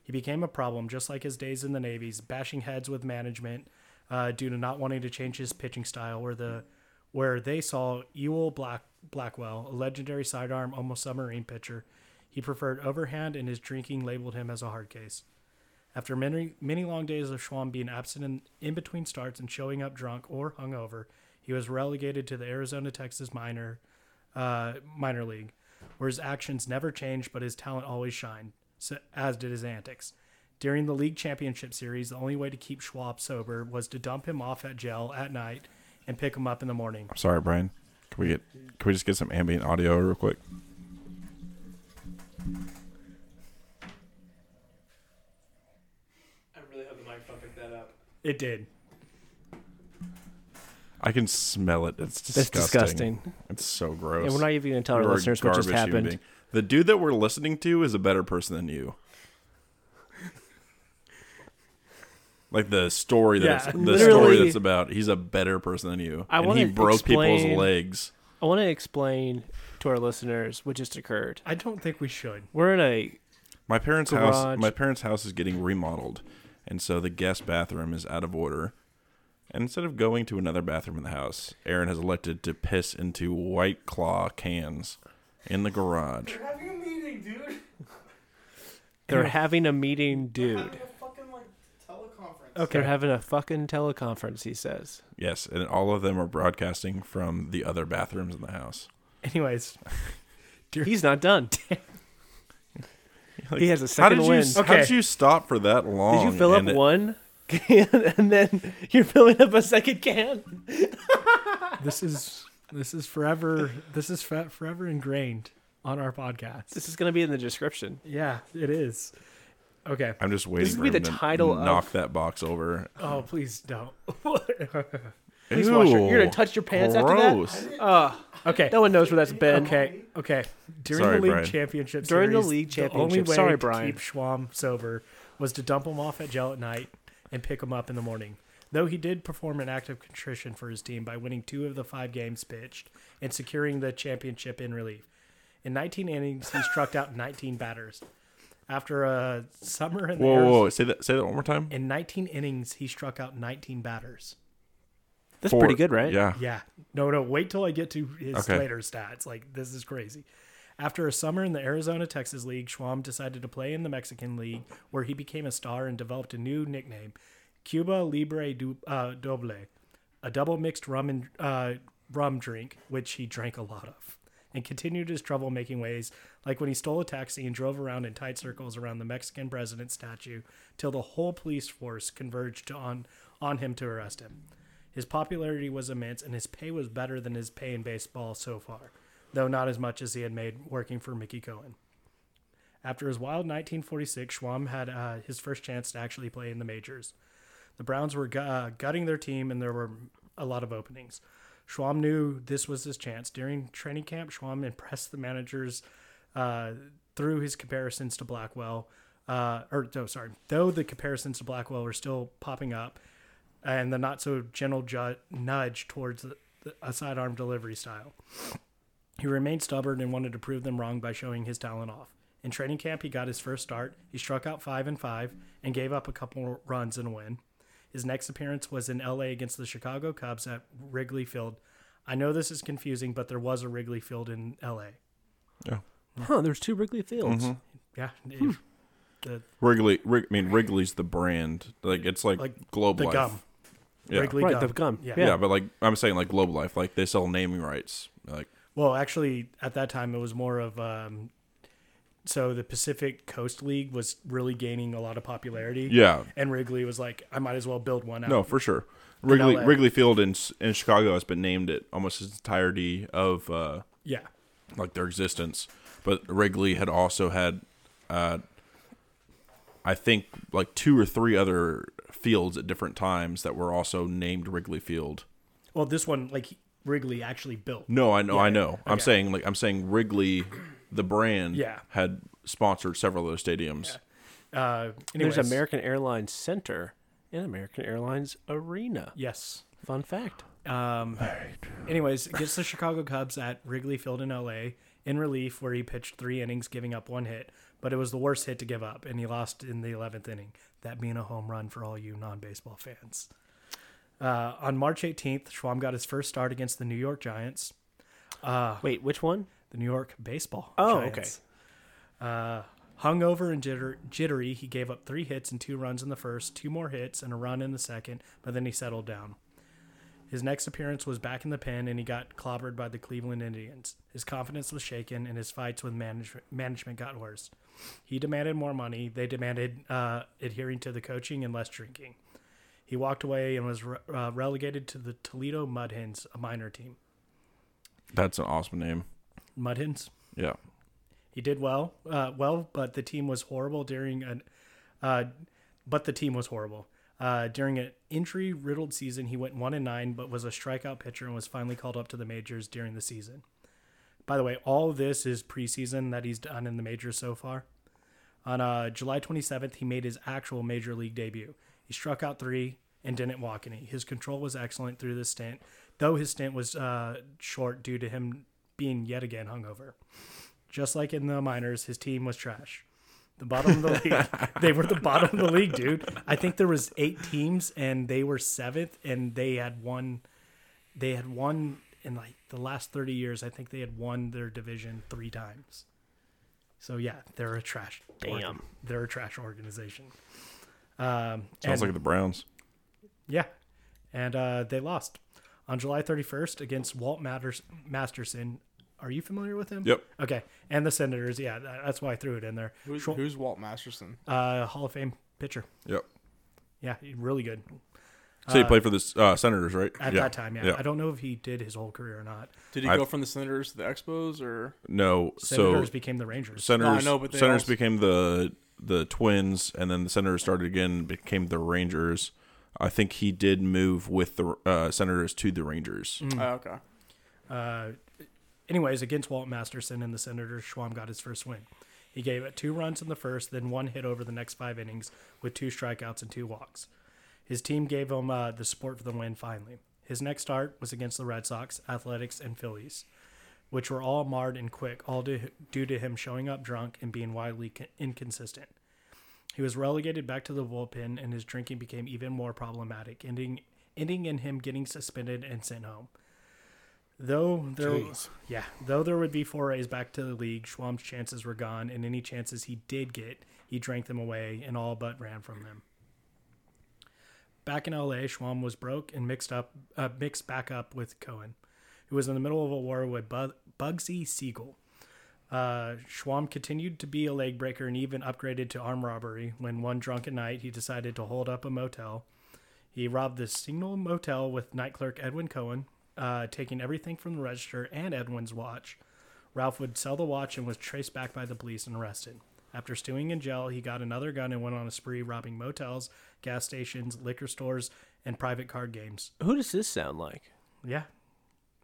B: He became a problem, just like his days in the Navy's, bashing heads with management uh, due to not wanting to change his pitching style, where the where they saw Ewell Black, Blackwell, a legendary sidearm, almost submarine pitcher. He preferred overhand, and his drinking labeled him as a hard case. After many many long days of Schwamm being absent in, in between starts and showing up drunk or hungover, he was relegated to the Arizona Texas minor uh, minor league, where his actions never changed but his talent always shined, so, as did his antics. During the league championship series, the only way to keep Schwab sober was to dump him off at jail at night and pick him up in the morning.
G: I'm sorry, Brian. Can we get? Can we just get some ambient audio real quick?
D: I really hope the microphone picked that up.
B: It did.
G: I can smell it. It's disgusting.
A: That's disgusting.
G: It's so gross.
A: And we're not even going to tell our
G: You're a
A: listeners what just
G: garbage human being.
A: happened.
G: The dude that we're listening to is a better person than you. Like the story that's
B: Yeah,
G: the story
A: literally.
G: that's about. He's a better person than you,
A: I
G: and
A: wanna
G: he broke
A: explain-
G: people's legs.
A: I want to explain to our listeners what just occurred.
B: I don't think we should.
A: We're in a
G: My parents' house.
A: Garage.
G: My parents' house is getting remodeled, and so the guest bathroom is out of order. And instead of going to another bathroom in the house, Aaron has elected to piss into White Claw cans in the garage.
E: Having a meeting, dude.
A: they're having a meeting, dude.
E: a fucking like teleconference.
A: They're having a fucking teleconference, he says.
G: Yes, and all of them are broadcasting from the other bathrooms in the house.
B: Anyways,
A: He's not done.
G: Like,
A: he has a
G: How did
A: second
G: you?
A: win.
G: How did you stop for that long?
A: Did you fill up
G: and it-
A: one can and then you're filling up a second can?
B: this is this is forever this is fo- forever ingrained on our podcast.
A: This is going to be in the description.
B: Yeah, it is. Okay.
G: I'm just waiting
A: would
G: for
A: be
G: him
A: the
G: to
A: title of-
G: knock that box over.
B: Oh, please don't.
A: Please wash your, you're
G: Ew,
A: going to touch your pants
G: gross.
A: after that? Uh,
B: okay.
A: no one knows where that's been.
B: Okay. Okay. During
G: Sorry,
B: the league
G: Brian.
B: championship
A: During the
B: series,
A: league
B: only
A: championship.
B: way
A: Sorry,
B: to
A: Brian.
B: keep Schwamm sober was to dump him off at jail at night and pick him up in the morning. Though he did perform an act of contrition for his team by winning two of the five games pitched and securing the championship in relief. In 19 innings, he struck out 19 batters. After a summer in the
G: Whoa, whoa,
B: Arizona-
G: whoa! Say that. Say that one more time.
B: In 19 innings, he struck out 19 batters.
A: That's
G: For-
A: pretty good, right?
G: Yeah.
B: Yeah. No, no, wait till I get to his
G: Okay.
B: later stats. Like, this is crazy. After a summer in the Arizona Texas League, Schwamm decided to play in the Mexican League, where he became a star and developed a new nickname, Cuba Libre du, uh, Doble, a double mixed rum and uh, rum drink, which he drank a lot of, and continued his troublemaking ways, like when he stole a taxi and drove around in tight circles around the Mexican president statue till the whole police force converged on on him to arrest him. His popularity was immense, and his pay was better than his pay in baseball so far, though not as much as he had made working for Mickey Cohen. After his wild 1946, Schwamm had uh, his first chance to actually play in the majors. The Browns were gu- uh, gutting their team, and there were a lot of openings. Schwamm knew this was his chance. During training camp, Schwamm impressed the managers uh, through his comparisons to Blackwell. Uh, or no, sorry. Though the comparisons to Blackwell were still popping up, and the not so gentle ju- nudge towards the, the, a sidearm delivery style. He remained stubborn and wanted to prove them wrong by showing his talent off. In training camp, he got his first start. He struck out five and five and gave up a couple runs and a win. His next appearance was in LA against the Chicago Cubs at Wrigley Field. I know this is confusing, but there was a Wrigley Field in LA.
A: Huh, there's two Wrigley Fields.
G: Mm-hmm.
A: Hmm.
B: Yeah, it- the,
G: Wrigley, Wrig, I mean Wrigley's the brand. Like it's like,
B: Like,
G: Globe
B: the
G: Life.
B: gum,
G: Yeah.
B: Wrigley
A: Right,
B: gum.
A: the gum.
B: Yeah.
G: yeah. but like I'm saying, like Globe Life, like they sell naming rights. Like
B: Well, actually, at that time, it was more of um, so the Pacific Coast League was really gaining a lot of popularity.
G: yeah,
B: and Wrigley was like, I might as well build one out.
G: no, for sure. Wrigley
B: LA.
G: Wrigley Field in S- in Chicago has been named it almost its entirety of uh,
B: yeah,
G: like their existence. But Wrigley had also had, uh, I think, like two or three other fields at different times that were also named Wrigley Field.
B: well, this one like Wrigley actually built.
G: No, I know, I know. I'm
B: Okay.
G: saying like I'm saying Wrigley, the brand,
B: Yeah.
G: had sponsored several of those stadiums.
B: Uh, anyways,
A: There's American Airlines Center and American Airlines Arena.
B: Yes.
A: Fun fact.
B: Um, Anyways, gets the Chicago Cubs at Wrigley Field in L.A. in relief, where he pitched three innings, giving up one hit, but it was the worst hit to give up, and he lost in the eleventh inning. That being a home run for all you non-baseball fans. Uh, on March 18th, Schwam got his first start against the New York Giants,
A: Wait, which one?
B: the New York baseball.
A: Ah. Oh, okay.
B: Giants. Hungover and jitter- jittery, he gave up three hits and two runs in the first, two more hits and a run in the second, but then he settled down. His next appearance was back in the pen, and he got clobbered by the Cleveland Indians. His confidence was shaken, and his fights with management management got worse. He demanded more money. They demanded uh, adhering to the coaching and less drinking. He walked away and was re- uh, relegated to the Toledo Mud Hens, a minor team.
G: That's an awesome name.
B: Mud Hens.
G: Yeah.
B: He did well, uh, well, but the team was horrible during an, uh, but the team was horrible. Uh, during an injury-riddled season, he went one and nine, but was a strikeout pitcher and was finally called up to the majors during the season. By the way, all of this is preseason that he's done in the majors so far. On uh, July 27th, he made his actual major league debut. He struck out three and didn't walk any. His control was excellent through this stint, though his stint was uh, short due to him being yet again hungover. Just like in the minors, his team was trash. The bottom of the league. They were the bottom of the league, dude. I think there was eight teams and they were seventh, and they had won. They had won in like the last thirty years. I think they had won their division three times. So yeah, they're a trash. org-
A: Damn.
B: they're a trash organization. Um,
G: Sounds
B: and-
G: like the Browns.
B: yeah, and uh, they lost on July 31st against Walt Matters- Masterson. Are you familiar with him?
G: Yep.
B: Okay, and the Senators. Yeah, tha- that's why I threw it in there.
E: Who's,
B: Schwa-
E: who's Walt Masterson?
B: uh, Hall of Fame pitcher.
G: Yep.
B: Yeah, he- really good
G: So you played for the uh, Senators, right?
B: at
G: Yeah.
B: that time. Yeah. I don't know if he did his whole career or not.
E: Did he
G: I've-
E: go from the Senators to the Expos, or
G: No,
B: Senators
G: so
B: became the Rangers.
G: Senators.
E: No, I know, but they
G: Senators
E: also-
G: became the the Twins, and then the Senators started again, became the Rangers. I think he did move with the uh, Senators to the Rangers.
B: Mm.
C: Mm.
E: oh, okay?
B: uh, anyways, against Walt Masterson and the Senators, Schwam got his first win. He gave it two runs in the first, then one hit over the next five innings with two strikeouts and two walks. His team gave him uh, the support for the win finally. His next start was against the Red Sox, Athletics, and Phillies, which were all marred and quick, all due, due to him showing up drunk and being wildly co- inconsistent. He was relegated back to the bullpen, and his drinking became even more problematic, ending ending in him getting suspended and sent home. Though there, yeah, though there would be forays back to the league, Schwamm's chances were gone, and any chances he did get, he drank them away and all but ran from them. Back in L.A., Schwamm was broke and mixed up, uh, mixed back up with Cohen, who was in the middle of a war with Bug- Bugsy Siegel. Uh, Schwamm continued to be a leg breaker and even upgraded to armed robbery when one drunken night he decided to hold up a motel He robbed the Signal Motel with night clerk Edwin Cohen, uh, taking everything from the register and Edwin's watch. Ralph would sell the watch and was traced back by the police and arrested. After stewing in jail, he got another gun and went on a spree robbing motels, gas stations, liquor stores, and private card games.
A: Who does this sound like?
B: Yeah,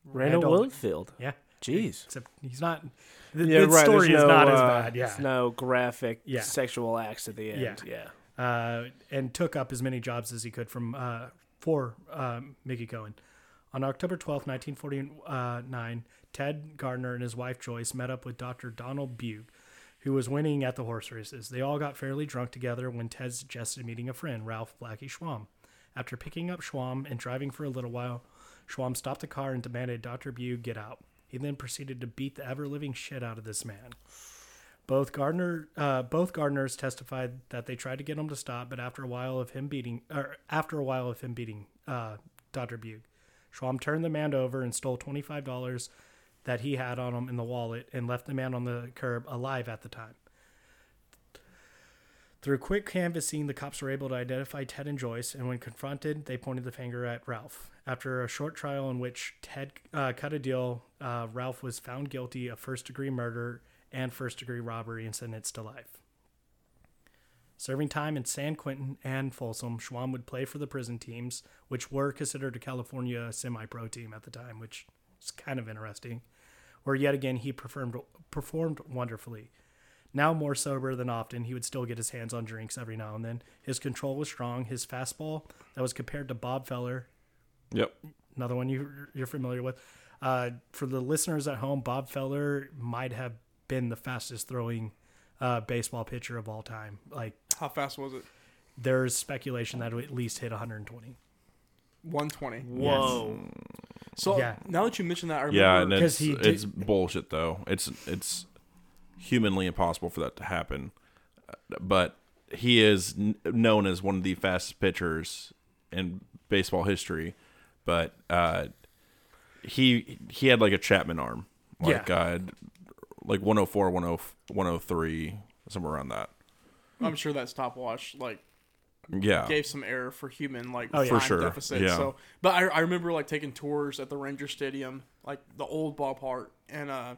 A: Randall,
B: Randall-
A: Woodfield.
B: yeah.
A: Jeez.
B: Except he's not. The, the story is not
A: uh,
B: as bad. Yeah.
A: There's no graphic
B: Yeah.
A: sexual acts at the end.
B: Yeah.
A: Yeah.
B: uh, and took up as many jobs as he could from uh, for um, Mickey Cohen. On October twelfth, 1949, Ted Gardner and his wife Joyce met up with Dr. Donald Bug, who was winning at the horse races. They all got fairly drunk together when Ted suggested meeting a friend, Ralph Blackie Schwam. After picking up Schwam and driving for a little while, Schwam stopped the car and demanded Dr. Bug get out. He then proceeded to beat the ever living shit out of this man. Both Gardner, uh, both gardeners testified that they tried to get him to stop, but after a while of him beating, or after a while of him beating uh, Dr. Bug, Schwam turned the man over and stole twenty five dollars that he had on him in the wallet and left the man on the curb alive at the time. Through quick canvassing, the cops were able to identify Ted and Joyce, and when confronted, they pointed the finger at Ralph. After a short trial in which Ted uh, cut a deal, uh, Ralph was found guilty of first degree murder and first degree robbery and sentenced to life. Serving time in San Quentin and Folsom, Schwam would play for the prison teams, which were considered a California semi pro team at the time, which is kind of interesting, where yet again he performed, performed wonderfully. Now more sober than often, he would still get his hands on drinks every now and then. His control was strong. His fastball, that was compared to Bob Feller,
C: Yep.
B: another one you, you're familiar with. Uh, for the listeners at home, Bob Feller might have been the fastest throwing uh, baseball pitcher of all time. Like
E: How fast was it?
B: there's speculation that it would at least hit 120.
E: 120.
A: Whoa.
E: So
B: Yeah.
E: now that you mentioned that, I remember.
C: Yeah, and it's
B: 'Cause he
C: it's
B: did-
C: bullshit though. It's it's humanly impossible for that to happen. But he is n- known as one of the fastest pitchers in baseball history. But uh, he he had like a Chapman arm, like uh, like 104, 10 103, somewhere around that.
E: I'm sure that stopwatch like
C: Yeah,
E: gave some error for human like
B: Oh, yeah.
E: time
C: For sure,
E: deficit.
C: yeah.
E: So, but I, I remember like taking tours at the Ranger Stadium, like the old ballpark, and uh,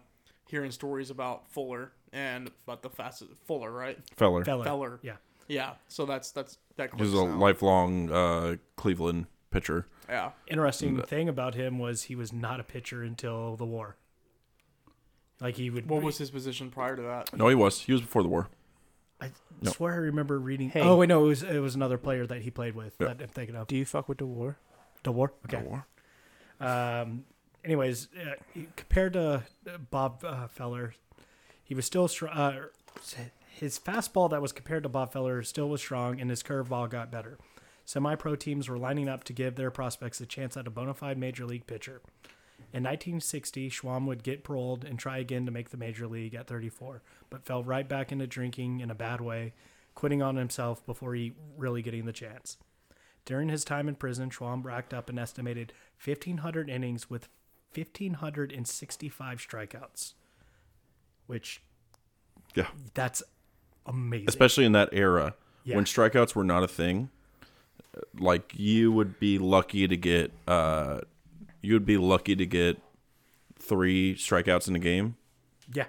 E: hearing stories about Fuller and about the fastest Fuller, right?
C: Feller.
B: Feller.
E: Feller.
B: Yeah.
E: Yeah. So that's that's that.
C: He was
E: clips
C: a
E: now.
C: lifelong uh, Cleveland pitcher.
E: Yeah.
B: Interesting thing about him was he was not a pitcher until the war. Like he would.
E: What was his position prior to that?
C: No, he was. He was before the war.
B: I swear I remember reading. Oh wait, no, it was it was another player that he played with that I'm thinking of.
A: Do you fuck with the war?
B: The war. Okay. Um. Anyways, uh, compared to uh, Bob uh, Feller, he was still str- uh, his fastball that was compared to Bob Feller still was strong, and his curveball got better. Semi-pro teams were lining up to give their prospects a chance at a bona fide major league pitcher. In 1960, Schwam would get paroled and try again to make the major league at 34, but fell right back into drinking in a bad way, quitting on himself before he really getting the chance. During his time in prison, Schwam racked up an estimated 1,500 innings with 1,565 strikeouts, which
C: Yeah.
B: that's amazing.
C: especially in that era
B: Yeah.
C: when strikeouts were not a thing. Like you would be lucky to get, uh, you would be lucky to get three strikeouts in a game.
B: yeah.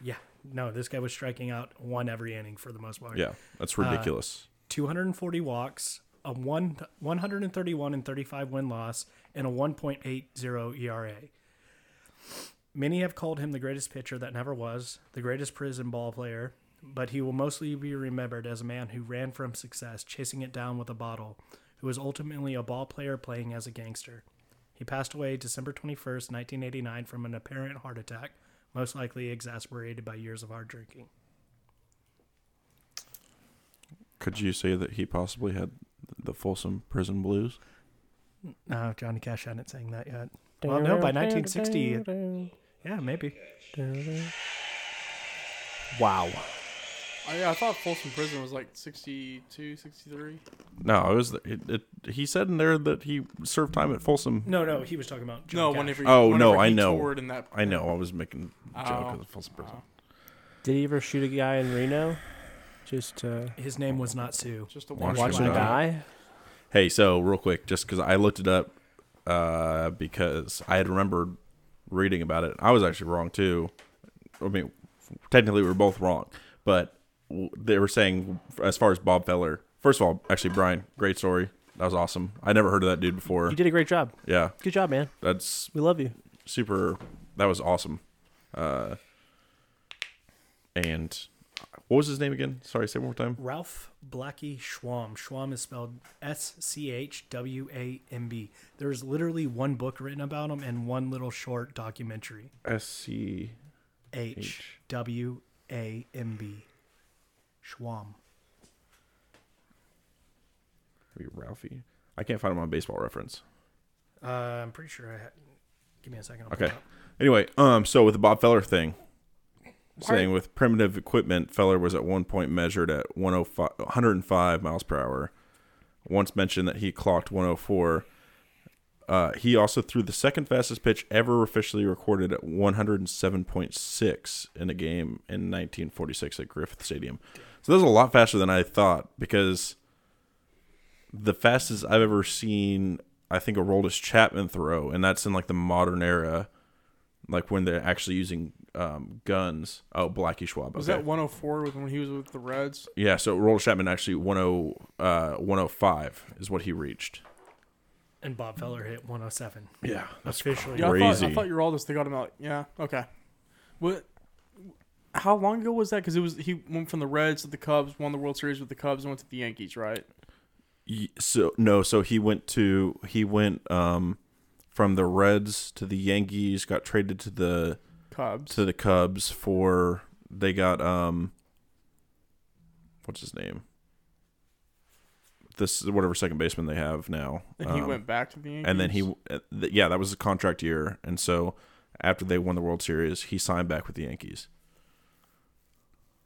B: Yeah. No, this guy was striking out one every inning for the most part.
C: Yeah, that's ridiculous.
B: 240 walks, a one, 131 and 35 win loss, and a 1.80 ERA. E Many have called him the greatest pitcher that never was, the greatest prison ball player, but he will mostly be remembered as a man who ran from success, chasing it down with a bottle, who was ultimately a ball player playing as a gangster. He passed away December 21st, 1989, from an apparent heart attack, most likely exasperated by years of hard drinking.
C: Could you say that he possibly had the Folsom prison blues?
B: No, Johnny Cash hadn't sang that yet. Well, no, by 1960, it- yeah, maybe.
A: Wow.
E: I, I thought Folsom Prison was like 62, 63.
C: No, it was. The, it, it, he said in there that he served time at Folsom.
B: No, no, he was talking about Johnny
E: No,
B: Cash.
E: whenever.
C: Oh,
E: whenever
C: no,
E: he
C: I know.
E: toured In that,
C: I know. I was making a joke
E: Oh.
C: of the Folsom prison.
A: Did he ever shoot a guy in Reno? Just uh,
B: His name was not Sue.
E: Just a
C: Watch
E: one
A: watch
C: him
A: him
C: die.
A: die?
C: Hey, so real quick, just because I looked it up uh, because I had remembered reading about it. I was actually wrong too. I mean, technically we were both wrong, but w- they were saying as far as Bob Feller. First of all, actually Brian, great story. That was awesome. I never heard of that dude before.
H: You did a great job.
C: Yeah,
H: Good job, man.
C: that's
H: We love you.
C: super. That was awesome. Uh, and what was his name again? Sorry, say it one more time.
B: Ralph Blackie Schwam. Schwam is spelled S C H W A M B. There's literally one book written about him and one little short documentary.
C: S C
B: H W A M B. Schwam.
C: Ralphie. I can't find him on Baseball Reference.
B: Uh, I'm pretty sure I had. Give me a second. I'll pull
C: Okay.
B: it up.
C: Anyway, um, so with the Bob Feller thing, saying with primitive equipment, Feller was at one oh point measured at 105, 105 miles per hour. Once mentioned that he clocked 104. Uh, he also threw the second fastest pitch ever officially recorded at 107.6 in a game in 1946 at Griffith Stadium. So that was a lot faster than I thought because the fastest I've ever seen, I think, a Roldis Chapman throw, and that's in like the modern era like when they're actually using um, guns. Oh, Blackie Schwab.
E: Was
C: okay.
E: that 104 with when he was with the Reds?
C: yeah, so Roller Chapman actually 10, uh, 105 is what he reached.
B: And Bob Feller hit 107.
C: Yeah, that's
B: Officially.
E: Yeah, I thought,
C: Crazy.
E: I thought you were all this. They got him out. Yeah. Okay. What? How long ago was that? Because it was he went from the Reds to the Cubs, won the World Series with the Cubs, and went to the Yankees, right?
C: Y- So no, so he went to he went um, from the Reds to the Yankees, got traded to the
E: Cubs.
C: to the Cubs for they got um what's his name? This whatever second baseman they have now.
E: and he
C: um,
E: went back to the Yankees.
C: and then he uh, th- yeah that was the contract year and so after they won the world series he signed back with the yankees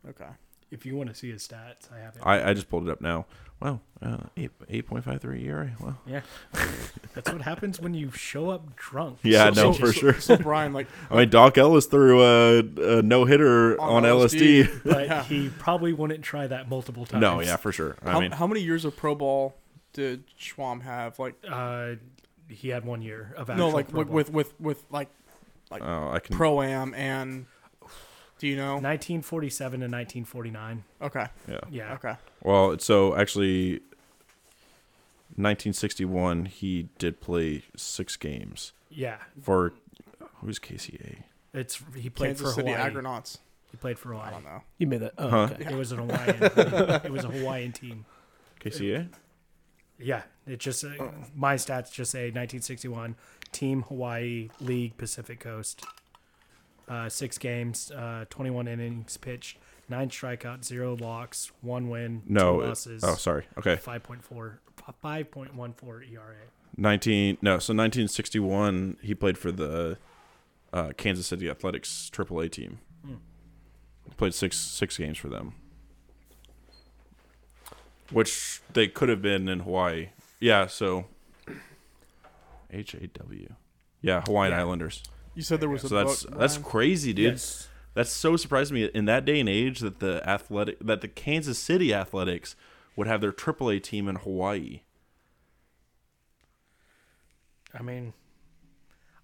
E: Okay.
B: If you want to see his stats, I have it.
C: i, I just pulled it up now wow uh, 8, 8.53 ERA. E wow
B: That's what happens when you show up drunk.
C: yeah
E: So-
C: no
E: so-
C: for
E: so-
C: sure
E: So Brian, like,
C: i mean doc ellis threw a, a no-hitter on,
E: On LSD.
C: lsd,
B: But
E: Yeah.
B: he probably wouldn't try that multiple times.
C: no yeah for sure i
E: how,
C: mean
E: how many years of pro ball did Schwam have? Like,
B: Uh, he had one year of actual
E: no, like
B: Pro
E: with,
B: Bowl.
E: with with with like
C: oh i can
E: pro am and. Do you know?
B: 1947 and 1949.
E: Okay.
C: yeah
B: Yeah.
E: Okay.
C: well it's- so actually 1961 he did play six games
B: Yeah.
C: for who's kca
B: It's he played
E: Kansas
B: for
E: City
B: Hawaii.
E: Agronauts.
B: He played for
E: I
B: Hawaii.
E: don't know.
H: You made that. Oh,
C: Huh?
H: okay.
B: It was an Hawaiian. it was a Hawaiian team.
C: kca
B: Yeah. It just uh, my stats just say 1961 team Hawaii League Pacific Coast. Uh, six games, uh, 21 innings pitched, nine strikeouts, zero walks, one win,
C: no
B: two
C: it-
B: losses.
C: oh sorry okay
B: 5.4 5.14 ERA.
C: 19 no so 1961 he played for the uh, kansas city athletics aaa team played six six games for them which they could have been in hawaii yeah so h-a-w yeah hawaiian islanders
E: You said there was a
C: so that's
E: book,
C: that's
E: Brian?
C: crazy dude that's so surprising to me in that day and age that the athletic that the kansas city athletics would have their aaa team in hawaii
B: I mean,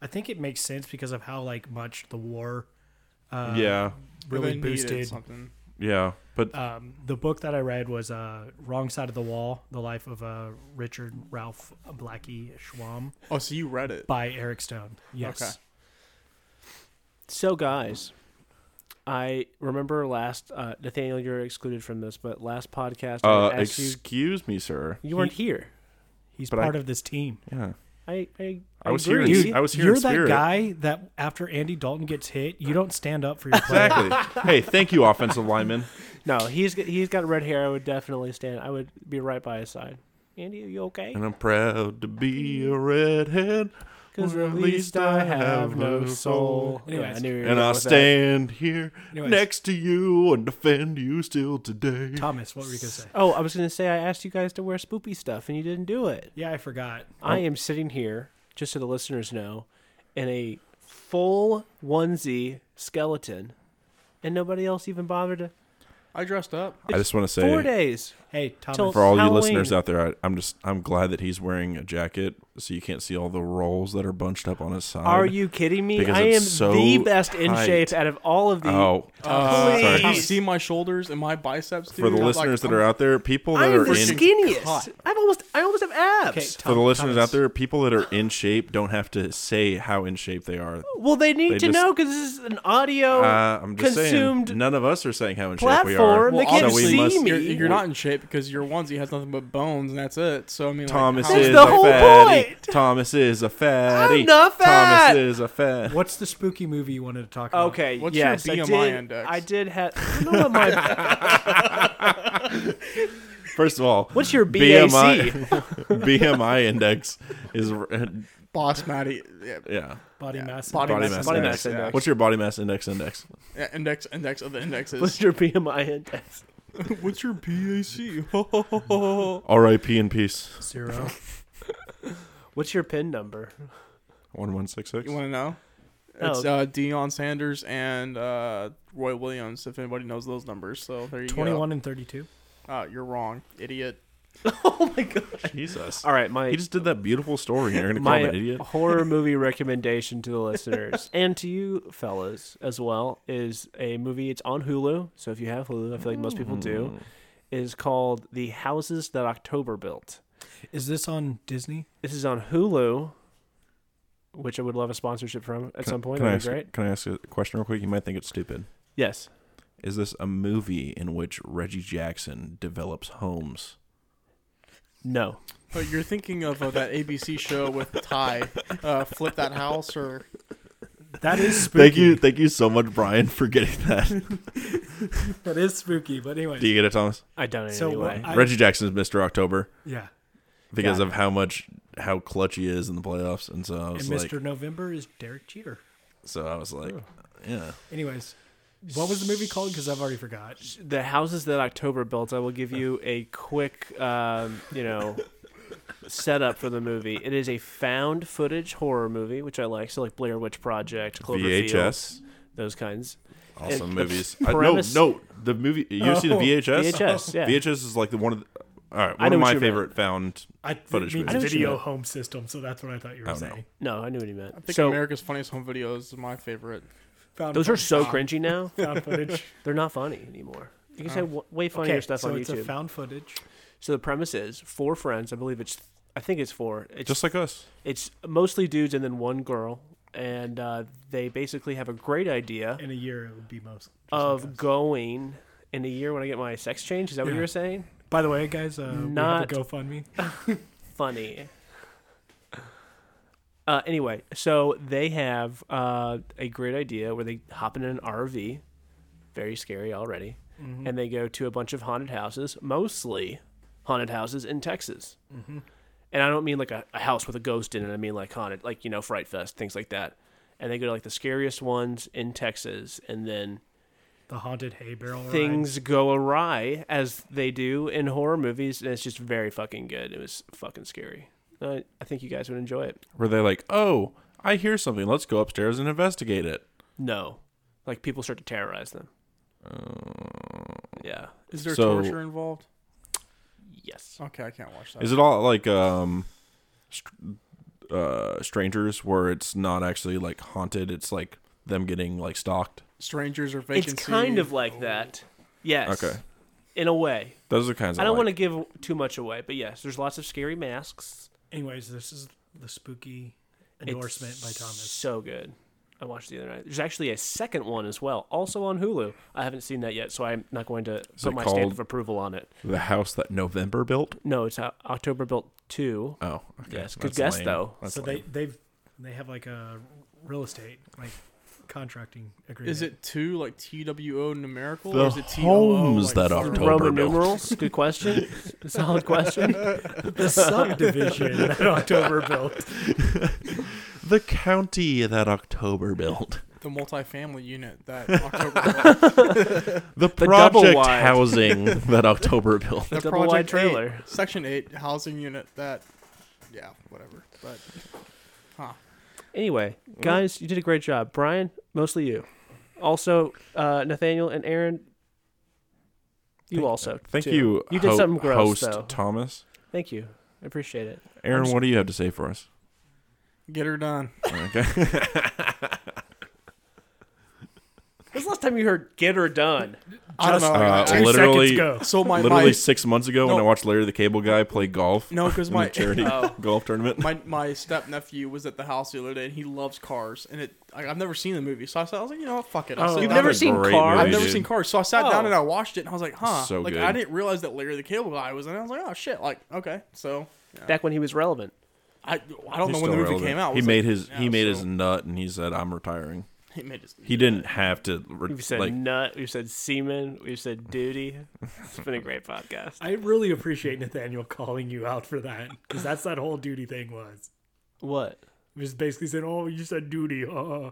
B: I think it makes sense because of how like much the war uh,
C: yeah
B: really
E: They needed
B: boosted.
E: something.
C: yeah but
B: Um, the book that I read was uh, "Wrong Side of the Wall: The Life of uh, Richard Ralph Blackie Schwam"
E: Oh, so you read it?
B: by Eric Stone. Yes,
E: Okay.
H: So, guys, I remember last uh, Nathaniel, you're excluded from this, but last podcast
C: Uh,
H: I asked you,
C: excuse me, sir.
H: you weren't here.
B: he's
C: But I-
B: part of this team.
C: Yeah,
H: I I,
C: I was here.
H: agree.
C: In,
B: Dude,
C: I was here
B: You're
C: in
B: that
C: spirit.
B: guy that after Andy Dalton gets hit, you don't stand up for your player.
C: Exactly. hey, thank you, offensive lineman.
H: No, he's g- he's got red hair. I would definitely stand. I would be right by his side. Andy, are you okay?
C: And I'm proud to be a redhead.
H: Because
C: Or
H: at least I have no soul.
B: Anyways.
H: Yeah, I knew you were
C: And
H: going
C: I
H: with that.
C: stand here
B: Anyways.
C: next to you and defend you still today.
B: Thomas, what were you gonna say?
H: Oh, I was gonna say I asked you guys to wear spoopy stuff and you didn't do it.
B: Yeah, I forgot.
H: I
C: Oh.
H: am sitting here, just so the listeners know, in a full onesie skeleton, and nobody else even bothered to.
E: I dressed up.
C: I just want to
A: Four
C: say
A: days.
B: Hey, Thomas.
A: Till-
C: for all
A: Halloween.
C: you listeners out there, I, I'm just I'm glad that he's wearing a jacket so you can't see all the rolls that are bunched up on his side.
A: Are you kidding me?
C: Because
A: I
C: it's
A: am
C: so
A: the best in
C: tight.
A: shape out of all of the.
C: Oh,
E: Uh,
C: Sorry.
E: you see my shoulders and my biceps, dude.
C: for the
E: I'm
C: listeners
E: like,
C: that are out there, people that
A: I'm
C: are
A: the
C: in
A: skinniest. I've almost, I almost have abs.
B: Okay,
C: for the
B: Tom-
C: listeners
B: Thomas.
C: out there, people that are in shape don't have to say how in shape they are.
A: Well, they need
C: They
A: to
C: just-
A: know because this is an audio
C: Uh, I'm just
A: consumed
C: saying, none of us are saying how in shape we are.
A: platform. They can't
C: so we
A: see
C: must-
A: me.
E: You're, you're not in shape because your onesie has nothing but bones, and that's it. So I mean,
C: Thomas
E: like, how-
C: is
A: the
C: a
A: whole
C: fatty.
A: point.
C: Thomas is a fatty.
A: I'm not fat.
C: Thomas is a fat.
B: What's the spooky movie you wanted to talk about?
A: Okay.
E: What's your
A: yes, I
E: BMI
A: did.
E: index?
A: I did have. I don't know what my.
C: First of all,
A: What's your
C: BMI
A: BAC?
C: BMI index is
E: boss Matty yeah,
C: yeah.
B: Body mass.
E: body,
C: Body
E: mass,
C: mass
A: Body
E: index,
A: mass index.
C: What's your body mass index index?
E: Yeah, index index of the
A: What's
E: indexes.
A: your BMI index?
E: What's your BAC?
C: R.I.P. in peace.
B: Zero.
A: What's your pin number?
C: One one six six.
E: you want to know?
A: Oh.
E: It's uh, Dion Sanders and uh, Roy Williams. If anybody knows those numbers, so there you
B: Twenty-one and thirty-two.
E: go. Uh, you're wrong, idiot.
A: oh my god!
C: Jesus.
A: All right, my
C: He just did that beautiful story. and You're gonna call him an
A: my Oh,
C: idiot.
A: horror movie recommendation to the listeners and to you fellas as well is a movie. It's on Hulu, so if you have Hulu, I feel like most people
C: Hmm.
A: do. Is called The Houses That October Built.
B: Is this on Disney?
A: This is on Hulu, which I would love a sponsorship from at some point.
C: Can I,
A: That'd
C: ask,
A: be great.
C: can I ask a question real quick? You might think it's stupid.
A: Yes.
C: Is this a movie in which Reggie Jackson develops homes?
A: No.
E: But you're thinking of uh, that ABC show with Ty, uh, Flip That House, or
B: That is spooky.
C: Thank you, thank you so much, Brian, for getting that.
B: That is spooky. But anyway.
C: do you get it, Thomas?
A: I don't
B: so what
A: anyway.
B: I-
C: Reggie Jackson's Mr. October
B: Yeah.
C: because
A: Yeah.
C: of how much how clutch he is in the playoffs, and so I
B: And
C: was like,
B: Mr. November is Derek Cheater.
C: so I was like, yeah.
B: Anyways, what was the movie called? Because I've already forgot.
A: the houses that October built, I will give you a quick, um, you know, setup for the movie. It is a found footage horror movie, which I like. So like Blair Witch Project, Cloverfield,
C: VHS,
A: those kinds.
C: awesome
A: It-
C: movies.
A: the
C: I, no,
A: premise-
C: no, the movie. You see the
B: Oh,
C: VHS?
A: VHS, yeah.
C: VHS is like the one of the, all right,
A: I
C: one
A: know
C: of
A: what
C: my
A: you meant.
C: favorite found.
B: I
C: Footage
B: it means
C: movie. I know what you
B: video
C: meant.
B: home system, so that's what I thought you were
C: Oh, no.
B: saying.
A: No, I knew what he meant.
E: I think
A: so
E: America's Funniest Home Videos is my favorite.
B: Found
A: those are
B: footage.
A: so cringy now.
B: Found footage. Oh.
A: They're not funny anymore. You can say w- way funnier
B: okay,
A: stuff
B: so
A: on
B: it's
A: YouTube.
B: a found footage.
A: so the premise is four friends. I believe it's. I think it's four. It's
C: Just like us.
A: it's mostly dudes and then one girl, and uh, they basically have a great idea.
B: In a year, it would be most. just like
A: of
B: us.
A: going in a year when I get my sex change. Is that what
B: Yeah.
A: you were saying?
B: By the way, guys, uh,
A: Not-
B: we have a GoFundMe.
A: Funny. Uh, anyway, so they have uh, a great idea where they hop in an RV, very scary already, and they go to a bunch of haunted houses, mostly haunted houses in Texas. And I don't mean like a, a house with a ghost in it. I mean like haunted, like you know, Fright Fest, things like that. And they go to like the scariest ones in Texas, and then
B: The haunted hay barrel. ride.
A: things go awry as they do in horror movies, and it's just very fucking good. It was fucking scary. I, I think you guys would enjoy it.
C: Were they like, oh, I hear something. Let's go upstairs and investigate it.
A: No, like people start to terrorize them. yeah.
E: Is there
C: So-
E: torture involved?
A: Yes.
E: Okay, I can't watch that.
C: Is it all like um, str- uh, strangers where it's not actually like haunted? It's like them getting like stalked.
E: Strangers or vacancy?
A: It's kind of like that. Yes.
C: Okay,
A: In a way.
C: those are kinds.
A: I don't
C: like.
A: want to give too much away, but yes, there's lots of scary masks.
B: Anyways, this is the spooky
A: It's
B: endorsement by Thomas.
A: So good. I watched it the other night. There's actually a second one as well, also on Hulu. I haven't seen that yet, so I'm not going to put
C: it
A: my stamp
C: called-
A: of approval on it.
C: the house that November built.
A: No, it's O- October built two.
C: Oh, okay.
A: Yes, good guess, though.
C: That's
B: so
C: lame.
B: they they've they have like a real estate like contracting agreement.
E: Is it two like T W O numerical?
C: The
E: or is it T O O,
C: homes
E: like,
C: that
E: four?
C: October
A: Roman
C: built.
A: numerals. Good question. Solid question.
B: the subdivision that October built?
C: the county that October built.
E: The multifamily unit that October.
A: double
C: The project
A: wide.
C: housing that October built.
E: the
A: Double wide
E: Project
A: trailer.
E: Eight, Section eight housing unit that. Yeah, whatever. But
A: Anyway, guys, you did a great job. Brian, mostly you. Also, uh, Nathaniel and Aaron,
I: You also.
C: Thank
I: too.
C: you,
I: You did
C: ho-
I: something gross,
C: host
I: though.
C: Thomas.
I: Thank you. I appreciate it.
C: Aaron, what do you have to say for us?
E: Get her done.
C: Okay.
I: When's the last time you heard "Get Her Done"?
E: I don't know.
C: Uh,
B: Two
C: literally,
B: seconds go.
E: so my
C: literally
E: my,
C: six months ago when
E: No.
C: I watched Larry the Cable Guy play golf.
E: No, 'cause
C: in
E: my-
C: the charity
E: Oh.
C: golf tournament.
E: my my step nephew was at the house the other day and he loves cars and it I, I've never seen the movie so I, said, I was like you know what, fuck it I'll
A: Oh,
E: sit
I: You've
E: down
I: never
E: and-
I: seen
C: great
I: Cars?
E: I've
C: movie,
E: never
C: dude.
E: seen cars so I sat down and I watched it and I was like huh
C: Oh, So
E: like
C: good.
E: I didn't realize that Larry the Cable Guy was in it I was like oh shit like okay so
I: Back when he was relevant.
E: I I don't
C: He's
E: know when the
C: still
E: movie
C: relevant.
E: came out
C: He
E: Was
C: made
E: it-
C: his he
E: yeah,
C: made
E: so-
C: his nut and he said, "I'm retiring."
E: he made his
C: He didn't have to. re-
A: We've said
C: like,
A: nut. We've said semen. We've said duty. It's been a great podcast.
B: I really appreciate Nathaniel calling you out for that because that's that whole duty thing was.
A: What?
B: It was basically saying, "Oh, you said duty." Uh,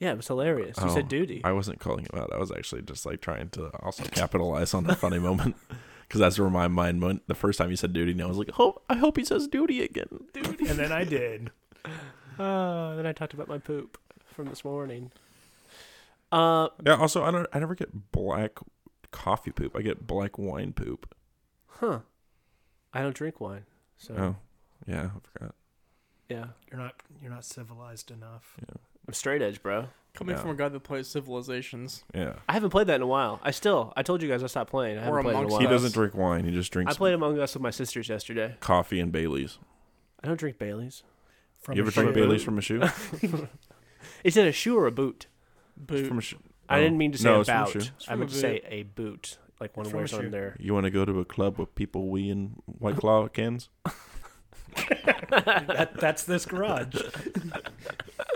A: Yeah, it was hilarious. You
C: Oh,
A: said duty.
C: I wasn't calling him out. I was actually just like trying to also capitalize on the funny moment because that's where my mind went. The first time he said duty, and I was like, "Oh, I hope he says duty again."
B: and then I did.
A: Uh, then I talked about my poop from this morning. Uh,
C: Yeah. Also, I don't. I never get black coffee poop. I get black wine poop.
A: huh. I don't drink wine, so
C: Oh, yeah. I forgot.
A: yeah,
B: You're not. You're not civilized enough.
A: I'm straight edge, bro.
E: coming
C: Yeah.
E: from a guy that plays Civilizations
C: Yeah.
A: I haven't played that in a while. I still, I told you guys I stopped playing. I haven't played in a
E: Amongst
A: while.
C: He
E: Us.
C: doesn't drink wine. He just
A: I
C: drinks
A: played Among Us with my sisters yesterday.
C: coffee and Bailey's.
A: I don't drink Bailey's.
B: From
C: you
B: a
C: ever drink
B: shit.
C: Bailey's from a shoe?
A: Is it a shoe or a boot?
E: boot
C: from a shoe.
A: I
C: Oh.
A: didn't mean to say
C: No, it's from a
A: about.
C: shoe.
A: I
E: from
A: meant
E: a
A: to say a boot, like one
B: It's from a
A: wears
B: shoe.
A: on their.
C: You want to go to a club with people we in White Claw cans?
B: That, that's this garage.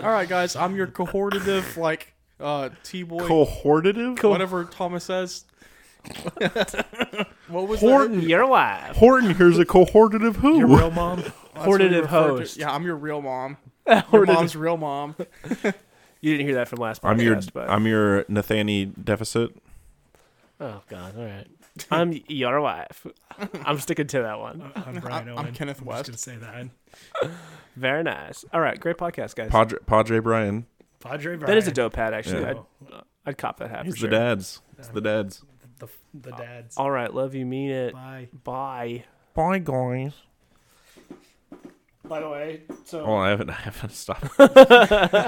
E: all right guys I'm your cohortative like uh T boy
C: Cohortative?
E: whatever Thomas says what was that?
A: Horton, you're alive.
C: Horton, here's a cohortative who?
B: Your real mom.
E: That's what he
A: Hortative
E: referred to-
A: host.
E: Yeah, I'm your real mom. Your mom's real mom.
A: You didn't hear that from last podcast,
C: I'm your
A: but
C: I'm your Nathani deficit.
A: oh god, all right. I'm your wife. I'm sticking to that one.
B: I'm Brian
E: I'm
B: Owen.
E: Kenneth West.
B: I'm just gonna say that.
A: Very nice. All right, great podcast, guys.
C: Padre, Padre Brian.
B: Padre Brian.
A: that is a dope hat, actually.
C: Yeah.
A: I'd, uh, I'd cop that hat
C: He's
A: for
C: the
A: sure.
C: dads. It's the dads.
B: The, the dads.
A: All right, love you, mean it.
B: Bye.
A: Bye.
C: Bye guys.
B: By the way, so
C: Oh, I haven't I haven't stopped.